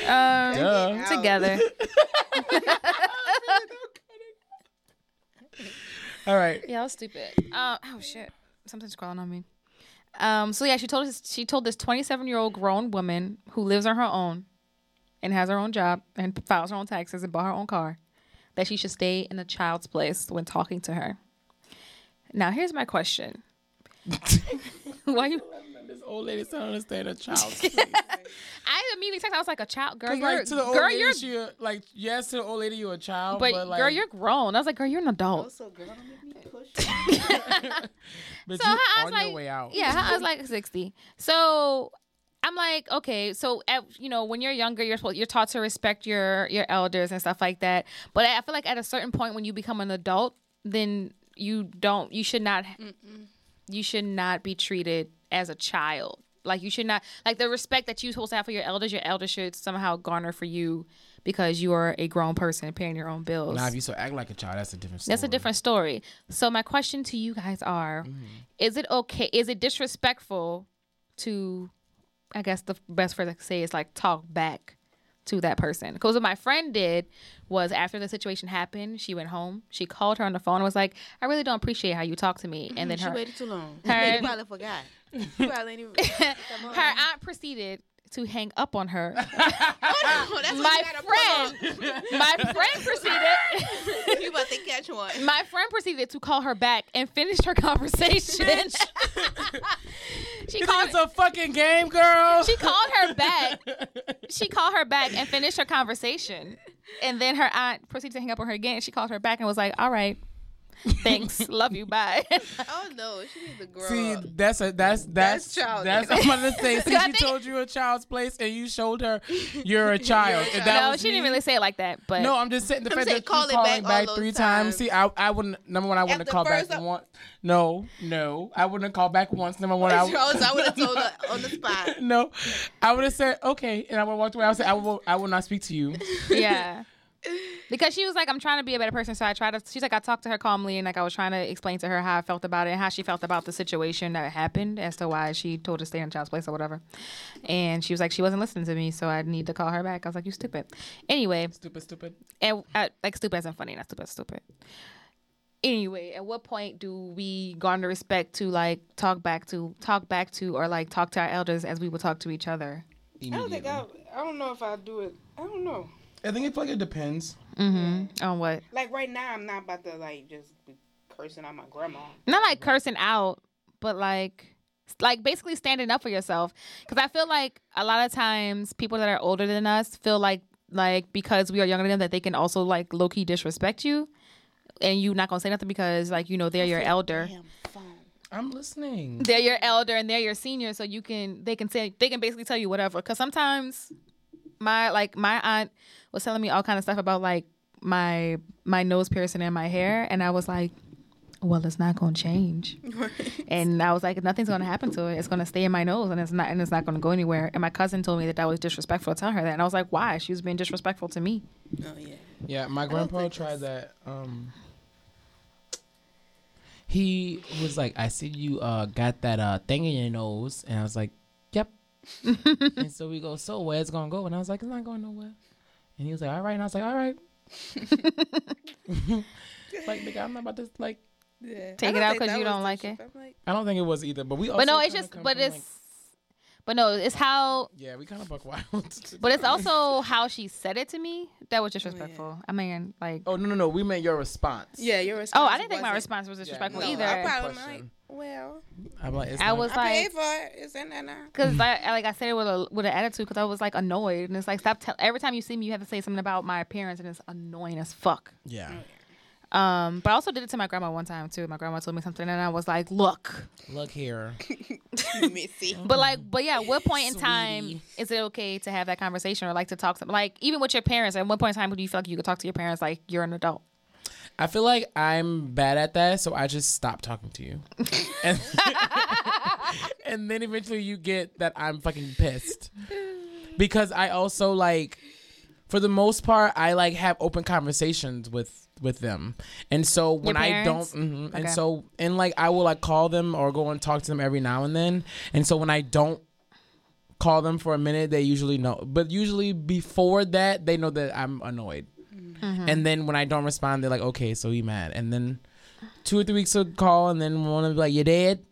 Speaker 5: Um,
Speaker 4: Duh.
Speaker 5: together.
Speaker 4: All right.
Speaker 5: Yeah, I was stupid. Um, oh shit, something's crawling on me. Um, so yeah, she told us she told this 27 year old grown woman who lives on her own and has her own job and files her own taxes and bought her own car that she should stay in a child's place when talking to her. Now here's my question. Why you?
Speaker 4: This old lady still don't understand her child.
Speaker 5: I immediately texted. I was like, a child girl. You're,
Speaker 4: like to the old
Speaker 5: girl,
Speaker 4: lady,
Speaker 5: you're.
Speaker 4: you're like yes to the old lady, you're a child,
Speaker 5: But,
Speaker 4: but, like,
Speaker 5: girl, you're grown. I was like, girl, you're an adult.
Speaker 4: but
Speaker 5: so
Speaker 4: you
Speaker 5: her- I
Speaker 4: on
Speaker 5: was like,
Speaker 4: your way out.
Speaker 5: yeah, I was like sixty. So I'm like, okay, so at, you know, when you're younger, you're supposed, you're taught to respect your your elders and stuff like that. But I, I feel like at a certain point when you become an adult, then you don't, you should not, you should not be treated as a child. Like you should not, like the respect that you're supposed to have for your elders, your elders should somehow garner for you because you are a grown person and paying your own bills.
Speaker 4: Now, if you still act like a child, that's a different story.
Speaker 5: That's
Speaker 6: Mm-hmm.
Speaker 5: a different story. So my question to you guys are: Is it okay? Is it disrespectful to? I guess the best phrase I could say is like talk back to that person. Because what my friend did was after the situation happened, she went home. She called her on the phone and was like, "I really don't appreciate how you talk to me." And then
Speaker 6: Mm-hmm. She
Speaker 5: her
Speaker 6: waited too long.
Speaker 5: Her-
Speaker 6: you probably forgot. You probably ain't even. Come on.
Speaker 5: her aunt proceeded to hang up on her.
Speaker 6: Oh, that's
Speaker 5: my
Speaker 6: what you gotta
Speaker 5: friend, my friend proceeded.
Speaker 6: pull up. You about to catch one.
Speaker 5: My friend proceeded to call her back and finished her conversation. she
Speaker 4: You think
Speaker 5: called.
Speaker 4: it's a fucking game, girl?
Speaker 5: she called her back. She called her back and finished her conversation. And then her aunt proceeded to hang up on her again. She called her back and was like, "All right, thanks, love you, bye."
Speaker 6: Oh no, she needs to grow
Speaker 4: See,
Speaker 6: up.
Speaker 4: that's a that's that's
Speaker 6: That's childish.
Speaker 4: that's, I'm gonna say.
Speaker 5: I
Speaker 4: Since she
Speaker 5: think-
Speaker 4: told you a child's place and you showed her you're a child, if that
Speaker 5: no,
Speaker 4: was
Speaker 5: she didn't
Speaker 4: me-
Speaker 5: really say it like that, but
Speaker 4: No, I'm just saying the
Speaker 6: I'm
Speaker 4: fact
Speaker 6: saying
Speaker 4: that
Speaker 6: call
Speaker 4: you
Speaker 6: it
Speaker 4: calling
Speaker 6: back all
Speaker 4: back
Speaker 6: those
Speaker 4: three times.
Speaker 6: times.
Speaker 4: See, I I wouldn't. Number one, I wouldn't
Speaker 6: After
Speaker 4: call back
Speaker 6: first, I-
Speaker 4: once. No, no, I wouldn't call back once. Number one, I
Speaker 6: She always- I would have told her on the spot.
Speaker 4: no, I would have said okay, and I would have walked away. I would say I will. I will not speak to you.
Speaker 5: yeah. Because she was like, I'm trying to be a better person, so I tried to. She's like, I talked to her calmly, and like I was trying to explain to her how I felt about it, and how she felt about the situation that happened, as to why she told her to stay in child's place or whatever. And she was like, she wasn't listening to me, so I need to call her back. I was like, you stupid. Anyway,
Speaker 4: Stupid, stupid.
Speaker 5: and uh, like stupid as in funny, not stupid as stupid. Anyway, at what point do we garner respect to like talk back to talk back to or like talk to our elders as we would talk to each other?
Speaker 7: I don't think I. I don't know if I do it. I don't know.
Speaker 4: I think it like it depends.
Speaker 5: On what?
Speaker 7: Like right now, I'm not about to like just be cursing out my grandma.
Speaker 5: not like cursing out, but like like basically standing up for yourself because I feel like a lot of times people that are older than us feel like like because we are younger than them that they can also like low key disrespect you and you not gonna say nothing because like you know they're your elder
Speaker 4: I'm listening.
Speaker 5: they're your elder and they're your senior so you can they can say they can basically tell you whatever because sometimes my like my aunt was telling me all kind of stuff about like my my nose piercing and my hair and i was like well it's not gonna change and i was like nothing's gonna happen to it it's gonna stay in my nose and it's not and it's not gonna go anywhere and my cousin told me that that was disrespectful to tell her that and i was like why she was being disrespectful to me
Speaker 6: Oh yeah.
Speaker 4: Yeah, my grandpa tried that. Um, he was like, "I see you uh, got that uh, thing in your nose," and I was like, "Yep." and so we go, "So where it's gonna go?" And I was like, "It's not going nowhere." And he was like, "All right," and I was like, "All right." like, nigga, I'm not about to like.
Speaker 6: yeah.
Speaker 5: Take
Speaker 6: I
Speaker 5: it out
Speaker 6: think
Speaker 5: 'cause
Speaker 6: that
Speaker 5: you
Speaker 6: was
Speaker 5: don't
Speaker 6: the
Speaker 5: like
Speaker 6: shit.
Speaker 5: it?
Speaker 6: I'm like,
Speaker 4: I don't think it was either, but we. Also
Speaker 5: but no it's
Speaker 4: kinda
Speaker 5: just
Speaker 4: come
Speaker 5: but
Speaker 4: from,
Speaker 5: it's
Speaker 4: like-
Speaker 5: but no it's how
Speaker 4: yeah, we kind of buck wild.
Speaker 5: But it's also how she said it to me that was disrespecful. I mean, like, oh,
Speaker 4: oh no no no, we meant your response.
Speaker 6: yeah, your response.
Speaker 5: I didn't think my
Speaker 6: wasn't-
Speaker 5: response was disrespectful
Speaker 6: No,
Speaker 5: either.
Speaker 6: I
Speaker 5: I,
Speaker 6: probably am like,
Speaker 4: Question.
Speaker 6: well,
Speaker 4: I'm like, it's
Speaker 5: was
Speaker 4: not-
Speaker 6: I paid
Speaker 5: like,
Speaker 6: for it. It's in there now.
Speaker 5: because I, I- like I said it with a with an attitude because I was like annoyed and it's like stop. Tell- Every time you see me, you have to say something about my appearance and it's annoying as fuck.
Speaker 4: yeah.
Speaker 5: Um, but I also did it to my grandma one time too. My grandma told me something and I was like, look.
Speaker 4: Look here.
Speaker 6: Missy.
Speaker 5: But like, but yeah, what point in time is it okay to have that conversation or like to talk to like even with your parents? At what point in time do you feel like you could talk to your parents like you're an adult?
Speaker 4: I feel like I'm bad at that, so I just stop talking to you. and, and then eventually you get that I'm fucking pissed. Because I also like for the most part I like have open conversations with with them. And so when I don't
Speaker 5: parents?
Speaker 4: mhm, and
Speaker 5: Okay.
Speaker 4: so and like I will like call them or go and talk to them every now and then. And so when I don't call them for a minute, they usually know. But usually before that, they know that I'm annoyed.
Speaker 5: Mm-hmm.
Speaker 4: And then when I don't respond, they're like, okay, so you mad. And then two or three weeks will call, and then one will be like, you dead?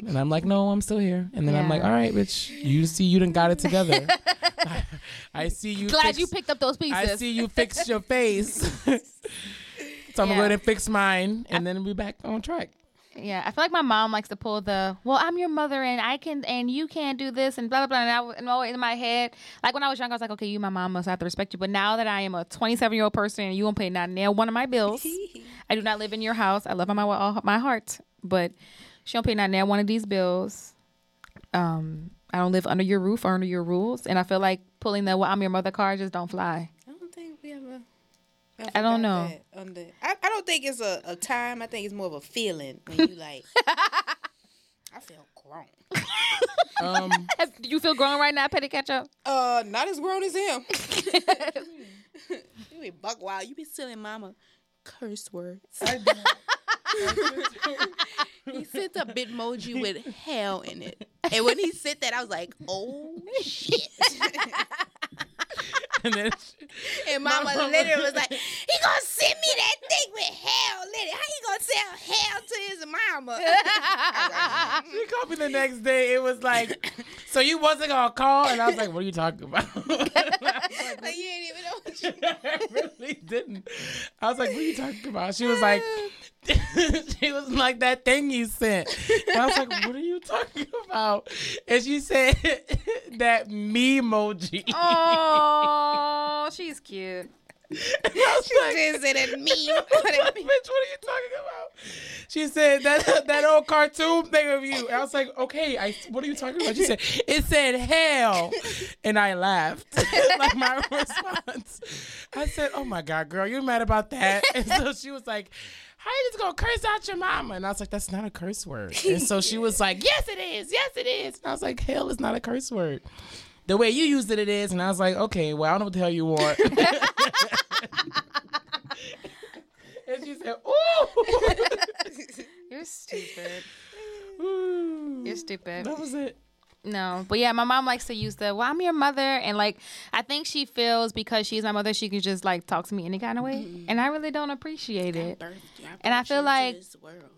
Speaker 4: And I'm like, no, I'm still here. And then I'm
Speaker 5: Yeah.
Speaker 4: like, all right, bitch, you see, you done got it together. I see you.
Speaker 5: Glad
Speaker 4: fixed-
Speaker 5: you picked up those pieces.
Speaker 4: I see you fixed your face. so I'm
Speaker 5: Yeah.
Speaker 4: gonna go ahead and fix mine, and then we'll be back on track.
Speaker 5: Yeah, I feel like my mom likes to pull the well. I'm your mother, and I can, and you can't do this, and blah blah blah. And I w- and always in my head, like when I was young, I was like, okay, you my mama, so I have to respect you. But now that I am a 27 year old person, and you won't pay not nail one of my bills, I do not live in your house. I love my with all my heart, but she don't pay not nail one of these bills. Um, I don't live under your roof or under your rules, and I feel like pulling the well, I'm your mother card just don't fly.
Speaker 6: I don't think we ever.
Speaker 5: I don't
Speaker 6: got
Speaker 5: know.
Speaker 6: that on the- I, I don't think it's a, a time. I think it's more of a feeling when you like. I feel grown.
Speaker 4: Um,
Speaker 5: Do you feel grown right now, Petty Ketchup?
Speaker 6: Uh, not as grown as him. you be buck wild. You be telling mama curse words. he sent a bitmoji with hell in it, and when he sent that, I was like, oh shit.
Speaker 4: and then
Speaker 6: And mama, literally was like, he gonna send me that thing with hell in it. How you gonna tell hell to his mama?
Speaker 4: she called me the next day. It was like, so you wasn't gonna call, and I was like, what are you talking about? I
Speaker 6: like, you ain't even know what you
Speaker 4: really didn't. I was like, what are you talking about? She was like, she was like that thing you sent. And I was like, what are you talking about? And she said that me emoji.
Speaker 5: Oh, she's cute.
Speaker 4: I was like,
Speaker 6: is it at me?
Speaker 4: Bitch, what are you talking about? She said that that old cartoon thing of you. I was like, okay, I what are you talking about? She said it said hell, and I laughed like my response. I said, oh my god, girl, you mad about that? And so she was like. How you just gonna curse out your mama? And I was like, that's not a curse word. And so she was like, yes, it is. Yes, it is. And I was like, hell is not a curse word. The way you used it, it is. And I was like, okay, well, I don't know what the hell you want. and she said, ooh.
Speaker 5: You're stupid.
Speaker 4: Ooh.
Speaker 5: You're stupid.
Speaker 4: That was it.
Speaker 5: No, but yeah, my mom likes to use the "Well, I'm your mother," and like I think she feels because she's my mother, she can just like talk to me any kind of way, and I really don't appreciate it. And I feel like-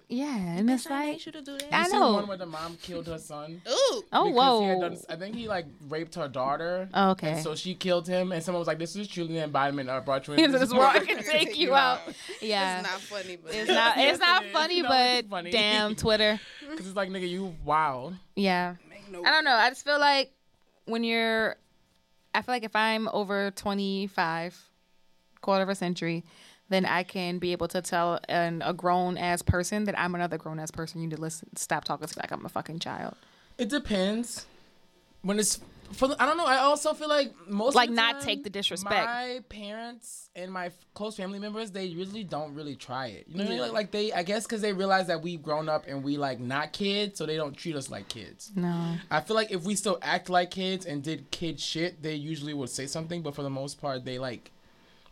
Speaker 5: Yeah, and it's like,
Speaker 6: should have do that.
Speaker 5: I
Speaker 4: You seen the one
Speaker 5: know.
Speaker 4: where the mom killed her son.
Speaker 6: Ooh,
Speaker 5: Oh
Speaker 4: Because he had done-
Speaker 5: whoa.
Speaker 4: I think he like raped her daughter.
Speaker 5: Oh, okay.
Speaker 4: So she killed him, and someone was like, "This is truly the embodiment of brought you
Speaker 5: Into
Speaker 4: into
Speaker 5: this world, I can take you out. Yeah,
Speaker 6: it's not funny, but
Speaker 5: it's not. It's not
Speaker 4: it is.
Speaker 5: funny,
Speaker 4: No,
Speaker 5: but
Speaker 4: it's funny.
Speaker 5: damn Twitter.
Speaker 4: Because it's like, nigga, you wild.
Speaker 5: Yeah. I don't know. I just feel like when you're, I feel like if I'm over 25, quarter of a century, then I can be able to tell an, a grown ass person that I'm another grown ass person. You need to listen, stop talking to me like I'm a fucking child.
Speaker 4: It depends. When it's for, the, I don't know. I also feel like most
Speaker 5: Like
Speaker 4: of the
Speaker 5: not
Speaker 4: time,
Speaker 5: take the disrespect.
Speaker 4: My parents and my f- close family members, they usually don't really try it. You know what I mean? Like, like they, I guess, because they realize that we've grown up and we like not kids, so they don't treat us like kids.
Speaker 5: No.
Speaker 4: I feel like if we still act like kids and did kid shit, they usually would say something. But for the most part, they like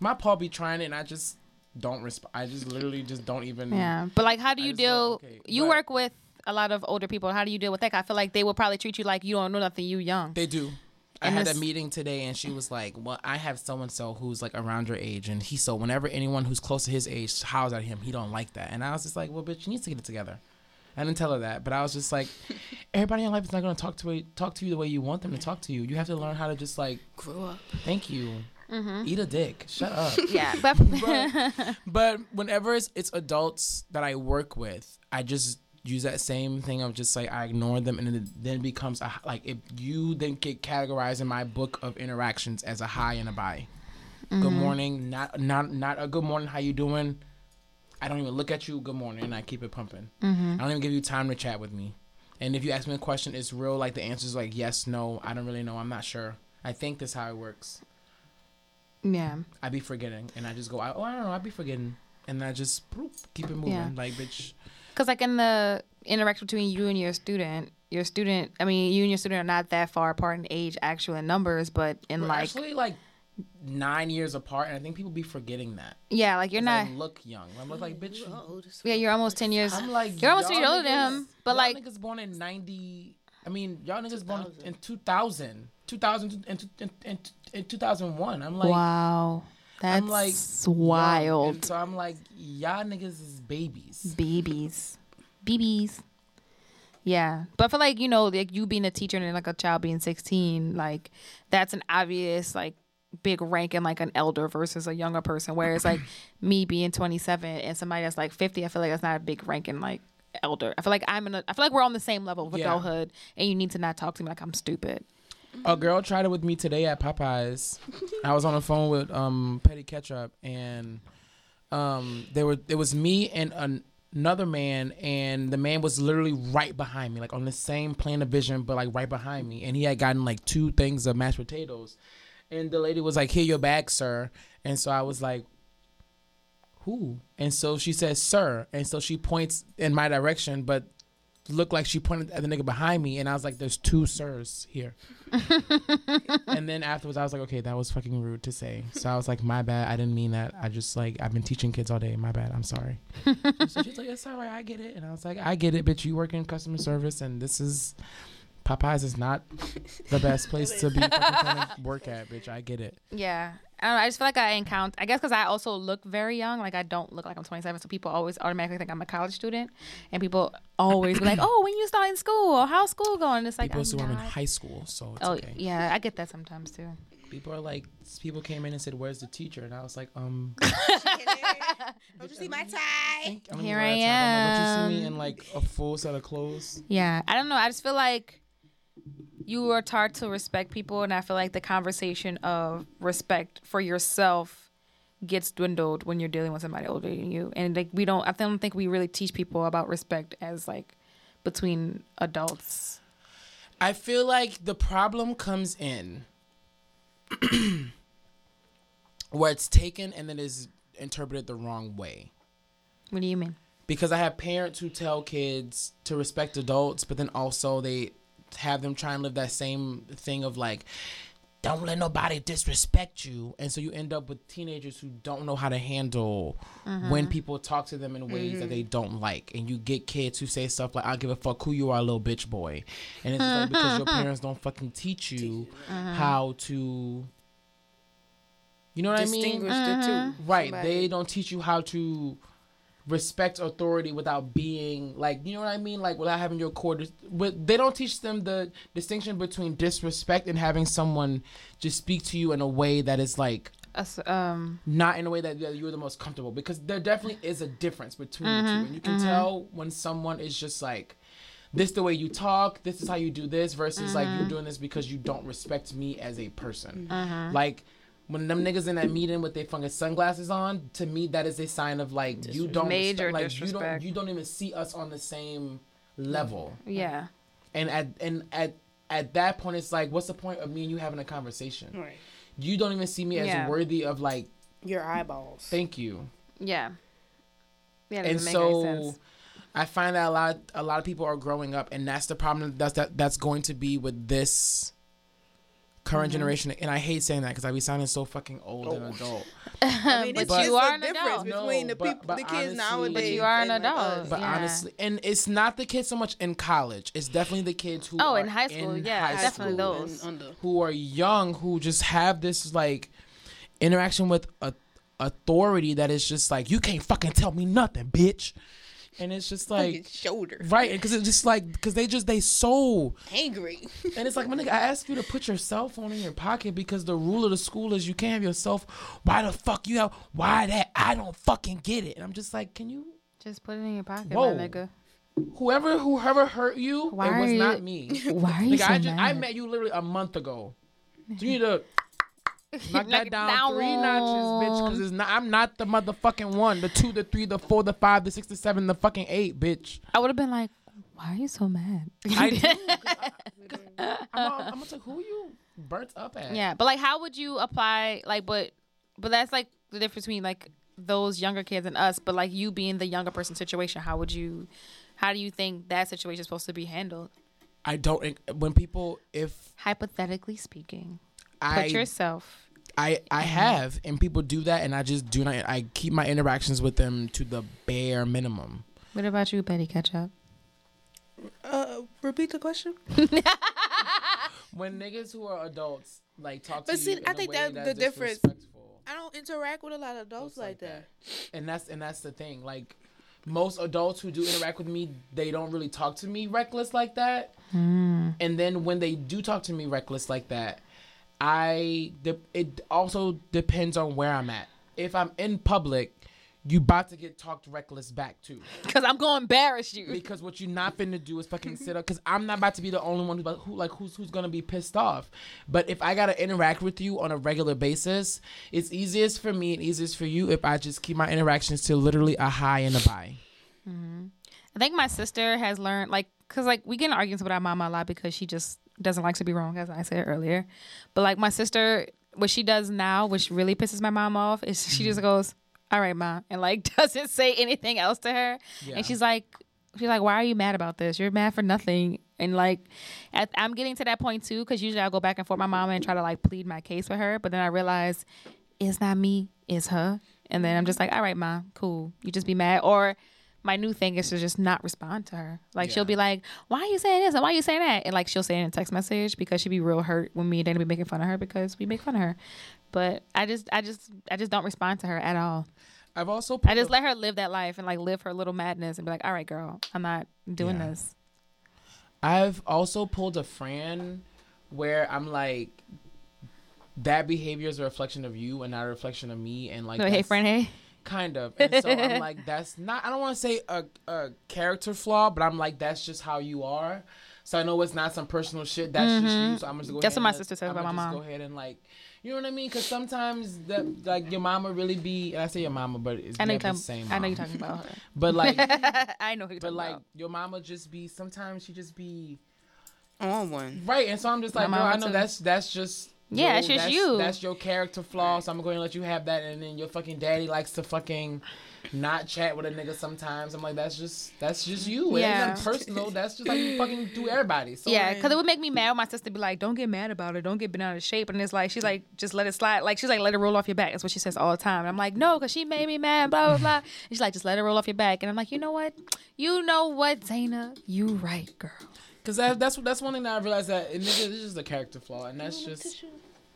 Speaker 4: my paw be trying it, and I just don't respond. I just literally just don't even.
Speaker 5: Yeah. But like, how do you
Speaker 4: just felt
Speaker 5: deal?
Speaker 4: okay,
Speaker 5: You
Speaker 4: but-
Speaker 5: work with a lot of older people. How do you deal with that? I feel like they will probably treat you like you don't know nothing. You young.
Speaker 4: They do. I
Speaker 5: And
Speaker 4: had
Speaker 5: this-
Speaker 4: a meeting today, and she was like, "Well, I have so and so who's like around your age, and he so whenever anyone who's close to his age howls at him, he don't like that." And I was just like, "Well, bitch, you need to get it together." I didn't tell her that, but I was just like, "Everybody in life is not gonna talk to talk to you the way you want them to talk to you. You have to learn how to just like
Speaker 6: grew up.
Speaker 4: thank you, eat a dick, shut up."
Speaker 5: yeah. But
Speaker 4: But whenever it's, it's adults that I work with, I just use that same thing of just like I ignore them, and it then becomes a, like if you then get categorized in my book of interactions as a high and a bye. Good morning, not not not a good morning. How you doing? I don't even look at you. Good morning, and I keep it pumping. I don't even give you time to chat with me. And if you ask me a question, it's real. Like the answer is like yes, no. I don't really know. I'm not sure. I think this how it works.
Speaker 5: yeah.
Speaker 4: I be forgetting, and I just go, I- oh, I don't know, I be forgetting, and I just bloop, keep it moving,
Speaker 5: Yeah.
Speaker 4: like bitch.
Speaker 5: Because like in the interaction between you and your student, your student, I mean, you and your student are not that far apart in age, actual in numbers, but in
Speaker 4: We're
Speaker 5: like,
Speaker 4: actually like nine years apart, and I think people be forgetting that.
Speaker 5: yeah, like you're
Speaker 4: 'Cause
Speaker 5: not,
Speaker 4: I look young. I'm like, bitch.
Speaker 5: yeah, you're almost ten years.
Speaker 4: I'm like,
Speaker 5: You're almost
Speaker 4: y'all
Speaker 5: ten years older than
Speaker 4: niggas-
Speaker 5: him, but
Speaker 4: y'all
Speaker 5: like,
Speaker 4: niggas born in ninety I mean, y'all niggas born in 2000, 2000 and in, in, in 2001. I'm like,
Speaker 5: wow. That's
Speaker 4: I'm like
Speaker 5: wild.
Speaker 4: And so I'm like, y'all niggas is babies.
Speaker 5: babies babies yeah but for like you know like you being a teacher and then, like a child being 16 like that's an obvious like big rank and like an elder versus a younger person whereas like me being 27 and somebody that's like 50 i feel like that's not a big rank in like elder i feel like i'm in a, i feel like we're on the same level of
Speaker 4: Yeah.
Speaker 5: adulthood and you need to not talk to me like i'm stupid
Speaker 4: A girl tried it with me today at Popeyes. I was on the phone with um Petty Ketchup and um there were it was me and an, another man and the man was literally right behind me, like on the same plane of vision, but like right behind me. And he had gotten like two things of mashed potatoes. And the lady was like, Here your bag, sir. And so I was like, Who? And so she says, Sir. And so she points in my direction, but looked like she pointed at the nigga behind me and I was like, There's two sirs here. and then afterwards I was like, okay, that was fucking rude to say. So I was like, my bad. I didn't mean that. I just like I've been teaching kids all day. My bad. I'm sorry. so she's like, it's all right. I get it. And I was like, I get it, bitch. You work in customer service, and this is Popeyes is not the best place to be fucking trying to work at, bitch. I get it.
Speaker 5: Yeah. I don't know. I just feel like I encounter, I guess because I also look very young. Like, I don't look like I'm 27. So people always automatically think I'm a college student. And people always be like, oh, when you start in school or how's school going? it's like,
Speaker 4: People
Speaker 5: I'm
Speaker 4: assume I'm in
Speaker 5: not-
Speaker 4: high school, so it's
Speaker 5: Oh,
Speaker 4: okay.
Speaker 5: yeah. I get that sometimes too.
Speaker 4: People are like, people came in and said, "Where's the teacher?" And I was like, um,
Speaker 6: Don't you see my tie?
Speaker 4: I'm
Speaker 5: Here
Speaker 4: wear a
Speaker 5: I
Speaker 4: top. I'm like, Don't you see me in like a full set of clothes?
Speaker 5: Yeah. I don't know. I just feel like you are taught to respect people. And I feel like the conversation of respect for yourself gets dwindled when you're dealing with somebody older than you. And like, we don't, I don't think we really teach people about respect as like between adults.
Speaker 4: I feel like the problem comes in where it's taken and then is interpreted the wrong way.
Speaker 5: What do you mean?
Speaker 4: Because I have parents who tell kids to respect adults, but then also they have them try and live that same thing of like, don't let nobody disrespect you. And so you end up with teenagers who don't know how to handle
Speaker 7: Mm-hmm.
Speaker 4: when people talk to them in ways that they don't like. And you get kids who say stuff like, I give a fuck who you are, little bitch boy. And it's just like because your parents don't fucking teach you
Speaker 7: Mm-hmm.
Speaker 4: how to. You know what I mean?
Speaker 7: Distinguish the two.
Speaker 4: Right.
Speaker 7: Somebody-
Speaker 4: They don't teach you how to respect authority without being like you know what I mean like without having your core dis- but they don't teach them the distinction between disrespect and having someone just speak to you in a way that is like
Speaker 5: Us, um,
Speaker 4: not in a way that that you're the most comfortable because there definitely is a difference between
Speaker 5: Mm-hmm.
Speaker 4: the two and you can tell when someone is just like this the way you talk this is how you do this versus like
Speaker 5: Mm-hmm.
Speaker 4: you're doing this because you don't respect me as a person
Speaker 5: Mm-hmm.
Speaker 4: like when them niggas in that meeting with their fucking sunglasses on to me that is a sign of like you don't
Speaker 5: Major
Speaker 4: respect, like
Speaker 5: disrespect.
Speaker 4: you don't you don't even see us on the same level
Speaker 5: yeah.
Speaker 4: and at and at at that point it's like what's the point of me and you having a conversation
Speaker 7: Right.
Speaker 4: you don't even see me as
Speaker 5: Yeah.
Speaker 4: worthy of like
Speaker 7: Your eyeballs.
Speaker 4: thank you
Speaker 5: Yeah. Yeah,
Speaker 4: and so I find that a lot a lot of people are growing up, and that's the problem that's that that's going to be with this
Speaker 5: Mm-hmm.
Speaker 4: current generation. And I hate saying that because I be sounding so fucking old
Speaker 7: Oh.
Speaker 4: and adult.
Speaker 7: I mean, it's
Speaker 4: But-
Speaker 7: just
Speaker 5: you are
Speaker 7: a
Speaker 5: an
Speaker 7: difference
Speaker 5: adult.
Speaker 7: between
Speaker 4: No,
Speaker 7: the
Speaker 4: but-
Speaker 7: people,
Speaker 4: but
Speaker 7: the kids
Speaker 4: honestly-
Speaker 7: nowadays.
Speaker 4: But
Speaker 5: you are an
Speaker 7: and, like,
Speaker 5: adult.
Speaker 7: us.
Speaker 4: But
Speaker 5: Yeah.
Speaker 4: honestly, and it's not the kids so much in college. It's definitely the kids who
Speaker 5: Oh,
Speaker 4: are
Speaker 5: in high school,
Speaker 4: in
Speaker 5: yeah,
Speaker 4: high
Speaker 5: definitely
Speaker 4: school,
Speaker 5: those.
Speaker 7: And under.
Speaker 4: who are young who just have this like interaction with a authority that is just like you can't fucking tell me nothing, bitch. And it's just
Speaker 7: Fucking
Speaker 4: like
Speaker 7: shoulder.
Speaker 4: right because it's just like because they just they so
Speaker 7: Angry.
Speaker 4: and it's like, my nigga, I asked you to put your cell phone in your pocket because the rule of the school is you can't have your cell. ph- Why the fuck you have? Why that? I don't fucking get it. And I'm just like, can you?
Speaker 5: just put it in your pocket,
Speaker 4: Whoa.
Speaker 5: my nigga.
Speaker 4: Whoever, whoever hurt you, it
Speaker 5: Why
Speaker 4: was
Speaker 5: are
Speaker 4: not
Speaker 5: you-
Speaker 4: me.
Speaker 5: Why are you
Speaker 4: nigga, I just, I met you literally a month ago. So you need to knock
Speaker 5: Knock
Speaker 4: that
Speaker 5: it
Speaker 4: down, three
Speaker 5: down.
Speaker 4: notches, bitch. Because it's not. I'm not the motherfucking one. The two, the three, the four, the five, the six, the seven, the fucking eight, bitch.
Speaker 5: I would have been like, why are you so mad?
Speaker 4: I do. 'cause I, I'm, all- I'm gonna say, who you burnt up at?
Speaker 5: yeah, but like, how would you apply? Like, but but that's like the difference between like those younger kids and us. But like you being the younger person situation, how would you? How do you think that situation is supposed to be handled?
Speaker 4: I don't. When people, if
Speaker 5: Hypothetically speaking, put
Speaker 4: I
Speaker 5: yourself.
Speaker 4: I I have, and people do that, and I just do not. I keep my interactions with them to the bare minimum.
Speaker 5: What about you, Betty Ketchup?
Speaker 6: Uh, repeat the question.
Speaker 4: When niggas who are adults like talk
Speaker 6: But
Speaker 4: to
Speaker 6: see,
Speaker 4: you, in
Speaker 6: I
Speaker 4: a
Speaker 6: think
Speaker 4: way
Speaker 6: that-
Speaker 4: that's
Speaker 6: the difference-
Speaker 4: disrespectful.
Speaker 6: I don't interact with a lot of adults like, that.
Speaker 4: and that's and that's the thing like most adults who do interact with me they don't really talk to me reckless like that and then when they do talk to me reckless like that i de- it also depends on where i'm at if i'm in public you about to get talked reckless back to
Speaker 5: Because I'm going to embarrass you.
Speaker 4: because what you're not finna do is fucking sit up because i'm not about to be the only one who, about- who like who's who's gonna be pissed off but if i gotta interact with you on a regular basis it's easiest for me and easiest for you if i just keep my interactions to literally a high and a bye
Speaker 5: I think my sister has learned, like, because, like, we get in arguments with our mama a lot because she just doesn't like to be wrong, as I said earlier. But, like, my sister, what she does now, which really pisses my mom off, is she just goes, All right, mom, and, like, doesn't say anything else to her. And she's like, She's like, Why are you mad about this? You're mad for nothing. And, like, at, I'm getting to that point too, because usually I'll go back and forth with my mom and try to, like, plead my case with her. But then I realize it's not me, it's her. And then I'm just like, all right, ma, cool. You just be mad. Or my new thing is to just not respond to her. Like she'll be like, why are you saying this and why are you saying that? And like she'll say it in a text message because she'd be real hurt when me and Dana be making fun of her because we make fun of her. But I just, I just, I just don't respond to her at all.
Speaker 4: i've also
Speaker 5: I just let her live that life and like live her little madness and be like, all right, girl, I'm not doing
Speaker 4: Yeah.
Speaker 5: this.
Speaker 4: I've also pulled a Fran where I'm like, that behavior is a reflection of you and not a reflection of me. And like,
Speaker 5: So, hey,
Speaker 4: that's-
Speaker 5: friend, hey.
Speaker 4: Kind of. And so I'm like, that's not, I don't want to say a, a character flaw, but I'm like, that's just how you are. So I know it's not some personal shit. That's just you. So I'm just go.
Speaker 5: Mm-hmm. That's
Speaker 4: ahead
Speaker 5: what my
Speaker 4: and-
Speaker 5: sister says
Speaker 4: I'ma
Speaker 5: about my
Speaker 4: just
Speaker 5: mom.
Speaker 4: Go ahead and like, you know what I mean? Because sometimes the like your mama really be. and I say your mama, but it's
Speaker 5: I know,
Speaker 4: never
Speaker 5: you're talking,
Speaker 4: the same.
Speaker 5: I know
Speaker 4: mom.
Speaker 5: you're talking about her.
Speaker 4: But like,
Speaker 5: I know who you're
Speaker 4: but
Speaker 5: talking
Speaker 4: like
Speaker 5: about.
Speaker 4: your mama just be. Sometimes she just be.
Speaker 7: On one.
Speaker 4: Right, and so I'm just like,
Speaker 5: My
Speaker 4: girl,
Speaker 5: mama
Speaker 4: I know
Speaker 5: too.
Speaker 4: that's that's just
Speaker 5: Yeah,
Speaker 4: your-
Speaker 5: it's just
Speaker 4: that's,
Speaker 5: you.
Speaker 4: That's your character flaw. So I'm going to let you have that, and then your fucking daddy likes to fucking not chat with a nigga sometimes. I'm like, that's just that's just you. Yeah.
Speaker 5: Yeah.
Speaker 4: It ain't nothing personal. That's just like you fucking do everybody. So
Speaker 5: Yeah,
Speaker 4: like,
Speaker 5: because it would make me mad. when My sister be like, "Don't get mad about it. Don't get bent out of shape." And it's like she's like, "Just let it slide." Like she's like, "Let it roll off your back." That's what she says all the time. And I'm like, "No," because she made me mad. Blah blah blah. And she's like, "Just let it roll off your back." And I'm like, "You know what? You know what, Dana? You right, girl."
Speaker 4: because that, that's that's one thing that I realized that it, nigga, this is a character flaw, and that's just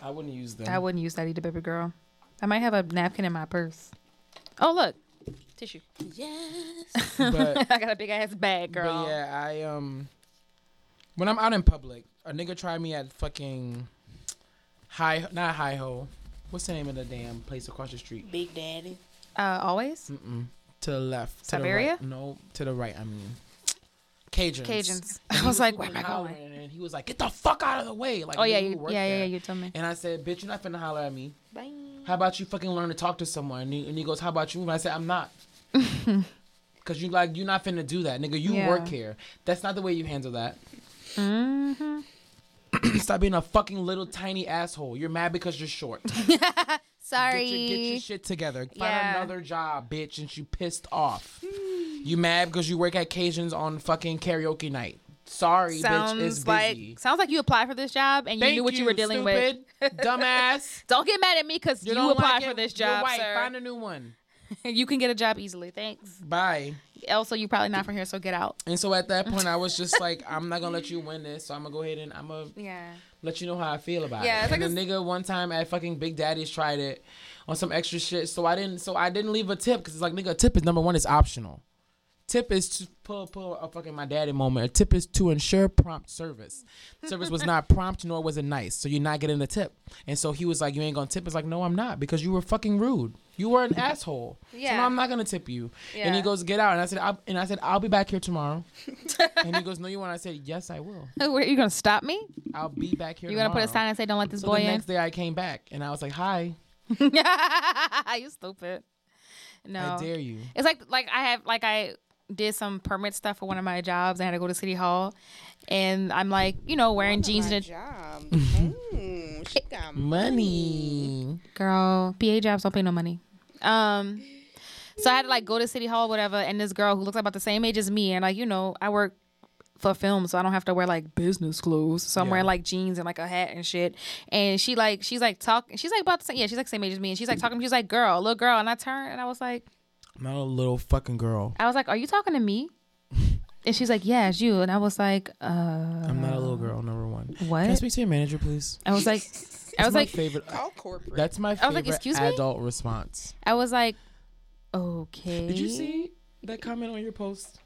Speaker 4: I wouldn't use them.
Speaker 5: I wouldn't use that either, baby girl. I might have a napkin in my purse. Oh look, tissue.
Speaker 4: but
Speaker 5: I got a big ass bag, girl.
Speaker 4: But yeah, I um when I'm out in public, a nigga tried me at fucking high not high ho. What's the name of the damn place across the street?
Speaker 6: Big Daddy.
Speaker 5: Uh, always
Speaker 4: To the left. To
Speaker 5: Siberia?
Speaker 4: The right. No, to the right, I mean. Cajuns.
Speaker 5: Cajuns. I was like, "Where am I
Speaker 4: Hollering,
Speaker 5: going?"
Speaker 4: And he was like, get the fuck out of the way. Like,
Speaker 5: Oh yeah,
Speaker 4: nigga,
Speaker 5: you,
Speaker 4: who work
Speaker 5: yeah, yeah,
Speaker 4: there?
Speaker 5: yeah. You told me.
Speaker 4: And I said, bitch, you're not finna holler at me. How about you fucking learn to talk to someone? And he, and he goes, how about you? And I said, I'm not. Cause you like you're not finna do that, nigga. You
Speaker 5: Yeah.
Speaker 4: work here. That's not the way you handle that.
Speaker 5: Mm-hmm.
Speaker 4: Stop being a fucking little tiny asshole. You're mad because you're short.
Speaker 5: Sorry.
Speaker 4: Get your, get your shit together. Find
Speaker 5: Yeah.
Speaker 4: another job, bitch. And she pissed off. you mad because you work at Cajuns on fucking karaoke night. Sorry,
Speaker 5: sounds
Speaker 4: bitch. It's busy.
Speaker 5: like sounds like you applied for this job and you
Speaker 4: Thank
Speaker 5: knew what you, were dealing with.
Speaker 4: stupid Dumbass.
Speaker 5: Don't get mad at me because you,
Speaker 4: don't
Speaker 5: applied
Speaker 4: like it?
Speaker 5: for this
Speaker 4: You're
Speaker 5: job,
Speaker 4: white.
Speaker 5: sir.
Speaker 4: Find a new one.
Speaker 5: you can get a job easily. Thanks.
Speaker 4: Bye.
Speaker 5: Also, you're probably not from here, so get out.
Speaker 4: And so at that point, I was just like, I'm not gonna let you win this. So I'm gonna go ahead and I'm gonna
Speaker 5: Yeah.
Speaker 4: let you know how I feel about
Speaker 5: Yeah,
Speaker 4: it.
Speaker 5: it's like
Speaker 4: and the nigga one time at fucking Big Daddy's tried it on some extra shit. So I didn't. So I didn't leave a tip because it's like nigga, a tip is number one. It's optional. Tip is to pull pull a fucking my daddy moment. A tip is to ensure prompt service. Service was not prompt nor was it nice, so you're not getting the tip. And so he was like, "You ain't gonna tip." It's like, "No, I'm not because you were fucking rude. You were an asshole. So
Speaker 5: Yeah.
Speaker 4: no, I'm not gonna tip you." And
Speaker 5: Yeah.
Speaker 4: he goes, "Get out." And I said, I'll, "And I said I'll be back here tomorrow." and he goes, "No, you won't." I said, "Yes, I will.
Speaker 5: Oh, Where you gonna stop me?
Speaker 4: I'll be back here."
Speaker 5: You're gonna put a
Speaker 4: tomorrow."
Speaker 5: sign and say, "Don't let this
Speaker 4: So
Speaker 5: boy
Speaker 4: the
Speaker 5: in."
Speaker 4: next day I came back and I was like, "Hi,
Speaker 5: you stupid. No.
Speaker 4: I dare you."
Speaker 5: It's like like I have like I did some permit stuff for one of my jobs. I had to go to city hall, and I'm like, you know, wearing jeans and a
Speaker 7: Job. Mm, she got
Speaker 4: Money.
Speaker 5: girl pa jobs don't pay no money um so i had to like go to city hall whatever and this girl who looks about the same age as me and like you know i work for film so i don't have to wear like business clothes so i'm
Speaker 4: Yeah.
Speaker 5: wearing like jeans and like a hat and shit and she like she's like talking she's like about the same yeah she's like same age as me and she's like talking she's like girl little girl and i turned and i was like
Speaker 4: I'm not a little fucking girl.
Speaker 5: i was like are you talking to me And she's like, yeah, it's you. And I was like, uh,
Speaker 4: I'm not a little girl, number one.
Speaker 5: What?
Speaker 4: Can I speak to your manager, please?
Speaker 5: I was like, I
Speaker 4: That's
Speaker 5: was
Speaker 4: my
Speaker 5: like,
Speaker 4: favorite.
Speaker 7: All corporate.
Speaker 4: That's my
Speaker 5: I
Speaker 4: favorite
Speaker 5: was like, "Excuse me?"
Speaker 4: adult response.
Speaker 5: I was like, okay.
Speaker 4: Did you see that comment on your post?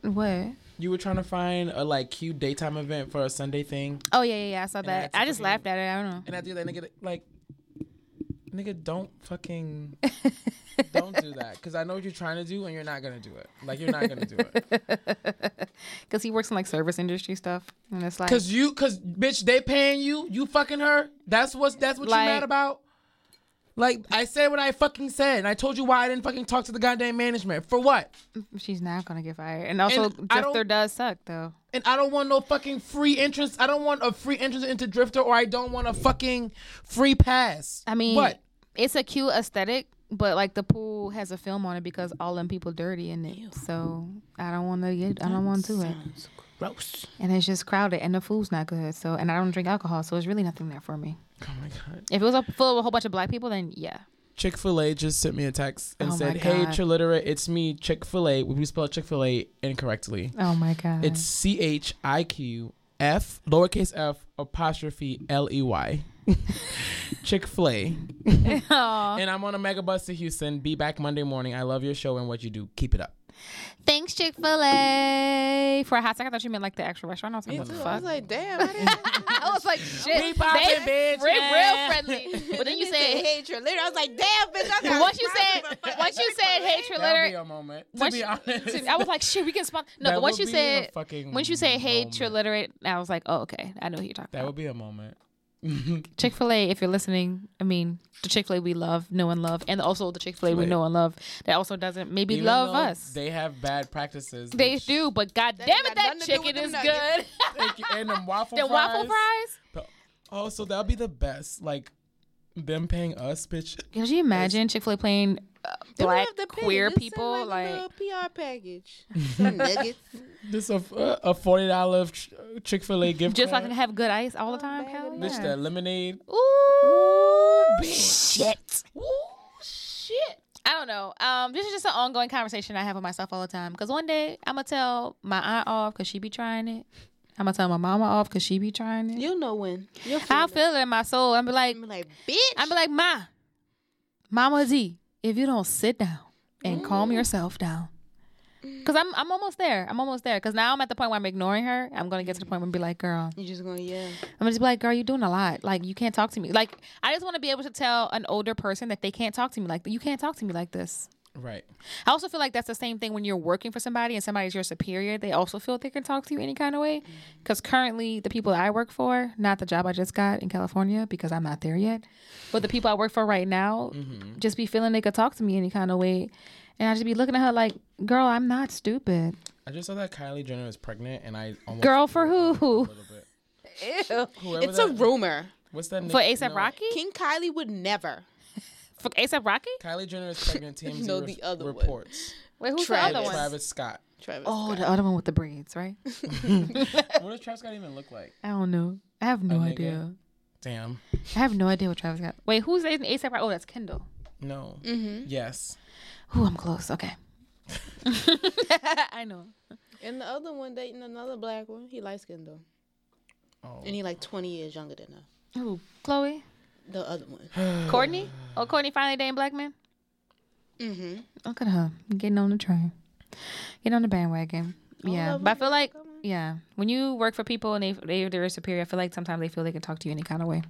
Speaker 5: what?
Speaker 4: You were trying to find a like cute daytime event for a Sunday thing,
Speaker 5: Oh yeah, yeah, yeah. I saw
Speaker 4: I
Speaker 5: that.
Speaker 4: took
Speaker 5: I
Speaker 4: a
Speaker 5: just
Speaker 4: photo.
Speaker 5: laughed at it. I don't know.
Speaker 4: and at the end, nigga, like, nigga, don't fucking, don't do that, because I know what you're trying to do, and you're not gonna do it. Like, you're not gonna do it,
Speaker 5: Because he works in like service industry stuff, and it's like,
Speaker 4: because you, because bitch, they paying you, you fucking her. That's what's that's what
Speaker 5: Like-
Speaker 4: you're mad about. Like, I said what I fucking said, and I told you why I didn't fucking talk to the goddamn management for what.
Speaker 5: she's not gonna get fired. And also,
Speaker 4: And I
Speaker 5: Drifter
Speaker 4: don't-
Speaker 5: does suck though.
Speaker 4: And I don't want no fucking free entrance. I don't want a free entrance into Drifter, or I don't want a fucking free pass.
Speaker 5: I mean,
Speaker 4: what?
Speaker 5: It's a cute aesthetic, but like the pool has a film on it because all them people dirty in it. So I don't want to get. I don't want to do it.
Speaker 4: Gross.
Speaker 5: And it's just crowded, and the food's not good. So and I don't drink alcohol, so it's really nothing there for me.
Speaker 4: Oh my god.
Speaker 5: If it was a, full of a whole bunch of black people, then yeah.
Speaker 4: Chick Fil A just sent me a text and
Speaker 5: Oh my
Speaker 4: said, "Hey,
Speaker 5: God.
Speaker 4: Trilliterate, it's me, Chick Fil A. We spelled Chick Fil A incorrectly.
Speaker 5: Oh my god.
Speaker 4: It's C H I Q F lowercase f apostrophe L E Y." Chick Fil A,
Speaker 5: Aw.
Speaker 4: and I'm on a mega bus to Houston. Be back Monday morning. I love your show and what you do. Keep it up.
Speaker 5: Thanks, Chick Fil A. For a hot second, I thought you meant like the actual restaurant. I was like, what the
Speaker 6: I
Speaker 5: fuck?
Speaker 6: was like, damn, I didn't
Speaker 5: I was like, shit.
Speaker 4: We poppin', bitch.
Speaker 5: Real, real
Speaker 4: Yeah.
Speaker 5: friendly. But then you said,
Speaker 6: hate your leader. I was like, damn, bitch, I got
Speaker 5: once you said, once you said, hey,
Speaker 4: That'll be
Speaker 5: Trilliter.
Speaker 4: a moment. To
Speaker 5: once
Speaker 4: be
Speaker 5: you-
Speaker 4: honest,
Speaker 5: to- I was like, shit, we can sponsor. No,
Speaker 4: That
Speaker 5: but once
Speaker 4: would
Speaker 5: you
Speaker 4: be a
Speaker 5: said,
Speaker 4: fucking
Speaker 5: once you say, hey,
Speaker 4: moment.
Speaker 5: Trilliterate, I was like, oh, okay, I know who you're talking
Speaker 4: that
Speaker 5: about.
Speaker 4: would be a moment.
Speaker 5: Chick Fil A, if you're listening, I mean, the Chick Fil A we love, know and love, and also the Chick Fil A we
Speaker 4: Chick-fil-A.
Speaker 5: know and love that also doesn't maybe
Speaker 4: Even
Speaker 5: love
Speaker 4: though
Speaker 5: us. They,
Speaker 4: They have bad practices. bitch.
Speaker 5: do, but god damn
Speaker 6: got
Speaker 5: it, that
Speaker 6: nothing to do with
Speaker 5: chicken
Speaker 6: them
Speaker 5: is good.
Speaker 6: nuggets.
Speaker 4: Thank you. And them waffle
Speaker 5: the
Speaker 4: fries.
Speaker 5: waffle fries.
Speaker 4: Oh, so that'll be the best. Like them paying us, bitch.
Speaker 5: Could you imagine Chick Fil A playing uh,
Speaker 6: They don't
Speaker 5: black
Speaker 6: have to pay.
Speaker 5: queer
Speaker 6: Just send,
Speaker 5: people?
Speaker 6: like, a
Speaker 5: Like,
Speaker 6: little PR package, Some nuggets.
Speaker 4: This a a forty dollar Chick Fil A gift
Speaker 5: just so I
Speaker 4: card.
Speaker 5: can have good ice all the time. Hell
Speaker 4: bitch,
Speaker 5: yeah.
Speaker 4: that lemonade.
Speaker 5: Ooh,
Speaker 4: bitch.
Speaker 5: shit. Ooh, shit. I don't know. Um, this is just an ongoing conversation I have with myself all the time. Cause one day I'm gonna tell my aunt off cause she be trying it. I'm gonna tell my mama off cause she be trying it.
Speaker 6: You'll know when. You'll feel
Speaker 5: I
Speaker 6: it.
Speaker 5: feel it in my soul. I'm be like,
Speaker 6: I'm like, bitch.
Speaker 5: I'm be like, ma, Mama Z, if you don't sit down and calm yourself down, cause I'm I'm almost there. I'm almost there. Cause now I'm at the point where I'm ignoring her. I'm gonna get to the point where I'm be like, girl,
Speaker 6: You're just gonna yell.
Speaker 5: I'm just be like, girl, you're doing a lot. Like, you can't talk to me. Like, I just want to be able to tell an older person that they can't talk to me like you can't talk to me like this.
Speaker 4: Right.
Speaker 5: I also feel like that's the same thing when you're working for somebody and somebody's your superior. They also feel they can talk to you any kind of way. Because currently, the people I work for, not the job I just got in California because I'm not there yet, but the people I work for right now, just be feeling they could talk to me any kind of way, and I just be looking at her like, girl, I'm not stupid.
Speaker 4: I just saw that Kylie Jenner is pregnant, and I almost
Speaker 5: Girl for who?
Speaker 4: a little bit.
Speaker 5: Ew.
Speaker 4: Whoever
Speaker 6: It's a
Speaker 4: that-
Speaker 6: rumor.
Speaker 4: What's that?
Speaker 5: For
Speaker 4: nick-
Speaker 5: ASAP
Speaker 4: no,
Speaker 5: Rocky?
Speaker 6: King Kylie would never.
Speaker 5: For ASAP Rocky?
Speaker 4: Kylie Jenner is pregnant. TMZ
Speaker 6: No,
Speaker 4: re-
Speaker 6: the other one.
Speaker 4: reports.
Speaker 5: Wait, who's the other
Speaker 6: Travis.
Speaker 5: one?
Speaker 4: Travis Scott.
Speaker 6: Travis.
Speaker 5: Oh, the other one with the braids, right?
Speaker 4: What does Travis Scott even look like?
Speaker 5: I don't know. I have
Speaker 4: A
Speaker 5: no
Speaker 4: nigga.
Speaker 5: idea.
Speaker 4: Damn.
Speaker 5: I have no idea what Travis got. Wait, who's in ASAP? Rocky? Oh, that's Kendall.
Speaker 4: No.
Speaker 6: Mm-hmm.
Speaker 4: Yes.
Speaker 5: Ooh, I'm close. Okay. I know.
Speaker 6: And the other one dating another black one. He light skinned though.
Speaker 4: Oh.
Speaker 6: And he like 20 years younger than her.
Speaker 5: Ooh, Chloe,
Speaker 6: The other one.
Speaker 5: Courtney. Oh, Courtney finally dating black man.
Speaker 6: Mm-hmm.
Speaker 5: Look at her getting on the train, getting on the bandwagon. Yeah, but I feel like yeah, when you work for people and they they they're superior, I feel like sometimes they feel they can talk to you any kind of way.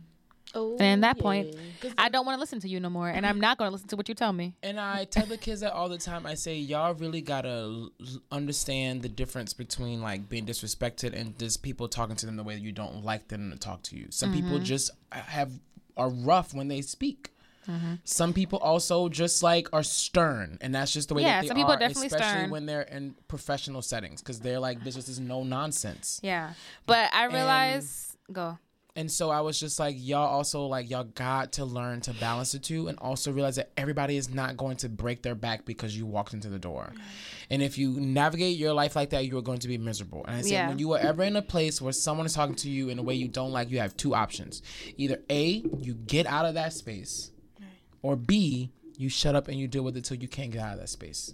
Speaker 6: Oh,
Speaker 5: And at that
Speaker 6: yeah.
Speaker 5: point, I don't want to listen to you no more, and I'm not going to listen to what you tell me.
Speaker 4: And I tell the kids that all the time. I say, y'all really gotta l- understand the difference between like being disrespected and just people talking to them the way you don't like them to talk to you. Some people
Speaker 5: Mm-hmm.
Speaker 4: just uh, have are rough when they speak.
Speaker 5: Mm-hmm.
Speaker 4: Some people also just like are stern, and that's just the way
Speaker 5: Yeah,
Speaker 4: that they
Speaker 5: some people
Speaker 4: are,
Speaker 5: are definitely
Speaker 4: especially
Speaker 5: stern.
Speaker 4: when they're in professional settings, because they're like, this is no nonsense.
Speaker 5: Yeah, but I realize go.
Speaker 4: And so I was just like, y'all also like y'all got to learn to balance the two and also realize that everybody is not going to break their back because you walked into the door. And if you navigate your life like that, you are going to be miserable. And I said
Speaker 5: Yeah.
Speaker 4: when you are ever in a place where someone is talking to you in a way you don't like, you have two options. Either A, you get out of that space, or B, you shut up and you deal with it till you can't get out of that space.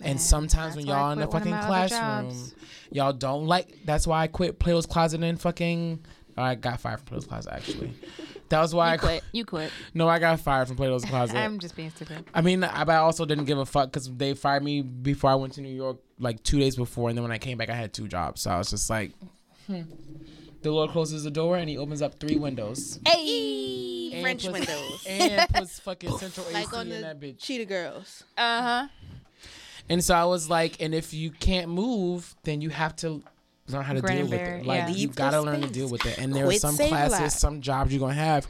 Speaker 4: And sometimes when
Speaker 5: That's why I
Speaker 4: y'all in the
Speaker 5: quit one of
Speaker 4: fucking
Speaker 5: my other
Speaker 4: classroom,
Speaker 5: jobs.
Speaker 4: y'all don't like. That's why I quit Plato's Closet and fucking. I got fired from Plato's Closet actually. That was why I
Speaker 5: You quit. You quit.
Speaker 4: No, I got fired from Plato's Closet.
Speaker 5: I'm just being stupid.
Speaker 4: I mean, I, but I also didn't give a fuck because they fired me before I went to New York, like two days before, and then when I came back, I had two jobs. So I was just like, hmm. the Lord closes the door and He opens up three windows.
Speaker 5: Hey.
Speaker 4: And
Speaker 6: French
Speaker 4: puts-
Speaker 6: windows.
Speaker 4: and puts fucking central AC
Speaker 6: Like on
Speaker 4: in
Speaker 6: the
Speaker 4: that bitch.
Speaker 6: Cheetah Girls.
Speaker 5: Uh huh.
Speaker 4: And so I was like, and if you can't move, then you have to learn how to deal with
Speaker 5: Grandberry,
Speaker 4: it. Like
Speaker 5: yeah.
Speaker 4: you
Speaker 6: the
Speaker 4: gotta learn to deal with it. And there are
Speaker 6: Quit,
Speaker 4: some
Speaker 6: save a
Speaker 4: classes,
Speaker 6: lot.
Speaker 4: some jobs you're gonna have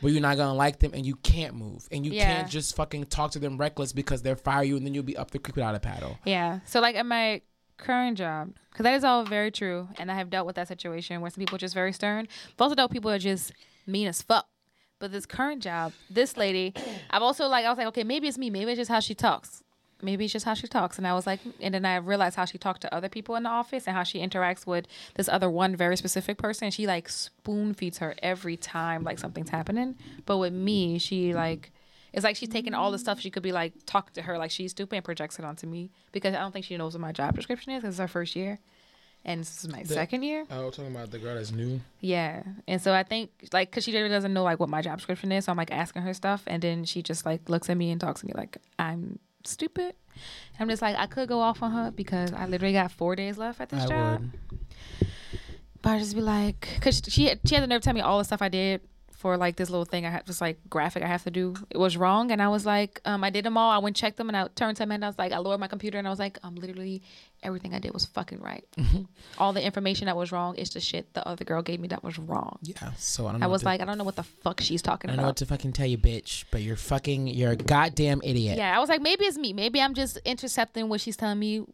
Speaker 4: where you're not gonna like them and you can't move. And you
Speaker 5: Yeah.
Speaker 4: can't just fucking talk to them reckless because they'll fire you and then you'll be up the creek without a paddle.
Speaker 5: Yeah. So like at my current job, because that is all very true, and I have dealt with that situation where some people are just very stern, but also though people are just mean as fuck. But this current job, this lady, I've also like I was like, okay, maybe it's me, maybe it's just how she talks. Maybe it's just how she talks. And I was like, and then I realized how she talked to other people in the office and how she interacts with this other one very specific person. And she like spoon feeds her every time like something's happening. But with me, she like it's like she's taking all the stuff she could be like talking to her like she's stupid and projects it onto me because I don't think she knows what my job description is because it's her first year and this is my second year.
Speaker 4: Oh, talking about the girl that's new.
Speaker 5: Yeah, and so I think like because she really doesn't know like what my job description is, so I'm like asking her stuff, and then she just like looks at me and talks to me like I'm stupid. I'm just like I could go off on her because I literally got four days left at this
Speaker 4: I
Speaker 5: job.
Speaker 4: would.
Speaker 5: But I just be like, cause she had- she had the nerve to tell me all the stuff I did for like this little thing I had, this like graphic I have to do. It was wrong, and I was like, um, I did them all. I went and checked them, and I turned to him, and I was like, I lowered my computer, and I was like, um, literally everything I did was fucking right. all the information that was wrong is the shit the other girl gave me that was wrong.
Speaker 4: Yeah. So I don't know.
Speaker 5: I
Speaker 4: what
Speaker 5: was
Speaker 4: to-
Speaker 5: like, I don't know what the fuck she's talking
Speaker 4: I don't know
Speaker 5: about.
Speaker 4: what to fucking tell you, bitch, but you're fucking you're a goddamn idiot.
Speaker 5: yeah, I was like, maybe it's me. Maybe I'm just intercepting what she's telling me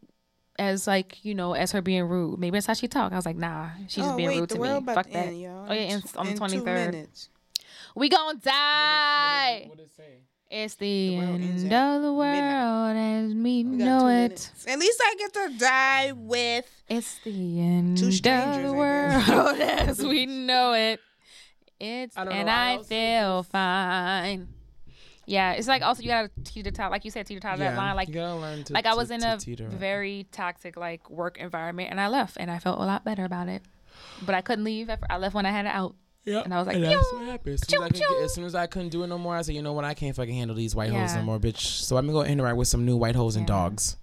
Speaker 5: as like you know as her being rude. Maybe that's how she talk. I was like, nah, she's
Speaker 6: Oh,
Speaker 5: just being rude to me. Fuck that. oh yeah, and on the twenty third. We gonna die. It's the,
Speaker 6: world ends
Speaker 5: end
Speaker 6: at
Speaker 5: of the world as we know
Speaker 6: two
Speaker 5: it.
Speaker 6: minutes. At least I get to die with.
Speaker 5: It's the end
Speaker 6: Two
Speaker 5: of
Speaker 6: strangers,
Speaker 5: the
Speaker 6: I guess.
Speaker 5: world as we know it. It's
Speaker 4: don't know
Speaker 5: and
Speaker 4: why
Speaker 5: I
Speaker 4: else it
Speaker 5: feel fine. Yeah, it's like also you gotta teeter totter, like you said, teeter totter that line. Like
Speaker 4: you gotta learn to.
Speaker 5: like I
Speaker 4: to-
Speaker 5: was in
Speaker 4: to
Speaker 5: a
Speaker 4: teeter.
Speaker 5: very toxic like work environment, and I left, and I felt a lot better about it. But I couldn't leave. at fir- I left when I had it out.
Speaker 4: Yep.
Speaker 5: and I was like,
Speaker 4: that's
Speaker 5: "Pew,
Speaker 4: what happened. As soon as, I could
Speaker 5: choo,
Speaker 4: get- as soon as I couldn't do it no more, I said, you know what, I can't fucking handle these white hoes
Speaker 5: Yeah.
Speaker 4: no more, bitch. So I'm gonna go interact with some new white hoes and
Speaker 5: Yeah.
Speaker 4: dogs.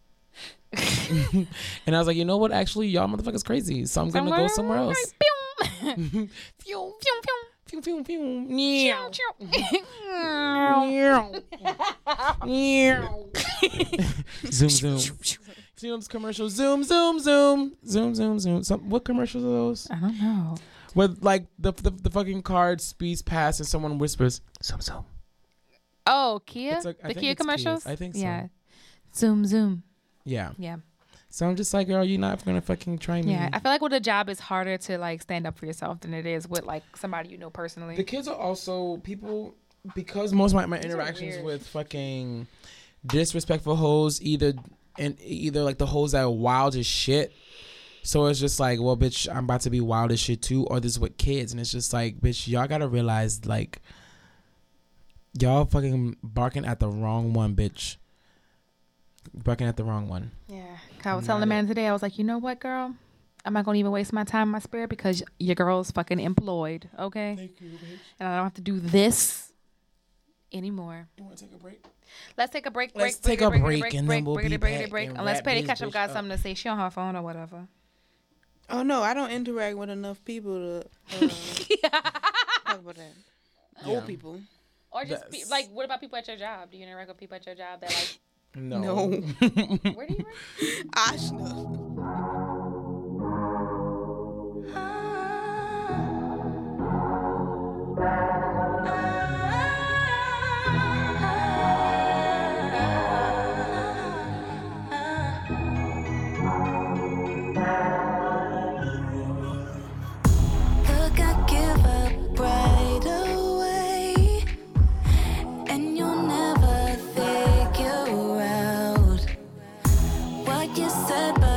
Speaker 4: and I was like, you know what? Actually, y'all motherfuckers crazy. So I'm gonna go somewhere else. Hmm.
Speaker 5: Pew. Pew, pew, pew.
Speaker 4: Pew, pew, pew. Meow.
Speaker 5: Pew.
Speaker 4: Meow. zoom zoom. Zoom's commercial. Zoom zoom zoom. Zoom zoom zoom. Some, what commercials are those?
Speaker 5: I don't know.
Speaker 4: With like the the, the fucking card speeds past and someone whispers zoom zoom.
Speaker 5: Oh, Kia,
Speaker 4: It's like- I
Speaker 5: the
Speaker 4: think
Speaker 5: Kia
Speaker 4: it's Kia's.
Speaker 5: commercials.
Speaker 4: I think so.
Speaker 5: Yeah. Zoom, zoom.
Speaker 4: Yeah.
Speaker 5: Yeah,
Speaker 4: So I'm just like, girl, you're not gonna fucking try me.
Speaker 5: yeah. I feel like with a job, it's harder to like stand up for yourself than it is with like somebody you know personally.
Speaker 4: the kids are also people because most of my, my
Speaker 5: are
Speaker 4: interactions
Speaker 5: weird.
Speaker 4: with fucking disrespectful hoes either and either like the hoes that are wild as shit. So it's just like, well, bitch, I'm about to be wild as shit too, or this is with kids, and it's just like, bitch, y'all gotta realize like y'all fucking barking at the wrong one, bitch. Barking at the wrong one.
Speaker 5: Yeah. I was telling the man today, I was like, you know what, girl? I'm not gonna even waste my time, my spirit, because your girl's fucking employed, okay? Thank you, And I don't have to do this anymore.
Speaker 4: You wanna take a break?
Speaker 5: Let's take a break. break
Speaker 4: Let's
Speaker 5: break,
Speaker 4: take a
Speaker 5: break,
Speaker 4: break,
Speaker 5: break,
Speaker 4: and
Speaker 5: break,
Speaker 4: then we'll
Speaker 5: break,
Speaker 4: be
Speaker 5: break,
Speaker 4: back
Speaker 5: break.
Speaker 4: and
Speaker 5: Unless
Speaker 4: wrap
Speaker 5: Petty
Speaker 4: this
Speaker 5: Ketchup
Speaker 4: bitch
Speaker 5: got
Speaker 4: up.
Speaker 5: something to say, she on her phone or whatever.
Speaker 6: Oh no, I don't interact with enough people to uh, talk about that. Old people.
Speaker 5: Or just pe-
Speaker 4: That's-
Speaker 5: like, what about people at your job? Do you interact with people at your job that like,
Speaker 4: No.
Speaker 5: where do you? Work?
Speaker 6: Ashna.
Speaker 9: Look, I give up right away, and you'll never figure out what you said, but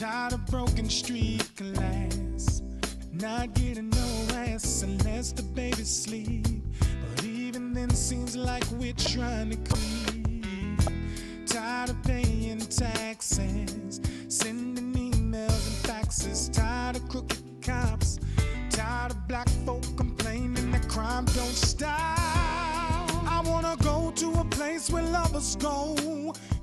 Speaker 10: not a broken streak can last. Not getting no rest unless the baby sleep. But even then, seems like we're trying to creep. Tired of paying taxes, sending emails and faxes. Tired of crooked cops. Tired of black folk complaining that crime don't stop. I wanna go to a place where lovers go.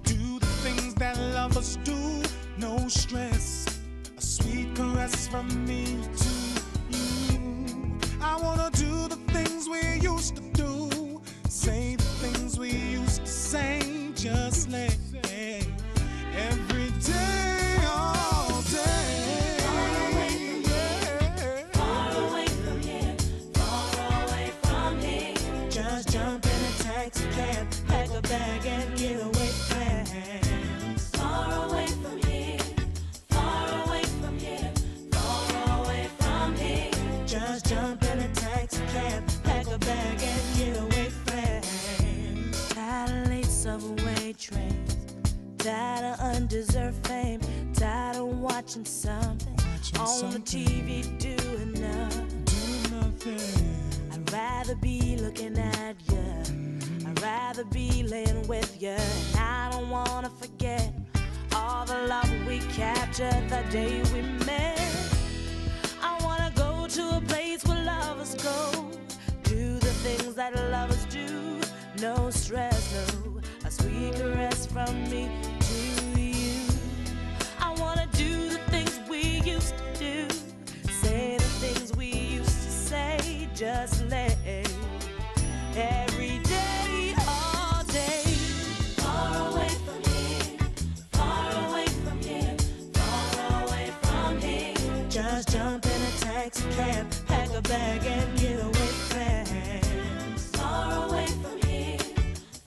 Speaker 10: Do the things that lovers do. No stress, a sweet caress from me to you. I wanna do the things we used to do. Say the things we used to say. Just let every day, all day. Far away from here. Far away from here. Far away from here. Just jump in a taxi cab, pack a bag and get away fast. Far away from here, far away from here, far away from here. Just jump in a taxi cab, pack a bag and get away fast.
Speaker 11: Tired of late subway trains. Tired of undeserved fame. Tired of watching something on
Speaker 10: something.
Speaker 11: the TV doing nothing. I'd rather be looking at you. I'd rather be laying with you. And I don't wanna forget all the love we captured the day we met. I wanna go to a place where lovers go. Do the things that lovers do. No stress, no. A sweet caress from me to you. I wanna do the things we used to do. Say the things we used to say. Just let every day, all day. Far away from here, far away from here, far away from here.
Speaker 10: Just jump in a taxi cab, pack a bag and get away fast.
Speaker 9: Far away from here,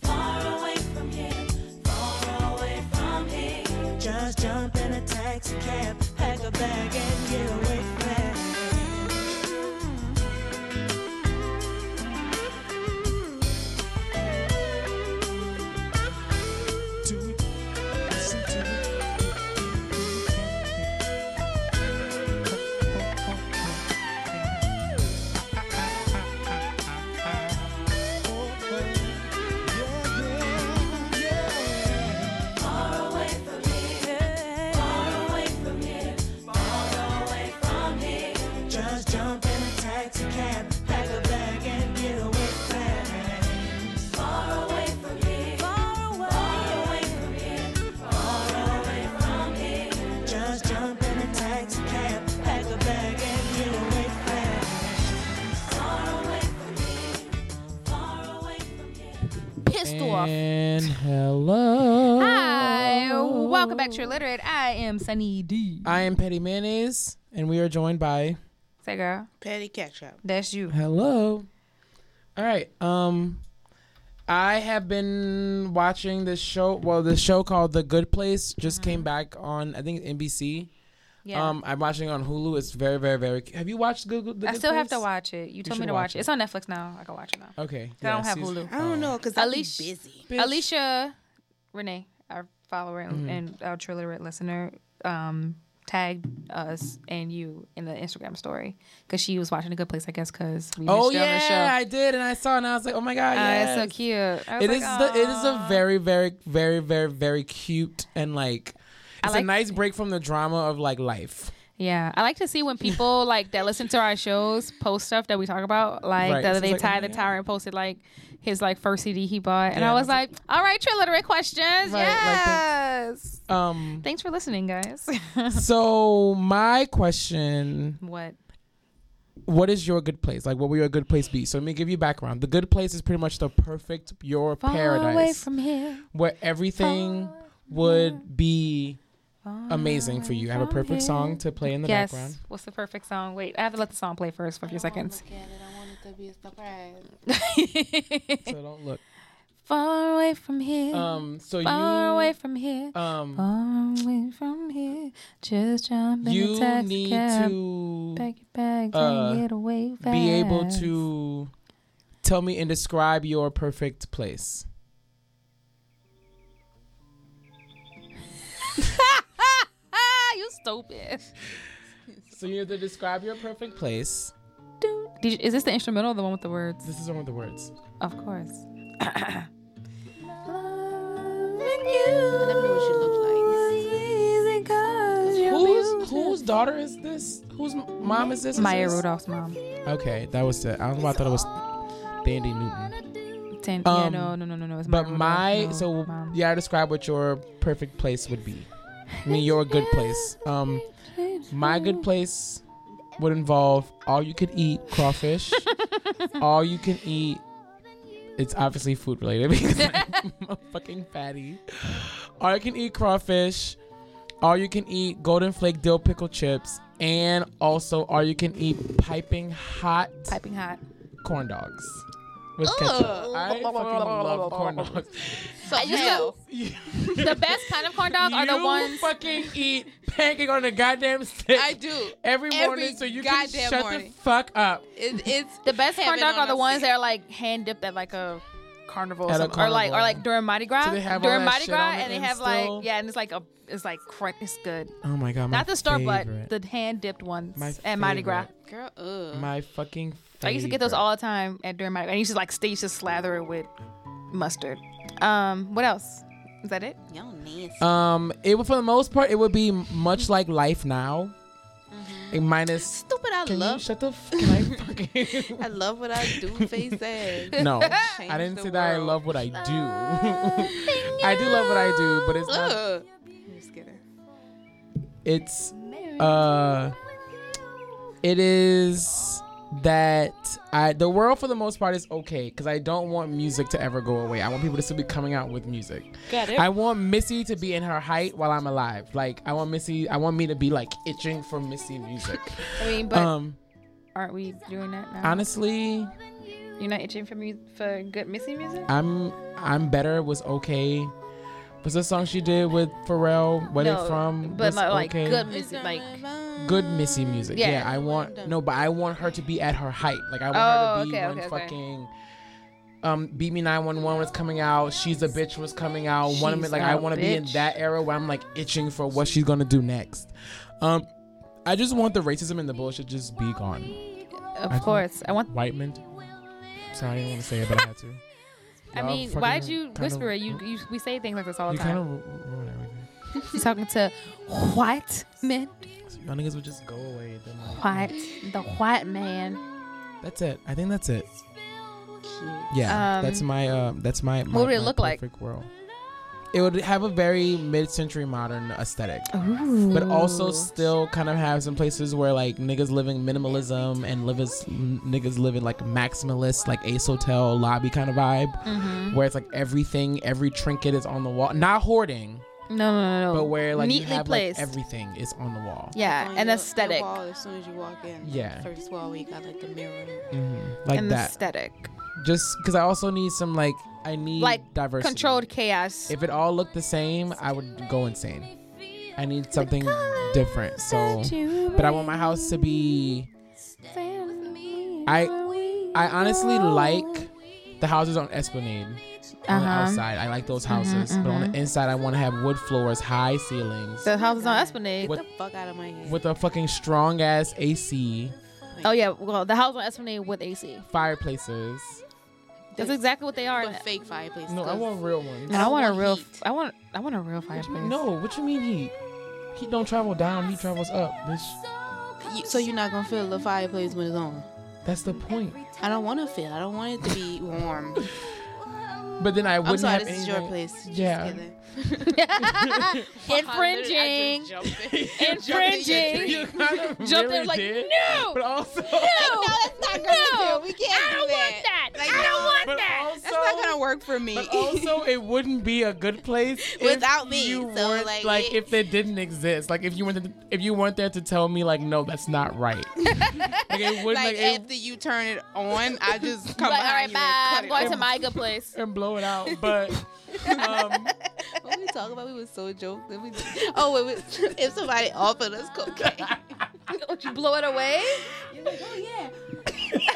Speaker 9: far away from here, far away from here.
Speaker 10: Just jump in a taxi cab, pack a bag and get away fast. Do it, listen to
Speaker 9: Far away from here, far away from here, far away from here.
Speaker 10: it. Just jump in a taxi cab, pack a bag and get away fast.
Speaker 9: Far away from here, far away, far away from here, far away from here.
Speaker 10: Just jump in a taxi cab, pack a bag and get away fast.
Speaker 9: Far away from here, far away from here.
Speaker 5: Pissed off.
Speaker 4: And hello.
Speaker 5: Hi, welcome back to Illiterate. I am Sunny D.
Speaker 4: I am Petty Mayonnaise, and we are joined by.
Speaker 5: Say, girl.
Speaker 6: Petty ketchup.
Speaker 5: That's you.
Speaker 4: Hello. All right. Um, I have been watching this show. Well, this show called The Good Place just came back on. I think NBC.
Speaker 5: Mm-hmm. Yeah.
Speaker 4: Um, I'm watching it on Hulu. It's very, very, very. Have you watched Good? The
Speaker 5: I
Speaker 4: Good
Speaker 5: still have to
Speaker 4: Place?
Speaker 5: watch it. You
Speaker 4: You
Speaker 5: told me
Speaker 4: should
Speaker 5: to watch
Speaker 4: watch
Speaker 5: it.
Speaker 4: it.
Speaker 5: It's on Netflix now. I can watch it now.
Speaker 4: Okay.
Speaker 5: I don't have
Speaker 4: season-
Speaker 5: Hulu.
Speaker 6: I don't know, cause I be
Speaker 5: Alicia-
Speaker 6: busy.
Speaker 5: Alicia, Renee, our follower and,
Speaker 4: Mm-hmm.
Speaker 6: Mhm.
Speaker 5: and our Triller Red listener, um, tagged us and you in the Instagram story because she was watching a good place, I guess, because we
Speaker 4: Oh
Speaker 5: missed you on the show.
Speaker 4: yeah, I did, and I saw, it and I was like, oh my god,
Speaker 5: Oh, it's
Speaker 4: yes.
Speaker 5: so cute. I was
Speaker 4: It
Speaker 5: like,
Speaker 4: is the, it is a very, very, very, very, very cute and like
Speaker 5: I
Speaker 4: it's
Speaker 5: like-
Speaker 4: a nice break from the drama of like life.
Speaker 5: Yeah, I like to see when people like that listen to our shows post stuff that we talk about. Like "Mm,
Speaker 4: Right.
Speaker 5: the other
Speaker 4: It's
Speaker 5: day,
Speaker 4: like, oh
Speaker 5: Ty
Speaker 4: my
Speaker 5: the Tower and posted like his like first CD he bought, and
Speaker 4: Yeah,
Speaker 5: I
Speaker 4: I
Speaker 5: was
Speaker 4: was
Speaker 5: like, "All right, your literary questions, yes."
Speaker 4: Um,
Speaker 5: Thanks for listening, guys.
Speaker 4: so my question:
Speaker 5: what?
Speaker 4: What is your good place? Like, what will your good place be? So let me give you background. The good place is pretty much the perfect your paradise.
Speaker 5: away from here.
Speaker 4: where everything would be amazing for you. I have a perfect song to play in the
Speaker 5: yes.
Speaker 4: background.
Speaker 5: What's the perfect song? Wait, I have to let the song play first for a few seconds.
Speaker 4: So don't look.
Speaker 5: Far away from here.
Speaker 4: Um, so
Speaker 5: far
Speaker 4: you-
Speaker 5: away from here.
Speaker 4: um,
Speaker 5: far away from here. Just jump in
Speaker 4: you
Speaker 5: a taxi
Speaker 4: need
Speaker 5: cab.
Speaker 4: to,
Speaker 5: pack your bags
Speaker 4: uh,
Speaker 5: and get away fast.
Speaker 4: Be able to tell me and describe your perfect place.
Speaker 5: Ah, you stupid.
Speaker 4: So you have to describe your perfect place.
Speaker 5: Did you, is this the instrumental or the one with the words?
Speaker 4: This is the one with the words.
Speaker 5: Of course.
Speaker 4: Whose whose daughter is this? Whose m- mom is this?
Speaker 5: Maya
Speaker 4: Is this?
Speaker 5: Rudolph's mom.
Speaker 4: Okay, that was it. I don't know. why I thought it was Dandy Newton.
Speaker 5: Ten, yeah,
Speaker 4: Um,
Speaker 5: no, no, no, no, no. It's
Speaker 4: But my
Speaker 5: Rudolph's
Speaker 4: so
Speaker 5: mom.
Speaker 4: yeah, I describe what your perfect place would be. I mean, your good place. Um, my good place would involve all you could eat crawfish, all you can eat. It's obviously food related because I'm a fucking fatty. All you can eat crawfish, all you can eat golden flake dill pickle chips, and also all you can eat piping hot
Speaker 5: piping hot
Speaker 4: corn dogs with ketchup. I fucking love corn dogs.
Speaker 5: So the best kind of corn dogs are the
Speaker 4: You
Speaker 5: ones
Speaker 4: fucking eat pancake on a goddamn stick. I
Speaker 6: do
Speaker 4: every
Speaker 5: Every
Speaker 4: morning, so you can
Speaker 5: goddamn
Speaker 4: shut
Speaker 5: morning.
Speaker 4: the fuck up.
Speaker 6: It, it's
Speaker 5: the best corn
Speaker 6: heaven
Speaker 5: dogs
Speaker 6: on
Speaker 5: are the
Speaker 6: a
Speaker 5: ones
Speaker 6: stick.
Speaker 5: that are like hand dipped at like a carnival, or,
Speaker 4: At a
Speaker 5: something. or like or like
Speaker 4: carnival.
Speaker 5: during Mardi Gras.
Speaker 4: they have all
Speaker 5: during
Speaker 4: that
Speaker 5: Mardi
Speaker 4: shit on
Speaker 5: Gras,
Speaker 4: the
Speaker 5: and they
Speaker 4: end
Speaker 5: have
Speaker 4: still?
Speaker 5: like yeah, and it's like a it's like cr- it's good.
Speaker 4: Oh my god, my
Speaker 5: Not the store,
Speaker 4: favorite.
Speaker 5: but the hand dipped ones
Speaker 4: My
Speaker 5: at Mardi Gras.
Speaker 6: Girl, ugh.
Speaker 4: my fucking.
Speaker 5: I used to get those
Speaker 4: favorite.
Speaker 5: all the time at during Mardi Gras. And you just like stay, just slather it with mustard. Um, what else? Is that it?
Speaker 6: Y'all nasty.
Speaker 4: Um, it would for the most part, it would be much like life now.
Speaker 5: Mm-hmm.
Speaker 4: A minus. Stupid,
Speaker 6: I love-
Speaker 4: shut the. F- can I fucking.
Speaker 6: I love what I do, face ass.
Speaker 4: No,
Speaker 6: Change
Speaker 4: I didn't
Speaker 6: the
Speaker 4: say that I
Speaker 6: world.
Speaker 4: love what I do.
Speaker 5: Uh,
Speaker 4: I do love what I do, but it's not.
Speaker 6: Ugh. I'm just kidding.
Speaker 4: It's uh it is that I the world for the most part is okay because I don't want music to ever go away. I want people to still be coming out with music.
Speaker 5: Got it.
Speaker 4: I want Missy to be in her height while I'm alive. Like I want Missy I want me to be like itching for Missy music.
Speaker 5: I mean, but
Speaker 4: um
Speaker 5: aren't we doing that now?
Speaker 4: honestly
Speaker 5: You're not itching for mu- for good Missy music?
Speaker 4: I'm I'm better was okay. Was the song she did with Pharrell? What
Speaker 5: No,
Speaker 4: it from?
Speaker 5: But
Speaker 4: was
Speaker 5: like, like
Speaker 4: okay?
Speaker 5: good music, like
Speaker 4: good Missy music.
Speaker 5: Yeah.
Speaker 4: Yeah. I want no, but I want her to be at her height. Like I want her
Speaker 5: Oh,
Speaker 4: to be
Speaker 5: okay,
Speaker 4: when
Speaker 5: okay, okay.
Speaker 4: fucking um Beat Me 911 was coming out, She's a Bitch was coming out. One of
Speaker 5: She's
Speaker 4: it like I
Speaker 5: a
Speaker 4: want to be in
Speaker 5: Bitch.
Speaker 4: that era where I'm like itching for what she's going to do next. Um I just want the racism and the bullshit just be gone.
Speaker 5: of
Speaker 4: I-
Speaker 5: course. I want.
Speaker 4: White men. Sorry, I didn't want to say it, but I had to.
Speaker 5: I
Speaker 4: Y'all
Speaker 5: mean,
Speaker 4: fucking
Speaker 5: why'd you
Speaker 4: kinda-
Speaker 5: whisper it? You, you we say things like this all the
Speaker 4: You
Speaker 5: time.
Speaker 4: kind of ruined everything.
Speaker 5: You're talking to white men,
Speaker 4: Y'all niggas would just go away. Then like,
Speaker 5: white the white man.
Speaker 4: That's it. I think that's it. Yeah,
Speaker 5: Um,
Speaker 4: that's my uh, that's my. my
Speaker 5: what would it
Speaker 4: my
Speaker 5: look like?
Speaker 4: perfect World. It would have a very mid-century modern aesthetic,
Speaker 5: Ooh.
Speaker 4: but also still kind of have some places where like niggas living minimalism and livers, n- niggas living like maximalist, like Ace Hotel lobby kind of vibe,
Speaker 5: Mhm.
Speaker 4: where it's like everything, every trinket is on the wall, not hoarding,
Speaker 5: No, no, no, no.
Speaker 4: but where like you
Speaker 5: Oh, neatly
Speaker 4: have
Speaker 5: placed.
Speaker 4: like everything is on the wall.
Speaker 5: yeah,
Speaker 6: On
Speaker 5: an
Speaker 6: your-
Speaker 5: aesthetic,
Speaker 6: Oh, Your wall, as soon as you walk in. like,
Speaker 4: Yeah.
Speaker 6: First wall, we got like the mirror.
Speaker 4: Mhm, like
Speaker 5: an
Speaker 4: that.
Speaker 5: aesthetic,
Speaker 4: Just because I also need some like I need
Speaker 5: like
Speaker 4: diversity.
Speaker 5: controlled chaos.
Speaker 4: If it all looked the same, I would go insane. I need something different. So, but I want my house to be. I I honestly like the houses on Esplanade on the
Speaker 5: Uh-huh.
Speaker 4: outside. I like those houses, but on
Speaker 5: mhm.
Speaker 4: the inside, I want to have wood floors, high ceilings,
Speaker 5: the house is on Esplanade.
Speaker 6: Get the fuck out of my head.
Speaker 4: with a fucking strong ass AC,
Speaker 5: Oh yeah, well the house on Esplanade with AC.
Speaker 4: fireplaces.
Speaker 5: That's exactly what they are.
Speaker 6: But fake fireplace.
Speaker 4: No, I
Speaker 6: 'cause
Speaker 4: want real ones.
Speaker 5: And I want a real.
Speaker 6: heat.
Speaker 5: I want. I want a real fireplace.
Speaker 4: No, what you mean he? He don't travel down. He travels up, bitch.
Speaker 6: You, so you're not gonna feel the fireplace when it's on.
Speaker 4: That's the point.
Speaker 6: I don't want to feel. I don't want it to be warm.
Speaker 4: But then I
Speaker 6: I'm
Speaker 4: wouldn't
Speaker 6: sorry,
Speaker 4: have
Speaker 6: this is your
Speaker 4: anything-
Speaker 6: place. Just
Speaker 4: Yeah.
Speaker 6: kidding.
Speaker 5: infringing, infringing.
Speaker 4: You kind of
Speaker 5: Jumped
Speaker 4: really
Speaker 5: in like
Speaker 4: did,
Speaker 5: no,
Speaker 4: But also,
Speaker 5: no,
Speaker 6: that's not gonna
Speaker 5: no.
Speaker 6: do. We can't
Speaker 5: I
Speaker 6: do
Speaker 5: don't want that.
Speaker 6: that. Like,
Speaker 5: I don't
Speaker 6: no.
Speaker 5: want
Speaker 4: but
Speaker 5: that.
Speaker 4: also,
Speaker 6: That's not gonna work for me.
Speaker 4: but also, it wouldn't be a good place if
Speaker 6: Without me,
Speaker 4: You
Speaker 6: so,
Speaker 4: weren't,
Speaker 6: like, it-
Speaker 4: if they didn't exist, like if you went, to, if you weren't there to tell me, like, no, that's not right. like it would,
Speaker 6: like,
Speaker 4: like, it,
Speaker 6: after you turn it on, I just come
Speaker 5: Like, all right,
Speaker 6: behind
Speaker 5: bye.
Speaker 6: you
Speaker 5: I'm
Speaker 6: and cut
Speaker 5: going
Speaker 6: it
Speaker 5: to
Speaker 6: off.
Speaker 5: my good place.
Speaker 4: and blow it out. But um,
Speaker 6: What we talking about? We was so joked. That we oh, wait, wait. if somebody offered us cocaine,
Speaker 5: Would you blow it away?
Speaker 6: you're like, oh yeah.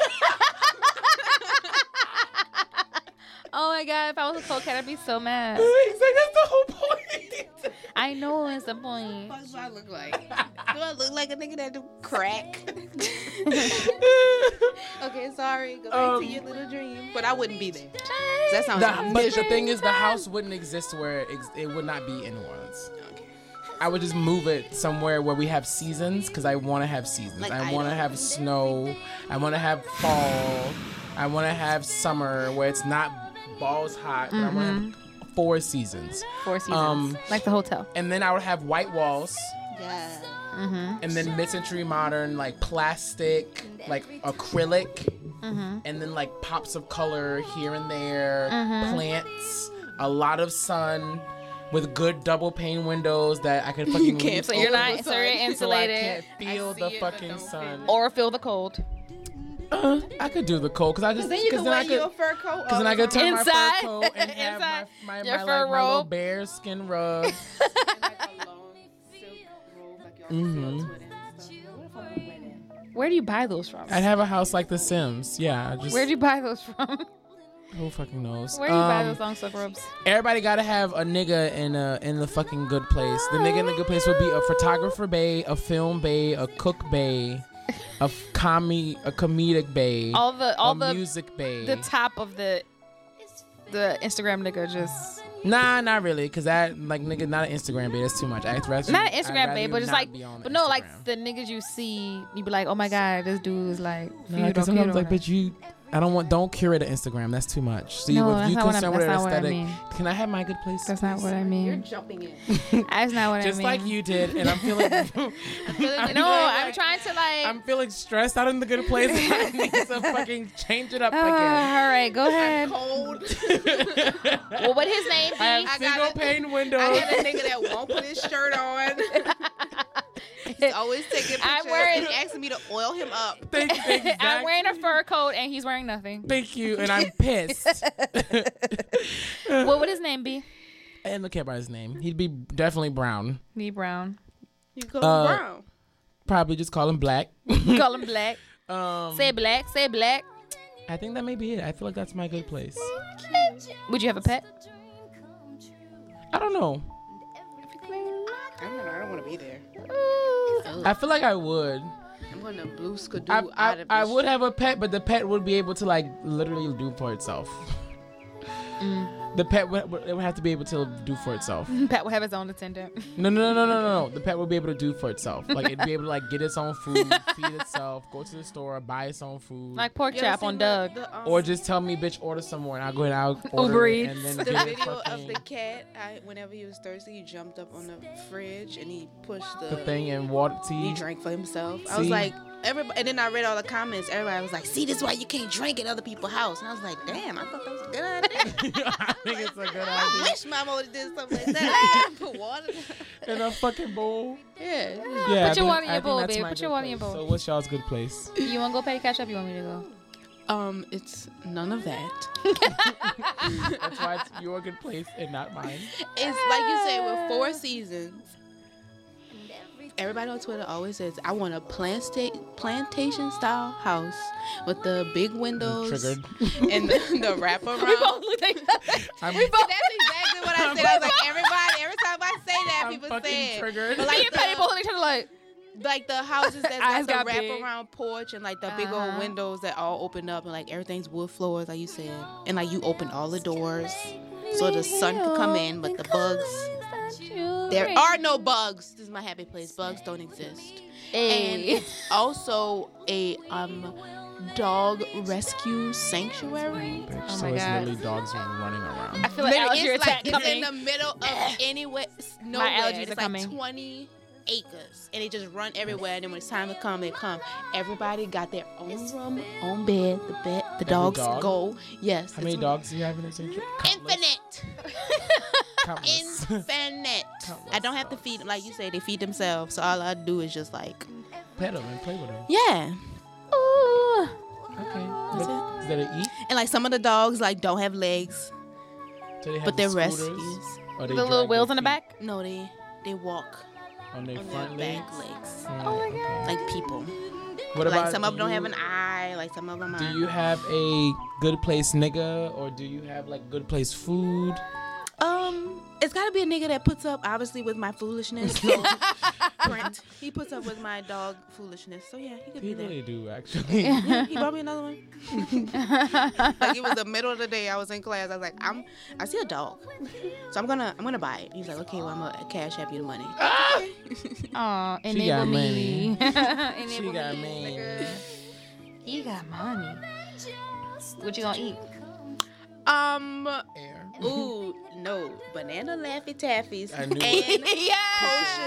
Speaker 5: Oh my god, if I was a cokehead, I'd be so mad.
Speaker 4: it's like that's the whole point.
Speaker 5: I I know it's the point.
Speaker 6: What do I look like? Do I look like a nigga that do crack? okay, sorry. Go back
Speaker 4: Um,
Speaker 6: to your little dream. But I wouldn't be there. 'Cause That sounds
Speaker 4: The- but the
Speaker 6: miserable.
Speaker 4: thing is, the house wouldn't exist where it, ex- it would not be in New Orleans. I would just move it somewhere where we have seasons because I want to have seasons.
Speaker 6: Like
Speaker 4: I want to have snow. I want to have fall. I want to have summer where it's not balls hot. But I want to have four seasons.
Speaker 5: Four seasons.
Speaker 4: Um,
Speaker 5: like the hotel.
Speaker 4: And then I would have white walls
Speaker 6: Yeah.
Speaker 5: Mm-hmm.
Speaker 4: and then mid-century modern like plastic, like acrylic.
Speaker 5: Mm-hmm.
Speaker 4: and then like pops of color here and there,
Speaker 5: Mhm.
Speaker 4: plants, a lot of sun, with good double pane windows that I can fucking. leave
Speaker 5: so you're
Speaker 4: open.
Speaker 5: not so you're
Speaker 4: So I
Speaker 5: insulated.
Speaker 4: can't feel the fucking sun.
Speaker 5: Or feel the cold.
Speaker 4: Uh, I could do the cold because I just
Speaker 5: then you can
Speaker 4: then
Speaker 5: wear
Speaker 4: I could,
Speaker 5: your fur coat
Speaker 4: Because then I could turn my
Speaker 5: Inside.
Speaker 4: fur coat and have
Speaker 5: Inside.
Speaker 4: my, my,
Speaker 5: Your fur
Speaker 4: my, like, my little
Speaker 5: robe.
Speaker 4: bear skin rug. hmm
Speaker 5: Where do you buy those from?
Speaker 4: I'd have a house like The Sims. Yeah, I just
Speaker 5: Where do you buy those from?
Speaker 4: who fucking knows?
Speaker 5: Where do you buy
Speaker 4: Um,
Speaker 5: those long silk robes?
Speaker 4: Everybody gotta have a nigga in a in the fucking good place. The nigga in the good place would be a photographer bay, a film bay, a cook bay, a f- comi a comedic bay,
Speaker 5: All the all
Speaker 4: a
Speaker 5: the
Speaker 4: music bay.
Speaker 5: The top of the the Instagram nigga just
Speaker 4: nah, not really, cause that like nigga not an Instagram bay. That's too much. I'd rather
Speaker 5: not
Speaker 4: I'd
Speaker 5: Instagram
Speaker 4: rather
Speaker 5: babe,
Speaker 4: you
Speaker 5: but just
Speaker 4: not
Speaker 5: like
Speaker 4: be on
Speaker 5: but no like the niggas you see, you be like, oh my god, this dude is like
Speaker 4: Nah,
Speaker 5: feud
Speaker 4: 'cause
Speaker 5: on
Speaker 4: sometimes
Speaker 5: feud
Speaker 4: like,
Speaker 5: on
Speaker 4: but you, I don't want, don't curate an Instagram. That's too much. So you,
Speaker 5: No,
Speaker 4: if
Speaker 5: that's
Speaker 4: you
Speaker 5: not what I'm-
Speaker 4: concerned with
Speaker 5: that's not what I
Speaker 4: aesthetic,
Speaker 5: mean.
Speaker 4: can I have my good place?
Speaker 5: That's not what I mean. You're
Speaker 6: jumping in.
Speaker 5: That's not what
Speaker 4: Just
Speaker 5: I mean.
Speaker 4: like you did, and I'm feeling.
Speaker 5: no, I'm trying to like.
Speaker 4: I'm feeling stressed out in the good place. I need to fucking change it up
Speaker 5: Ah,
Speaker 4: again.
Speaker 5: all right, go ahead. well, what his name be?
Speaker 4: I have single pane windows.
Speaker 6: I got a nigga that won't put his shirt on. He's always taking pictures.
Speaker 5: I'm wearing-
Speaker 6: He asking me to oil him up.
Speaker 4: Thank, thank, you,
Speaker 5: I'm
Speaker 4: Zach.
Speaker 5: wearing a fur coat and he's wearing nothing.
Speaker 4: thank you, and I'm pissed.
Speaker 5: what would his name be?
Speaker 4: and look at his name. He'd be definitely brown.
Speaker 5: Me Brown.
Speaker 6: You go
Speaker 4: Uh, brown. Probably just call him black.
Speaker 5: Call him black.
Speaker 4: Um,
Speaker 5: say black. Say black.
Speaker 4: I think that may be it. I feel like that's my good place.
Speaker 5: Would you have a pet?
Speaker 4: I don't know.
Speaker 6: I don't know. I don't want to be there.
Speaker 4: I feel like I would.
Speaker 6: I'm going to blue skidoo
Speaker 4: I,
Speaker 6: out
Speaker 4: I,
Speaker 6: of
Speaker 4: I
Speaker 6: this
Speaker 4: would have a pet, but the pet would be able to like literally do for itself.
Speaker 6: Mm.
Speaker 4: The pet would, would, it would have to be able to do for itself.
Speaker 5: Pat would have his own attendant.
Speaker 4: No, no, no, no, no, no. The pet would be able to do for itself. Like it'd be able to like get its own food, feed itself, go to the store, buy its own food.
Speaker 5: Like pork
Speaker 6: You ever
Speaker 5: chop on
Speaker 6: seen
Speaker 5: Doug.
Speaker 6: the, um,
Speaker 4: or just tell me, bitch, order some more, and I'll go and I'll order
Speaker 5: Uber
Speaker 4: it,
Speaker 5: Eats.
Speaker 4: and then
Speaker 6: the
Speaker 4: get it
Speaker 6: video of
Speaker 4: fucking
Speaker 6: the cat. I, whenever he was thirsty, he jumped up on the fridge and he pushed the,
Speaker 4: the thing and water tea.
Speaker 6: He drank for himself. I was
Speaker 4: See?
Speaker 6: like, everybody. And then I read all the comments. Everybody was like, "See, this is why you can't drink at other people's house." And I was like, "Damn, I thought that was a good idea.
Speaker 4: I think it's a good
Speaker 6: I
Speaker 4: idea.
Speaker 6: wish Mama would have did something like that. I put water.
Speaker 4: In a fucking bowl.
Speaker 6: Yeah.
Speaker 5: Put
Speaker 4: Yeah,
Speaker 5: your
Speaker 4: I
Speaker 5: water
Speaker 4: think-
Speaker 5: in your
Speaker 4: I think
Speaker 5: bowl,
Speaker 4: that's
Speaker 5: babe.
Speaker 4: my
Speaker 5: Put your
Speaker 4: good
Speaker 5: water in your
Speaker 4: place. So
Speaker 5: bowl.
Speaker 4: what's y'all's good place?
Speaker 5: You want to go pay catch up? You want me to go?
Speaker 6: Um, it's none of that.
Speaker 4: That's why it's your good place and not mine.
Speaker 6: It's like you said with four seasons. Everybody on Twitter always says, "I want a planta- plantation style house with the big
Speaker 5: Oh,
Speaker 6: windows
Speaker 4: Triggered.
Speaker 6: and the, the wraparound." we both
Speaker 5: look like
Speaker 4: I'm-
Speaker 6: That's exactly what I said. I was like, everybody, every time I say that,
Speaker 4: I'm
Speaker 6: people
Speaker 4: fucking
Speaker 6: say it.
Speaker 4: triggered.
Speaker 6: But
Speaker 5: Like Me
Speaker 6: like
Speaker 5: and Patty both
Speaker 6: the,
Speaker 5: look at each other like.
Speaker 6: like the houses that's
Speaker 5: Eyes
Speaker 6: got the
Speaker 5: got big.
Speaker 6: wraparound porch and like the big old
Speaker 5: Uh-huh.
Speaker 6: windows that all open up and like everything's wood floors, like you said, and like you open all the doors so the sun can come in, but the bugs. There are no bugs. This is my happy place. Bugs don't exist. And
Speaker 5: Hey.
Speaker 6: it's also a um dog rescue sanctuary.
Speaker 5: Oh
Speaker 4: so
Speaker 5: my
Speaker 4: it's
Speaker 5: God.
Speaker 4: literally dogs running around.
Speaker 5: I feel like
Speaker 6: Literally,
Speaker 5: allergy
Speaker 6: it's
Speaker 5: attack
Speaker 6: like it's
Speaker 5: coming.
Speaker 6: in the middle of anywhere, s- nowhere.
Speaker 5: allergies
Speaker 6: it's
Speaker 5: are
Speaker 6: like
Speaker 5: coming.
Speaker 6: 20 acres, and they just run everywhere. And then when it's time to come, they come. Everybody got their own room, own bed. The bed, the dogs
Speaker 4: dog?
Speaker 6: go. Yes.
Speaker 4: How many
Speaker 6: it's
Speaker 4: dogs do you have in this sanctuary?
Speaker 6: Infinite.
Speaker 4: Countless.
Speaker 6: Infinite. I don't have to feed them. Like you say, they feed themselves. So all I do is just like,
Speaker 4: Pet them and play with them.
Speaker 6: yeah.
Speaker 5: Ooh.
Speaker 4: Okay.
Speaker 5: Ah,
Speaker 4: But Is that E? an eat?
Speaker 6: And like some of the dogs like don't have legs,
Speaker 4: Do they have
Speaker 6: but they're
Speaker 4: scooters?
Speaker 6: rescues.
Speaker 4: Or
Speaker 5: The
Speaker 4: they
Speaker 5: little
Speaker 4: drag
Speaker 5: wheels
Speaker 4: their
Speaker 5: in the
Speaker 4: feet
Speaker 5: back.
Speaker 6: No, they they walk
Speaker 4: On their
Speaker 6: on their
Speaker 4: front legs.
Speaker 6: back legs,
Speaker 4: Oh my god.
Speaker 6: like people.
Speaker 4: What
Speaker 6: like
Speaker 4: about
Speaker 6: some of
Speaker 4: do
Speaker 6: them don't have
Speaker 4: you-
Speaker 6: an eye. Like some of uh, them.
Speaker 4: Do
Speaker 6: are.
Speaker 4: you have a good place nigga or do you have like good place food?
Speaker 6: Um, Um, it's got to be a nigga that puts up, obviously, with my foolishness. So, Brent, he puts up with my dog foolishness. So yeah, he could
Speaker 4: You
Speaker 6: be there.
Speaker 4: really do, actually.
Speaker 6: yeah, he bought me another one. like it was the middle of the day. I was in class. I was like, I'm. I see a dog, so I'm gonna I'm gonna buy it. He's like, okay, well I'm gonna cash app you the money.
Speaker 5: Aw,
Speaker 6: She got
Speaker 5: enable me.
Speaker 6: money.
Speaker 5: Enable
Speaker 6: She got
Speaker 5: me, nigga. You got money. What you gonna eat?
Speaker 6: Um. Ooh, no, banana laffy taffies
Speaker 5: I
Speaker 6: and
Speaker 5: knew it.
Speaker 6: yeah,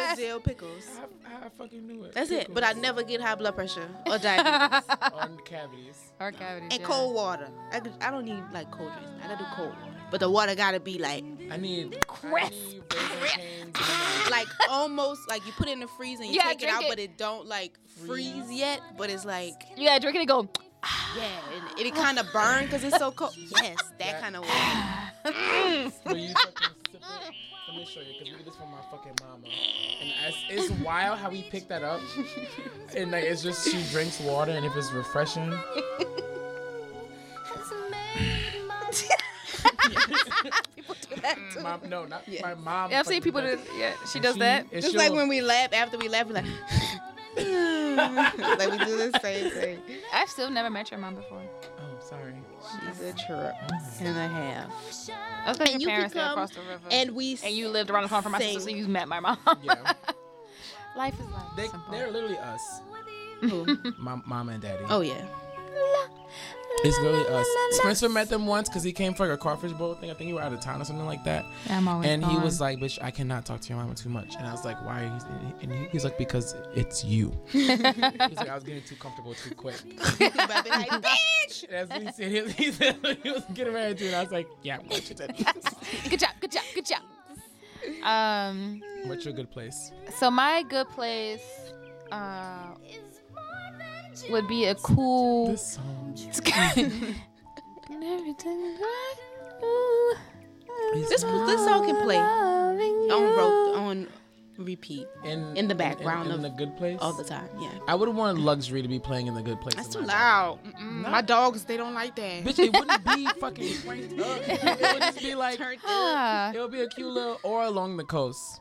Speaker 6: kosher dill pickles.
Speaker 4: I, fucking knew it.
Speaker 6: That's it. But I never get high blood pressure or diabetes
Speaker 4: on cavities.
Speaker 5: Or cavities.
Speaker 6: and cold water. I, could- I don't need like cold drinks. I gotta do cold water, but the water gotta be like
Speaker 4: I need
Speaker 6: crisp, crisp. like almost like you put it in the freezer and you
Speaker 5: Yeah,
Speaker 6: take it
Speaker 5: drink
Speaker 6: out,
Speaker 5: it.
Speaker 6: but it don't like freeze yet. But it's like
Speaker 5: You gotta drink it and go.
Speaker 6: yeah, and it kind of burn because it's so cold. Yes, that kind of water.
Speaker 4: Will you fucking sip it? Let me show you, because we did this from my fucking mama. And it's, it's wild how we picked that up. And like, it's just she drinks water, and if it's refreshing,
Speaker 6: People do that too.
Speaker 4: Mom, no, not my mom.
Speaker 5: I've seen
Speaker 4: fucking
Speaker 5: people do.
Speaker 4: does it.
Speaker 5: Mm. Yeah, she
Speaker 4: And
Speaker 5: does
Speaker 4: she-
Speaker 5: that.
Speaker 4: and
Speaker 6: Just
Speaker 4: she'll-
Speaker 6: like when we laugh after we laugh, we're like, like we do the same thing.
Speaker 5: I've still never met your mom before.
Speaker 4: Oh, sorry.
Speaker 6: She's a trip and a half.
Speaker 5: That's because
Speaker 6: And
Speaker 5: your
Speaker 6: you could
Speaker 5: parents live
Speaker 6: come
Speaker 5: across the river.
Speaker 6: and we
Speaker 5: and you lived around the corner from my sister, so
Speaker 6: sing.
Speaker 5: you met my mom.
Speaker 4: Yeah.
Speaker 5: Life is life.
Speaker 4: They, they're literally us. My mama and daddy.
Speaker 6: Oh yeah.
Speaker 4: It's literally us. Spencer met them once because he came for a crawfish bowl thing. I think you were out of town or something like that.
Speaker 5: Yeah, I'm always
Speaker 4: and he
Speaker 5: gone.
Speaker 4: was like, "Bitch, I cannot talk to your mama too much." And I was like, "Why?" Are you? And he- he's like, "Because it's you." he's like, "I was getting too comfortable too quick."
Speaker 6: Bitch!
Speaker 4: That's what he said. He, he said he was getting married to, it. and I was like, "Yeah, I'm with you, Teddy.
Speaker 5: good job, good job, good job. Um,
Speaker 4: What's your good place?"
Speaker 5: so my good place uh, would be a cool.
Speaker 4: This song.
Speaker 6: This this song can play on rope on repeat in, the background
Speaker 4: in,
Speaker 6: of
Speaker 4: the good place
Speaker 6: all the time. Yeah,
Speaker 4: I would want luxury to be playing in the good place.
Speaker 6: that's
Speaker 4: in
Speaker 6: too
Speaker 4: my-
Speaker 6: loud. Mm-mm. My dogs they don't like that.
Speaker 4: Bitch, it wouldn't be fucking cranked up. It would just be like,
Speaker 5: Ah.
Speaker 4: it would be a cute little, or along the coast.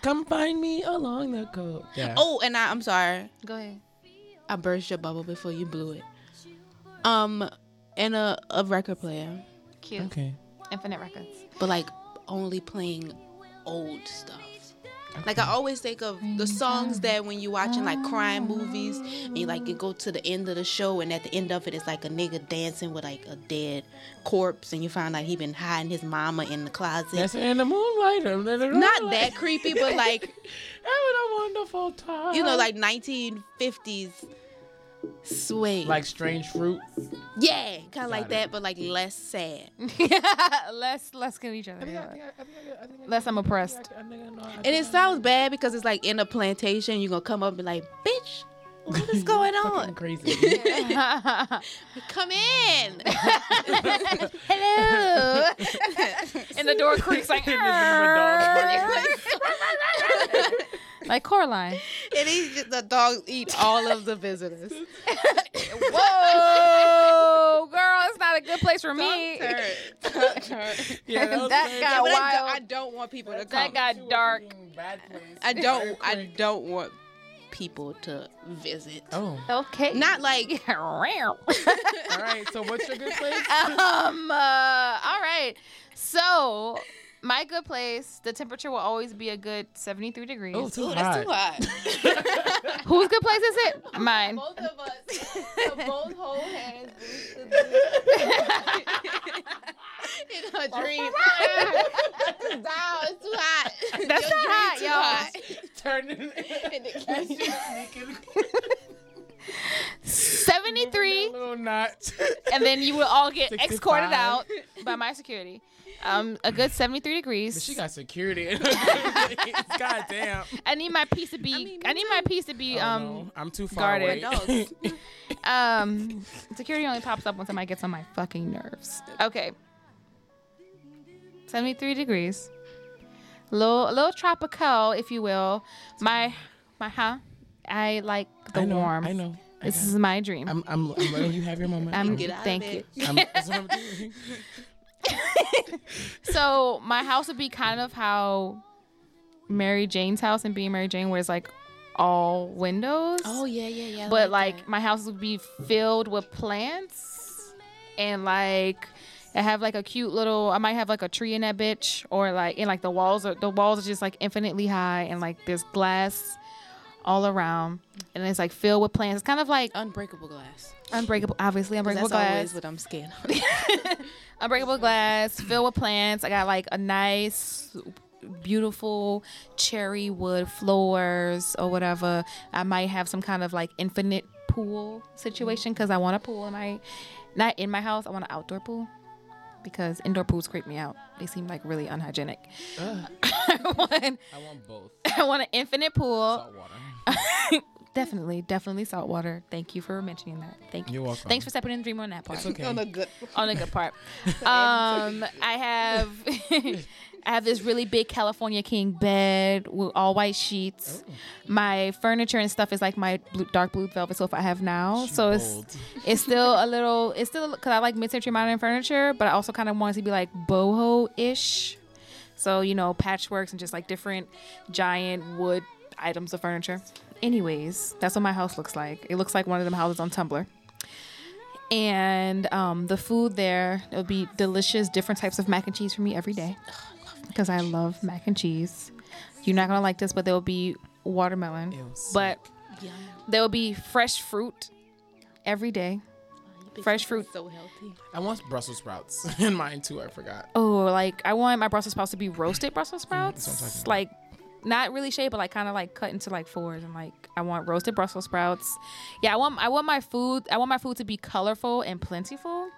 Speaker 4: Come find me along the coast. Yeah.
Speaker 6: Oh, and I, I'm sorry.
Speaker 5: Go ahead.
Speaker 6: I burst your bubble before you blew it. Um, and a, a record player,
Speaker 5: Cute.
Speaker 4: Okay.
Speaker 5: Infinite Records.
Speaker 6: but like only playing old stuff. Like I always think of the songs that when you're watching like crime movies and you like you go to the end of the show and at the end of it it's like a nigga dancing with like a dead corpse and you find out he been hiding his mama in the closet.
Speaker 4: That's in the moonlight. I'm in the
Speaker 6: Not
Speaker 4: moonlight.
Speaker 6: that creepy, but like
Speaker 4: having a wonderful time.
Speaker 6: you know, like 1950s sway.
Speaker 4: like strange fruit.
Speaker 6: Yeah, kind of like
Speaker 4: it.
Speaker 6: that, but like less sad.
Speaker 5: less less kill each other. yeah. Less I'm oppressed.
Speaker 6: And it sounds bad because it's like in a plantation, you're gonna come up and be like, bitch, what is going on?
Speaker 4: Crazy.
Speaker 6: come in.
Speaker 5: Hello. and the door creaks like. like Coraline.
Speaker 6: and he's just, the dogs eat all of the visitors.
Speaker 5: Whoa, girl, it's not a good place for me.
Speaker 4: Yeah,
Speaker 5: that, got
Speaker 4: that was crazy.
Speaker 6: Yeah, but I, don't, I
Speaker 5: wild.
Speaker 6: don't want people to come.
Speaker 5: That got dark.
Speaker 4: Bad place.
Speaker 6: I don't. I don't want people to visit.
Speaker 4: Oh.
Speaker 5: Okay.
Speaker 6: Not like
Speaker 4: All right. So what's your good place?
Speaker 5: um. Uh, all right. So, my good place. The temperature will always be a good seventy-three degrees.
Speaker 4: Oh, too Ooh, that's hot. too
Speaker 5: Whose good place is it? Mine.
Speaker 7: Both of us. so both hold hands.
Speaker 6: in her dreams. Wow, it's too hot.
Speaker 5: That's not hot, y'all.
Speaker 4: Turning.
Speaker 5: Seventy-three,
Speaker 4: little knot.
Speaker 5: and then you will all get
Speaker 4: 65.
Speaker 5: escorted out by my security. Um, a good seventy-three degrees.
Speaker 4: She got security. in her place. God damn.
Speaker 5: I need my piece to be. I, need my piece to be. um.
Speaker 4: I'm too far
Speaker 5: guarded.
Speaker 4: away.
Speaker 5: Um, security only pops up when somebody gets on my fucking nerves. Okay. 73 degrees. Little, a little tropical, if you will. My, my, huh? I like the
Speaker 4: I know,
Speaker 5: warm.
Speaker 4: I know. I
Speaker 5: This
Speaker 4: got
Speaker 5: is my dream.
Speaker 4: I'm, I'm, I'm letting you have your moment.
Speaker 5: I'm-
Speaker 4: I'm-
Speaker 5: thank you.
Speaker 4: I'm- that's what I'm doing.
Speaker 5: so my house would be kind of how Mary Jane's house and being Mary Jane, where it's like all windows.
Speaker 7: Oh, yeah, yeah, yeah, I
Speaker 5: But like, my house would be filled with plants, and like I have like a cute little. I might have like a tree in that bitch, or like and like the walls are the walls are just like infinitely high, and like there's glass all around, and it's like filled with plants. It's kind of like
Speaker 7: unbreakable glass.
Speaker 5: Unbreakable, obviously, unbreakable
Speaker 7: Oh. that's
Speaker 5: glass.
Speaker 7: always what I'm scared of.
Speaker 5: Unbreakable glass filled with plants. I got like a nice, beautiful cherry wood floors or whatever. I might have some kind of like infinite pool situation because I want a pool in my, not in my house. I want an outdoor pool because indoor pools creep me out. They seem like really unhygienic. I want. I want both. I want an infinite pool. Salt water. definitely, definitely salt water. Thank you for mentioning that. Thank you.
Speaker 4: You're welcome.
Speaker 5: Thanks for stepping in three more on that part.
Speaker 4: It's okay. On the
Speaker 7: good.
Speaker 5: On the good part. um, I have. I have this really big California king bed with all white sheets. My furniture and stuff is like my blue, dark blue velvet sofa I have now. so it's it's still a little it's still because I like mid-century modern furniture, but I also kind of want it to be like boho-ish. So you know, patchworks and just like different giant wood items of furniture. Anyways, that's what my house looks like. It looks like one of them houses on Tumblr. And um, the food there, it'll be delicious, different types of mac and cheese for me every day because I love mac and cheese. You're not gonna like this, but there will be watermelon, but there will be fresh fruit every day. Fresh fruit.
Speaker 7: So healthy.
Speaker 4: I want Brussels sprouts in mine too. I forgot.
Speaker 5: Oh, like I want my Brussels sprouts to be roasted Brussels sprouts,
Speaker 4: Mm, that's what I'm talking
Speaker 5: like not really shaped, but like kind of like cut into like fours. And like I want roasted Brussels sprouts. Yeah, I want I want my food. I want my food to be colorful and plentiful,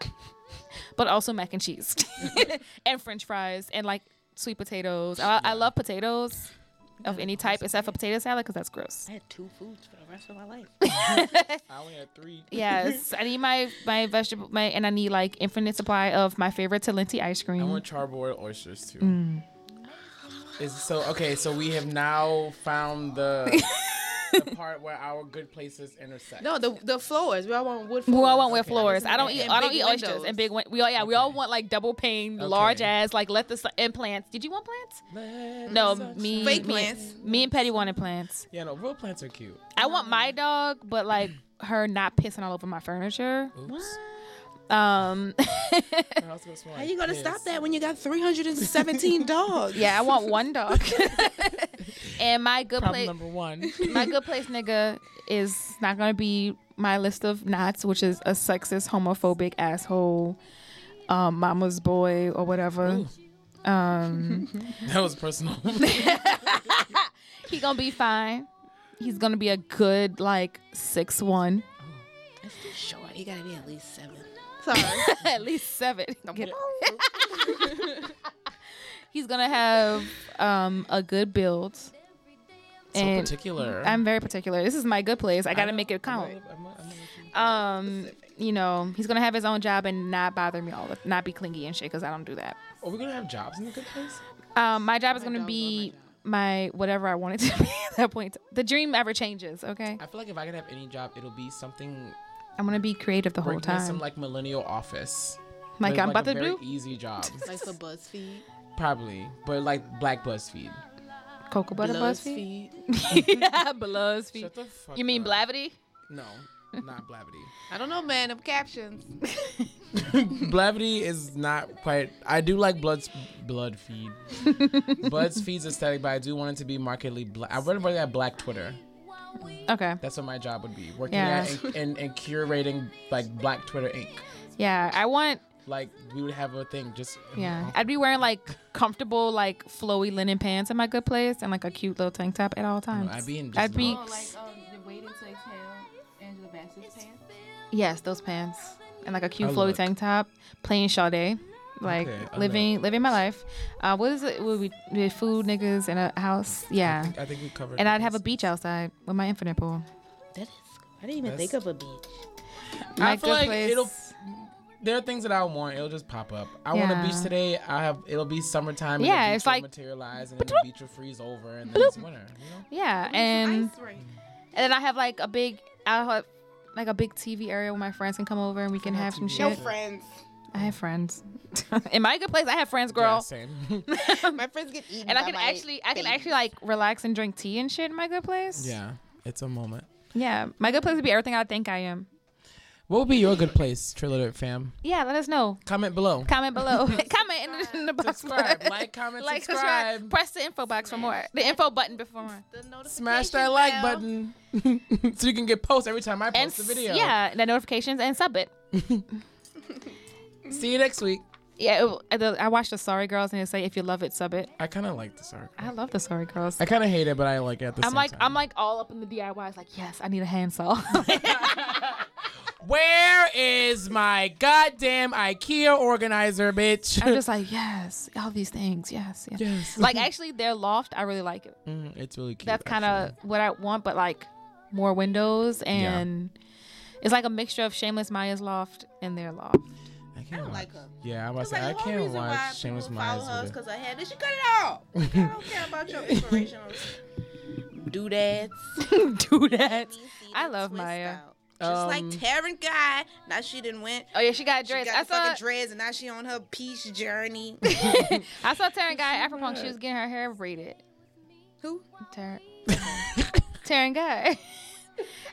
Speaker 5: but also mac and cheese and French fries and like sweet potatoes. I, I love potatoes of any type except for potato salad because that's gross.
Speaker 7: I had two foods for the rest of my life.
Speaker 4: I only had three.
Speaker 5: Yes, I need my my vegetable my and I need like infinite supply of my favorite Talenti ice cream.
Speaker 4: I want charboiled oysters too.
Speaker 5: Mm.
Speaker 4: Is so okay. So we have now found the, the part where our good places intersect.
Speaker 6: No, the the floors. We all want wood
Speaker 5: We
Speaker 6: floors.
Speaker 5: all want with floors. I don't eat.
Speaker 6: And
Speaker 5: I don't
Speaker 6: big
Speaker 5: eat oysters
Speaker 6: windows.
Speaker 5: and big. Win- we all yeah. We all want like double pane, large ass. Like let the sun- and plants. Did you want plants? no, me
Speaker 4: Fake
Speaker 5: me-
Speaker 4: plants.
Speaker 5: Me and Petty wanted plants.
Speaker 4: Yeah, no, real plants are cute.
Speaker 5: I want my dog, but like her not pissing all over my furniture. Um.
Speaker 6: How you gonna stop that when you got 317 dogs?
Speaker 5: Yeah, I want one dog. and my good
Speaker 4: Problem
Speaker 5: place
Speaker 4: number one.
Speaker 5: my good place nigga is not gonna be my list of knots, which is a sexist, homophobic asshole, um, mama's boy or whatever. Um,
Speaker 4: That was personal.
Speaker 5: he gonna be fine. He's gonna be a good like six one.
Speaker 7: It's too short. You gotta be at least seven.
Speaker 5: Sorry. At least seven. Get it? He's gonna have um, a good build.
Speaker 4: So particular.
Speaker 5: I'm very particular. This is my good place. I gotta make it count. Um, you know, he's gonna have his own job and not bother me all, the, not be clingy and shit, cause I don't do that.
Speaker 4: Are we gonna have jobs in the good place?
Speaker 5: Um, my job is gonna be my whatever I want it to be at that point. The dream ever changes. Okay,
Speaker 4: I feel like if I could have any job, it'll be something
Speaker 5: I'm gonna be creative the whole
Speaker 4: working in
Speaker 5: time.
Speaker 4: some like millennial office.
Speaker 5: Like
Speaker 4: With,
Speaker 5: I'm about
Speaker 4: a
Speaker 5: to
Speaker 4: very e-
Speaker 5: do?
Speaker 4: easy job,
Speaker 7: Like for BuzzFeed.
Speaker 4: probably, but like Black BuzzFeed.
Speaker 5: Cocoa butter BuzzFeed.
Speaker 7: BuzzFeed.
Speaker 5: yeah, BuzzFeed.
Speaker 4: Shut the fuck
Speaker 5: you mean
Speaker 4: up.
Speaker 5: Blavity?
Speaker 4: No, not Blavity.
Speaker 6: I don't know, man. Them captions.
Speaker 4: Blavity is not quite. I do like blood blood feed. Blood's feed's aesthetic, but I do want it to be markedly black. I would rather have black Twitter.
Speaker 5: Okay.
Speaker 4: That's what my job would be. Working
Speaker 5: Yeah.
Speaker 4: at and, and, and curating like Black Twitter Inc.
Speaker 5: Yeah, I want.
Speaker 4: Like we would have a thing. Just
Speaker 5: Yeah, I'd be wearing like comfortable, like flowy linen pants in my good place, and like a cute little tank top at all times.
Speaker 4: I'd be in just
Speaker 5: I'd be.
Speaker 4: Oh, like,
Speaker 7: um, waiting to exhale Angela Bassett's pants.
Speaker 5: Yes, those pants and like a cute
Speaker 7: I
Speaker 5: flowy
Speaker 7: look.
Speaker 5: tank top, playing Sade, like
Speaker 4: Okay, I
Speaker 5: living living my life. Uh, what is it? Would we we had food niggas in a house? Yeah,
Speaker 4: think- I think we covered
Speaker 5: And I'd
Speaker 4: this.
Speaker 5: have a beach outside with my infinite pool.
Speaker 7: That is. I didn't even
Speaker 4: That's-
Speaker 7: think of a beach.
Speaker 5: My
Speaker 4: I feel
Speaker 5: good
Speaker 4: like
Speaker 5: place.
Speaker 4: it'll. There are things that I want. It'll just pop up. I want a
Speaker 5: Yeah.
Speaker 4: beach today. I have. It'll be summertime. and
Speaker 5: Yeah,
Speaker 4: the beach
Speaker 5: it's
Speaker 4: will
Speaker 5: like-
Speaker 4: materialize, and then the beach will freeze over, and then it's winter.
Speaker 5: Yeah, and and then I have like a big, I have like a big TV area where my friends can come over and we can have some
Speaker 4: TV area.
Speaker 5: shit.
Speaker 4: Your
Speaker 6: friends.
Speaker 5: I have friends. Am I a good place? I have friends, girl.
Speaker 4: same.
Speaker 5: my friends get
Speaker 7: eaten
Speaker 5: And I
Speaker 7: by
Speaker 5: can
Speaker 7: my
Speaker 5: actually, I can
Speaker 7: babies.
Speaker 5: actually like relax and drink tea and shit in my good place.
Speaker 4: Yeah, it's a moment.
Speaker 5: Yeah, my good place would be everything I think I am.
Speaker 4: What would be your good place, Trilogy fam?
Speaker 5: Yeah, let us know.
Speaker 4: Comment below.
Speaker 5: Comment below. Comment in the, in the box.
Speaker 4: Subscribe. Like, comment, subscribe.
Speaker 5: Press the info box for more. The info button before more.
Speaker 4: Smash that like button so you can get posts every time I post a video.
Speaker 5: Yeah, the notifications and sub it.
Speaker 4: See you next week.
Speaker 5: Yeah, it- I- the- I watched the Sorry Girls and they say if you love it, sub it.
Speaker 4: I kind of like this art.
Speaker 5: I love the Sorry Girls.
Speaker 4: I kind of hate it, but I like it at the
Speaker 5: I'm
Speaker 4: same
Speaker 5: like
Speaker 4: time.
Speaker 5: I'm like all up in the DIYs. Like yes, I need a handsaw.
Speaker 4: Where is my goddamn IKEA organizer, bitch?
Speaker 5: I'm just like yes, all these things. Yes, yes.
Speaker 4: Yes.
Speaker 5: Like actually, their loft, I really like it.
Speaker 4: Mm, it's really cute.
Speaker 5: That's kind of what I want, but like more windows and it's like a mixture of Shameless Maya's loft and their loft.
Speaker 4: I can't
Speaker 5: like
Speaker 4: her. Yeah, I'm about to say I
Speaker 7: whole
Speaker 4: can't
Speaker 7: reason why
Speaker 4: watch Shameless Myers.
Speaker 7: because I had this. You cut it off. Like, I don't care about your inspirational doodads.
Speaker 5: doodads.
Speaker 7: I love Maya. Just
Speaker 5: Um,
Speaker 7: like Taryn Guy. Now she didn't went.
Speaker 5: Oh yeah, she got dreads.
Speaker 7: She got
Speaker 5: I
Speaker 7: the
Speaker 5: saw-
Speaker 7: fucking dreads, and now she on her peace journey.
Speaker 5: I saw Taryn Guy at Afropunk. She was getting her hair braided. Who? Taryn. Taryn Guy.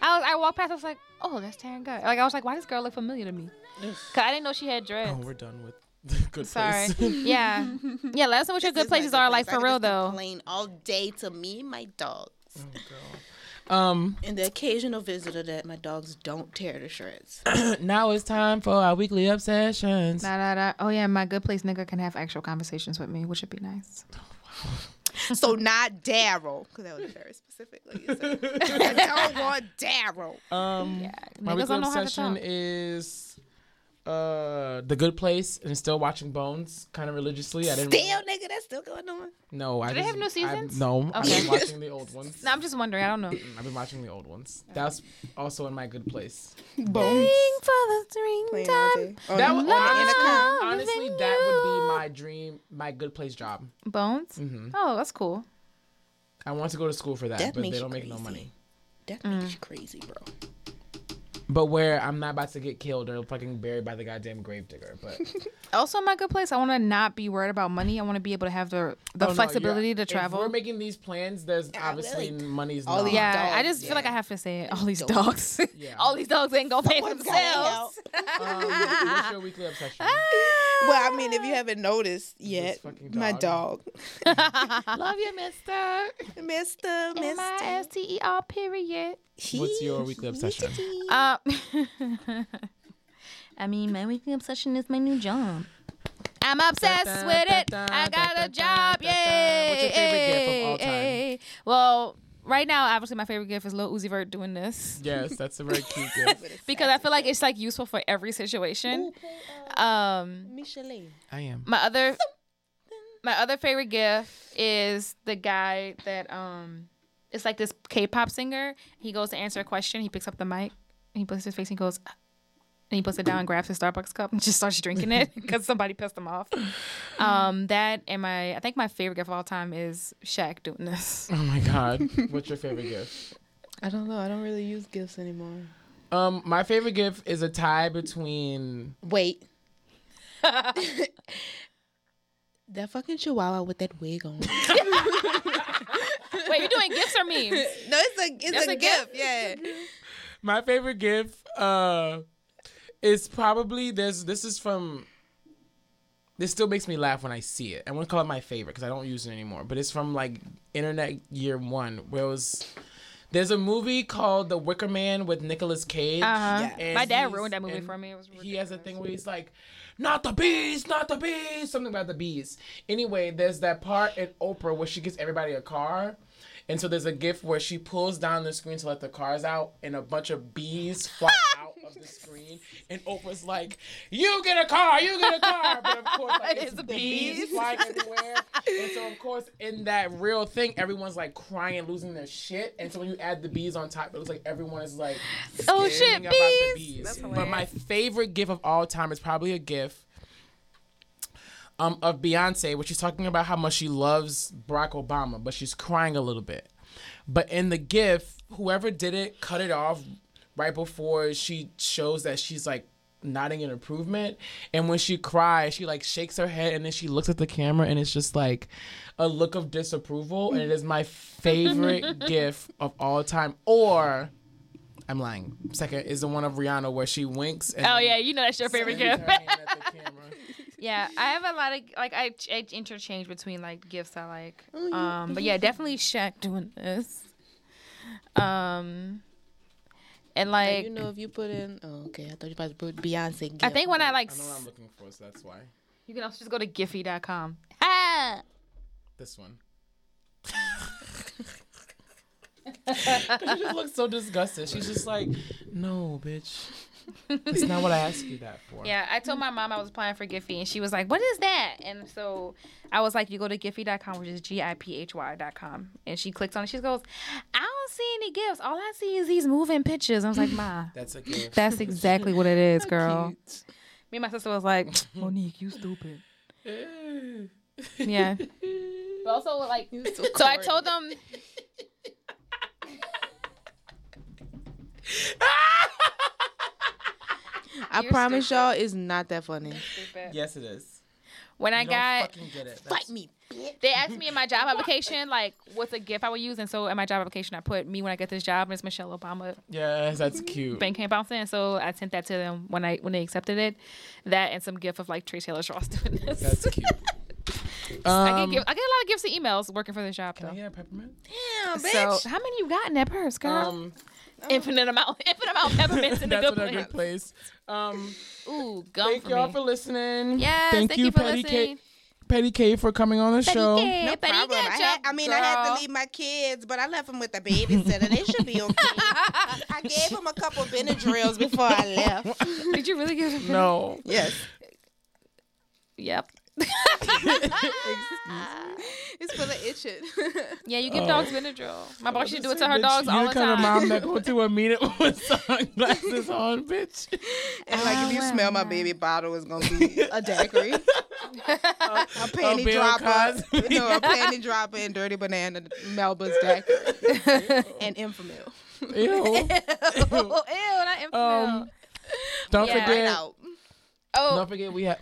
Speaker 5: I was, I walked past. I was like, oh, that's Taryn Guy. Like I was like, why does this girl look familiar to me? Cause I didn't know she had dreads.
Speaker 4: Oh, we're done with good
Speaker 5: Sorry.
Speaker 4: place.
Speaker 5: yeah. Yeah. Let us know what your good places are like for real though.
Speaker 7: Complain all day to me and my dogs,
Speaker 4: Um,
Speaker 7: and the occasional visitor that my dogs don't tear to shreds.
Speaker 4: now it's time for our weekly obsessions.
Speaker 5: Nah, nah, nah. Oh yeah, my good place nigga can have actual conversations with me, which would be nice.
Speaker 7: so not Daryl, because that was very specific. Like you said. I don't want Daryl.
Speaker 4: Um, my
Speaker 7: niggas
Speaker 4: weekly
Speaker 7: don't know how to
Speaker 4: obsession
Speaker 7: talk.
Speaker 4: is uh the good place and still watching bones kind of religiously i didn't
Speaker 7: Still, nigga, that's still going on.
Speaker 4: no i
Speaker 5: Do they
Speaker 4: just-
Speaker 5: have new
Speaker 4: I-
Speaker 5: seasons?
Speaker 4: no i've
Speaker 5: Okay.
Speaker 4: been watching the old ones
Speaker 5: No, I'm just wondering. I don't know.
Speaker 4: i've been watching the old ones that's also in my good place
Speaker 5: Ring for the ring time.
Speaker 4: that would
Speaker 5: was oh,
Speaker 4: honestly, honestly that would be my dream my good place job
Speaker 5: Bones.
Speaker 4: Mhm.
Speaker 5: Oh, that's cool.
Speaker 4: i want to go to school for that,
Speaker 7: That
Speaker 4: but
Speaker 7: makes
Speaker 4: they
Speaker 7: you
Speaker 4: don't make no money
Speaker 7: That
Speaker 5: Mm.
Speaker 7: makes you crazy, bro.
Speaker 4: but where i'm not about to get killed or fucking buried by the goddamn gravedigger but
Speaker 5: Also, my good place. I want to not be worried about money. I want to be able to have the
Speaker 4: Oh, no,
Speaker 5: the
Speaker 4: you're-
Speaker 5: flexibility to
Speaker 4: if we're
Speaker 5: travel.
Speaker 4: making these plans there's obviously money's
Speaker 5: All
Speaker 4: not
Speaker 5: these yeah, I just feel like I have to say it. All these
Speaker 4: dogs.
Speaker 5: dogs, all these dogs ain't gonna pay themselves.
Speaker 4: Um, What's your weekly obsession?
Speaker 5: Ah,
Speaker 7: Well, I mean, if you haven't noticed yet, my dog.
Speaker 5: Love you, Mister.
Speaker 7: Mister.
Speaker 5: M I S T E R. Period.
Speaker 4: What's your weekly obsession?
Speaker 5: Uh, I mean, my weekly obsession is my new job. I'm obsessed with it. I got a job. Yay!
Speaker 4: What's your favorite gift of all time?
Speaker 5: Yay. Well, right now, obviously, my favorite gift is Lil Uzi Vert doing this.
Speaker 4: Yes, that's a very cute gift.
Speaker 5: because I feel like it's like useful for every situation. Um,
Speaker 7: Micheline.
Speaker 4: I am.
Speaker 5: my other my other favorite gift is the guy that um it's like this K-pop singer. He goes to answer a question. He picks up the mic. And he puts his face. And he goes. "Ah," And he puts it down, grabs his Starbucks cup, and just starts drinking it because somebody pissed him off. Um, that and my, I think my favorite gift of all time is Shaq doing this.
Speaker 4: Oh my god. What's your favorite gift?
Speaker 6: I don't know. I don't really use gifts anymore.
Speaker 4: Um, my favorite gift is a tie between
Speaker 7: Wait. that fucking chihuahua with that wig on.
Speaker 5: Wait, you're doing gifts or memes?
Speaker 7: No, it's a it's
Speaker 5: That's
Speaker 7: a,
Speaker 5: a gift?
Speaker 7: gift. Yeah.
Speaker 4: my favorite gift uh is probably this this is from this still makes me laugh when I see it. I want to call it my favorite because I don't use it anymore. But it's from like internet year one, where it was there's a movie called The Wicker Man with Nicolas Cage.
Speaker 5: Uh-huh.
Speaker 4: and
Speaker 5: My dad
Speaker 4: he's-
Speaker 5: ruined that movie
Speaker 4: and
Speaker 5: for me. It was
Speaker 4: he has a thing where he's like, "Not the bees, not the bees," something about the bees. Anyway, there's that part in Oprah where she gets everybody a car, and so there's a gift where she pulls down the screen to let the cars out, and a bunch of bees fly out of the screen, and Oprah's like, "You get a car, you get a car," but of course, like, it's, the bees.
Speaker 5: bees.
Speaker 4: flying everywhere, and so of course, in that real thing, everyone's like crying, losing their shit, and so when you add the bees on top, it looks like everyone is like,
Speaker 5: Oh,
Speaker 4: scared
Speaker 5: shit,
Speaker 4: about the
Speaker 5: bees.
Speaker 4: bees.
Speaker 5: That's
Speaker 4: But my favorite gift of all time is probably a gift um, of Beyonce, where she's talking about how much she loves Barack Obama, but she's crying a little bit. But in the gift, whoever did it cut it off right before she shows that she's like nodding in improvement. And when she cries, she like shakes her head and then she looks at the camera and it's just like a look of disapproval. And it is my favorite gif of all time. Or I'm lying. Second is the one of Rihanna where she winks. And
Speaker 5: oh yeah, you know that's your favorite gift.
Speaker 4: hand
Speaker 5: yeah, I have a lot of like I, I interchange between like gifts I like. Um, but yeah, definitely Shaq doing this. Um, and
Speaker 6: Now,
Speaker 5: like
Speaker 6: you know, if you put in, oh, okay, I thought you about to put Beyonce. Gift.
Speaker 5: I think when I like
Speaker 4: I know what I'm looking for, so that's why.
Speaker 5: you can also just go to Giphy.com. Ah.
Speaker 4: This one. she just looks so disgusted. She's just like, no, bitch. That's not what I asked you that for.
Speaker 5: Yeah, I told my mom I was applying for Giphy, and she was like, "What is that?" And so I was like, "You go to Giphy.com, which is G-I-P-H-Y.com," and she clicked on it. She goes, "I don't see any gifts. All I see is these moving pictures." I was like, "Ma,
Speaker 4: That's a gift.
Speaker 5: that's exactly what it is, girl." Me and my sister was like, "Monique, you stupid." Yeah. But also, like, so, I told them.
Speaker 6: I promise y'all, it's not that funny.
Speaker 4: Yes, it is.
Speaker 5: When I
Speaker 4: You
Speaker 5: got
Speaker 4: don't fucking get it.
Speaker 6: Fight me.
Speaker 5: They asked me in my job application, like, what's a gift I would use. And so in my job application, I put me when I get this job, and it's Michelle Obama
Speaker 4: Yes, that's cute.
Speaker 5: bank account bouncing. And so I sent that to them when I when they accepted it. That and some gift of like Tree Taylor Ross doing this.
Speaker 4: That's cute.
Speaker 5: I,
Speaker 4: Um,
Speaker 5: get gift, I get a lot of gifts and emails working for this job.
Speaker 4: can I
Speaker 5: though.
Speaker 4: get a Oh, peppermint?
Speaker 6: Damn,
Speaker 5: So how many you got in that purse, girl?
Speaker 4: Um,
Speaker 5: infinite amount, infinite amount of peppermints in the
Speaker 4: that's
Speaker 5: good
Speaker 4: in a
Speaker 5: place.
Speaker 4: good place. Um,
Speaker 5: Ooh, gum
Speaker 4: thank
Speaker 5: for
Speaker 4: y'all
Speaker 5: me.
Speaker 4: for listening.
Speaker 5: Yes,
Speaker 4: thank,
Speaker 5: thank
Speaker 4: you,
Speaker 5: you for
Speaker 4: Petty K.
Speaker 5: listening.
Speaker 4: Petty K for coming on the show.
Speaker 5: K.
Speaker 6: No
Speaker 5: But he
Speaker 6: problem.
Speaker 5: got
Speaker 6: I,
Speaker 5: your
Speaker 6: had, I mean, I had
Speaker 5: girl.
Speaker 6: to leave my kids, but I left them with the babysitter. they should be okay. I gave them a couple Benadryls before I left.
Speaker 5: Did you really give him?
Speaker 4: No.
Speaker 6: Yes.
Speaker 5: Yep.
Speaker 6: It's for the itching.
Speaker 5: Yeah, you give dogs Benadryl. My boss used to do it to her
Speaker 4: Oh. Bitch,
Speaker 5: dogs all
Speaker 4: you're
Speaker 5: the
Speaker 4: kind of
Speaker 5: time.
Speaker 4: mom that go to a meeting with sunglasses on, bitch.
Speaker 6: and like, if you smell my baby bottle, it's going to be a daiquiri. a panty
Speaker 4: Bill
Speaker 6: dropper.
Speaker 4: Cosby.
Speaker 6: No, a panty dropper and dirty banana Melba's daiquiri. and Infamil.
Speaker 4: Ew.
Speaker 5: Oh, ew, not infant milk.
Speaker 4: Um, don't
Speaker 5: Yeah.
Speaker 6: Right
Speaker 4: forget.
Speaker 6: out.
Speaker 5: Oh,
Speaker 4: Don't forget we have.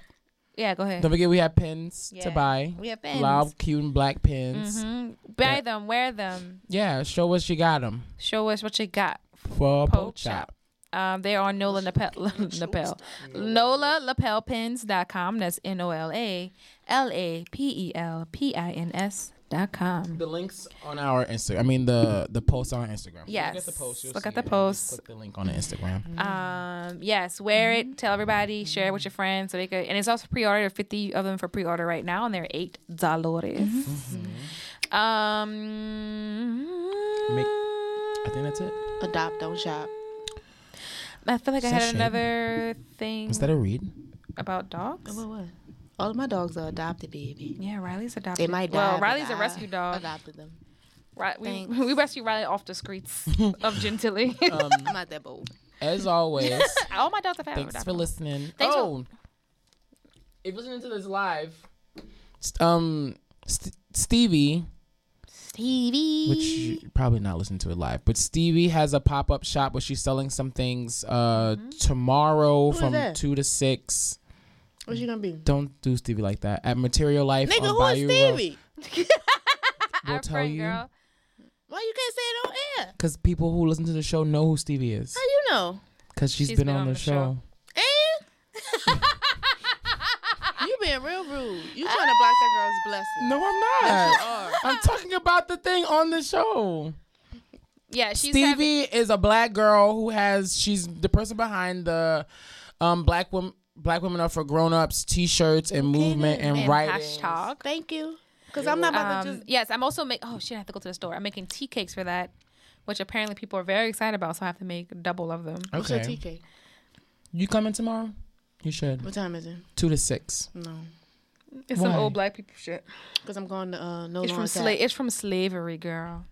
Speaker 5: yeah, go ahead.
Speaker 4: Don't forget we have pins to
Speaker 5: Yeah.
Speaker 4: buy.
Speaker 5: We have pins.
Speaker 4: Loud, cute, and black pins.
Speaker 5: Mhm. Buy them, wear them,
Speaker 4: Yeah, show us you got them
Speaker 5: show us what you got.
Speaker 4: for a
Speaker 5: Poke
Speaker 4: poke
Speaker 5: shop.
Speaker 4: shop.
Speaker 5: Um, they are Nola lapel, lapel, Nola lapelpins.com. That's N O L A L A P E L P I N S dot com.
Speaker 4: The links on our Instagram. I mean the the posts on Instagram.
Speaker 5: Yes.
Speaker 4: Look at the post. you'll
Speaker 5: Look
Speaker 4: see
Speaker 5: at the
Speaker 4: it, and just
Speaker 5: posts.
Speaker 4: Click the link on the Instagram.
Speaker 5: Um, yes, wear it. Tell everybody. Share it with your friends so they could. And it's also pre-order. Fifty of them for pre-order right now, and they're eight dollars.
Speaker 4: Mm-hmm.
Speaker 5: Mm-hmm. Um,
Speaker 4: Make- I think that's it.
Speaker 6: Adopt, don't shop.
Speaker 5: I feel like I
Speaker 4: Is that
Speaker 5: had
Speaker 4: shit?
Speaker 5: another thing
Speaker 4: Is that a read?
Speaker 5: about dogs.
Speaker 6: What, what? All of my dogs are adopted, baby.
Speaker 5: Yeah, Riley's adopted.
Speaker 6: They might die.
Speaker 5: Well,
Speaker 6: but
Speaker 5: Riley's a
Speaker 6: I
Speaker 5: rescue dog.
Speaker 6: Adopted them.
Speaker 5: Ri- we, we rescued Riley off the streets
Speaker 6: Um,
Speaker 5: of Gentilly. Mm.
Speaker 6: I'm not that bold.
Speaker 4: As always,
Speaker 5: All my dogs have had
Speaker 4: thanks for
Speaker 5: adopted.
Speaker 4: listening.
Speaker 5: Oh, Thanks for-
Speaker 4: oh, if you're listening to this live, st- um, st- Stevie.
Speaker 5: Stevie.
Speaker 4: which you probably not listen to it live. But Stevie has a pop up shop where she's selling some things uh, tomorrow from
Speaker 6: Mm-hmm. that?
Speaker 4: two to six.
Speaker 6: What's she gonna be?
Speaker 4: Don't do Stevie like that. At Material Life, on
Speaker 6: Nigga, who is
Speaker 4: Bayou
Speaker 6: Stevie?
Speaker 4: Road, will
Speaker 5: Our
Speaker 4: tell
Speaker 5: friend
Speaker 4: you
Speaker 5: girl.
Speaker 6: Why you can't say it on air?
Speaker 4: because people who listen to the show know who Stevie is
Speaker 6: How you know?
Speaker 4: because
Speaker 5: She's
Speaker 4: she's been, on, the, show.
Speaker 6: And you being real rude. You trying to block that girl's blessing.
Speaker 4: No, I'm not. I'm talking about the thing on the show.
Speaker 5: Yeah, she's having,
Speaker 4: Stevie is a black girl who has she's the person behind the um black women black women are for grown ups t-shirts and movement and,
Speaker 5: and
Speaker 4: writing.
Speaker 5: hashtag.
Speaker 6: Thank you. Cause I'm not about to
Speaker 5: Um,
Speaker 6: just.
Speaker 5: yes, I'm also make. Oh shit, I have to go to the store. I'm making tea cakes for that, which apparently people are very excited about. So I have to make double of them.
Speaker 4: Uh,
Speaker 6: What's your tea cake?
Speaker 4: You coming tomorrow? You should.
Speaker 6: What time is it?
Speaker 4: Two to six.
Speaker 6: No,
Speaker 5: It's
Speaker 4: Why?
Speaker 5: some old black people shit.
Speaker 6: cause I'm going to uh, no
Speaker 5: It's
Speaker 6: Long
Speaker 5: from
Speaker 6: Tap.
Speaker 5: sla- It's from slavery, girl.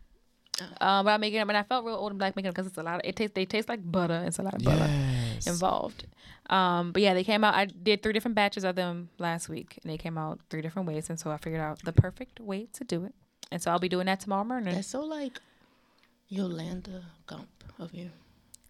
Speaker 6: Oh.
Speaker 5: Um, but I'm making them, and I felt real old and black making them because it's a lot. Of, it tastes. They taste like butter. It's a lot of butter.
Speaker 4: Yes.
Speaker 5: involved. Um, but yeah, they came out. I did three different batches of them last week, and they came out three different ways. And so I figured out the perfect way to do it. And so I'll be doing that tomorrow morning.
Speaker 6: That's so like Yolanda Gump of you.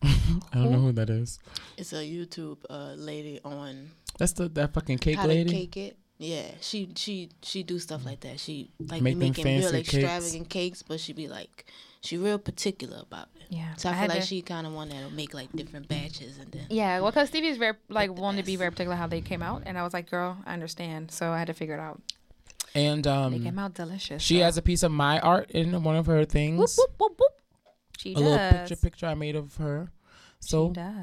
Speaker 4: I don't know who that is.
Speaker 6: It's a YouTube uh, lady on
Speaker 4: That's the that fucking cake
Speaker 6: how to
Speaker 4: lady.
Speaker 6: cake it. Yeah, she she she do stuff like that. She like
Speaker 4: Make them
Speaker 6: making real
Speaker 4: fancy cakes.
Speaker 6: extravagant cakes, but she be like she real particular about it.
Speaker 5: Yeah,
Speaker 6: so I,
Speaker 5: I
Speaker 6: feel
Speaker 5: had
Speaker 6: like
Speaker 5: to-
Speaker 6: she kind of one that'll make like different batches and then
Speaker 5: Yeah, well, because Stevie's very like wanted to be very particular how they came out, and I was like, "Girl, I understand." So I had to figure it out.
Speaker 4: And um,
Speaker 5: They came out delicious.
Speaker 4: Mm-hmm. She
Speaker 5: so.
Speaker 4: has a piece of my art in one of her things.
Speaker 5: She
Speaker 4: a little
Speaker 5: does.
Speaker 4: picture picture I made of her. So
Speaker 5: does.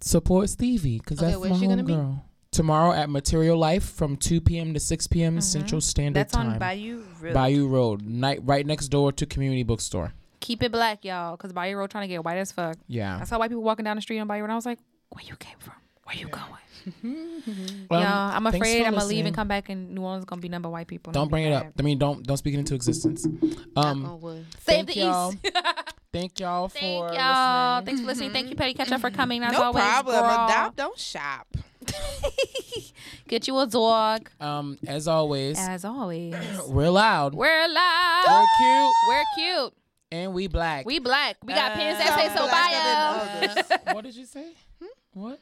Speaker 4: support Stevie because
Speaker 5: Okay,
Speaker 4: that's
Speaker 5: where's
Speaker 4: my
Speaker 5: she gonna
Speaker 4: home
Speaker 5: be?
Speaker 4: girl. Tomorrow at Material Life from 2 p.m. to 6 p.m. Central Standard
Speaker 5: Mm-hmm. That's on
Speaker 4: Time.
Speaker 5: Bayou Road.
Speaker 4: Bayou Road, night right next door to Community Bookstore.
Speaker 5: Keep it black, y'all, because Bayou Road trying to get white as fuck.
Speaker 4: Yeah.
Speaker 5: I saw white people walking down the street on Bayou Road. and I was like, "Where you came from? Where you going?"
Speaker 4: Well,
Speaker 5: y'all, I'm
Speaker 4: thanks
Speaker 5: afraid
Speaker 4: for
Speaker 5: I'm gonna leave
Speaker 4: listening.
Speaker 5: and come back, and New Orleans gonna be number white people. and I'm
Speaker 4: Don't bring it
Speaker 5: gonna
Speaker 4: up.
Speaker 5: be
Speaker 4: I mean, don't don't speak it into existence. Um,
Speaker 5: Save
Speaker 4: thank
Speaker 5: the
Speaker 4: y'all.
Speaker 5: East.
Speaker 4: Thank y'all for
Speaker 5: Thank y'all. Thanks for listening. Thank you, Petty Ketchup, for coming. As
Speaker 6: No
Speaker 5: always,
Speaker 6: problem.
Speaker 5: girl.
Speaker 6: Adopt, don't shop.
Speaker 5: Get you a dog.
Speaker 4: Um, as always,
Speaker 5: As always,
Speaker 4: we're loud
Speaker 5: we're alive.
Speaker 4: We're cute.
Speaker 5: We're cute.
Speaker 4: and we black.
Speaker 5: We black. We got pins that
Speaker 4: Uh,
Speaker 5: say so
Speaker 4: blacker
Speaker 5: bio. Hmm?
Speaker 4: what did you say? What?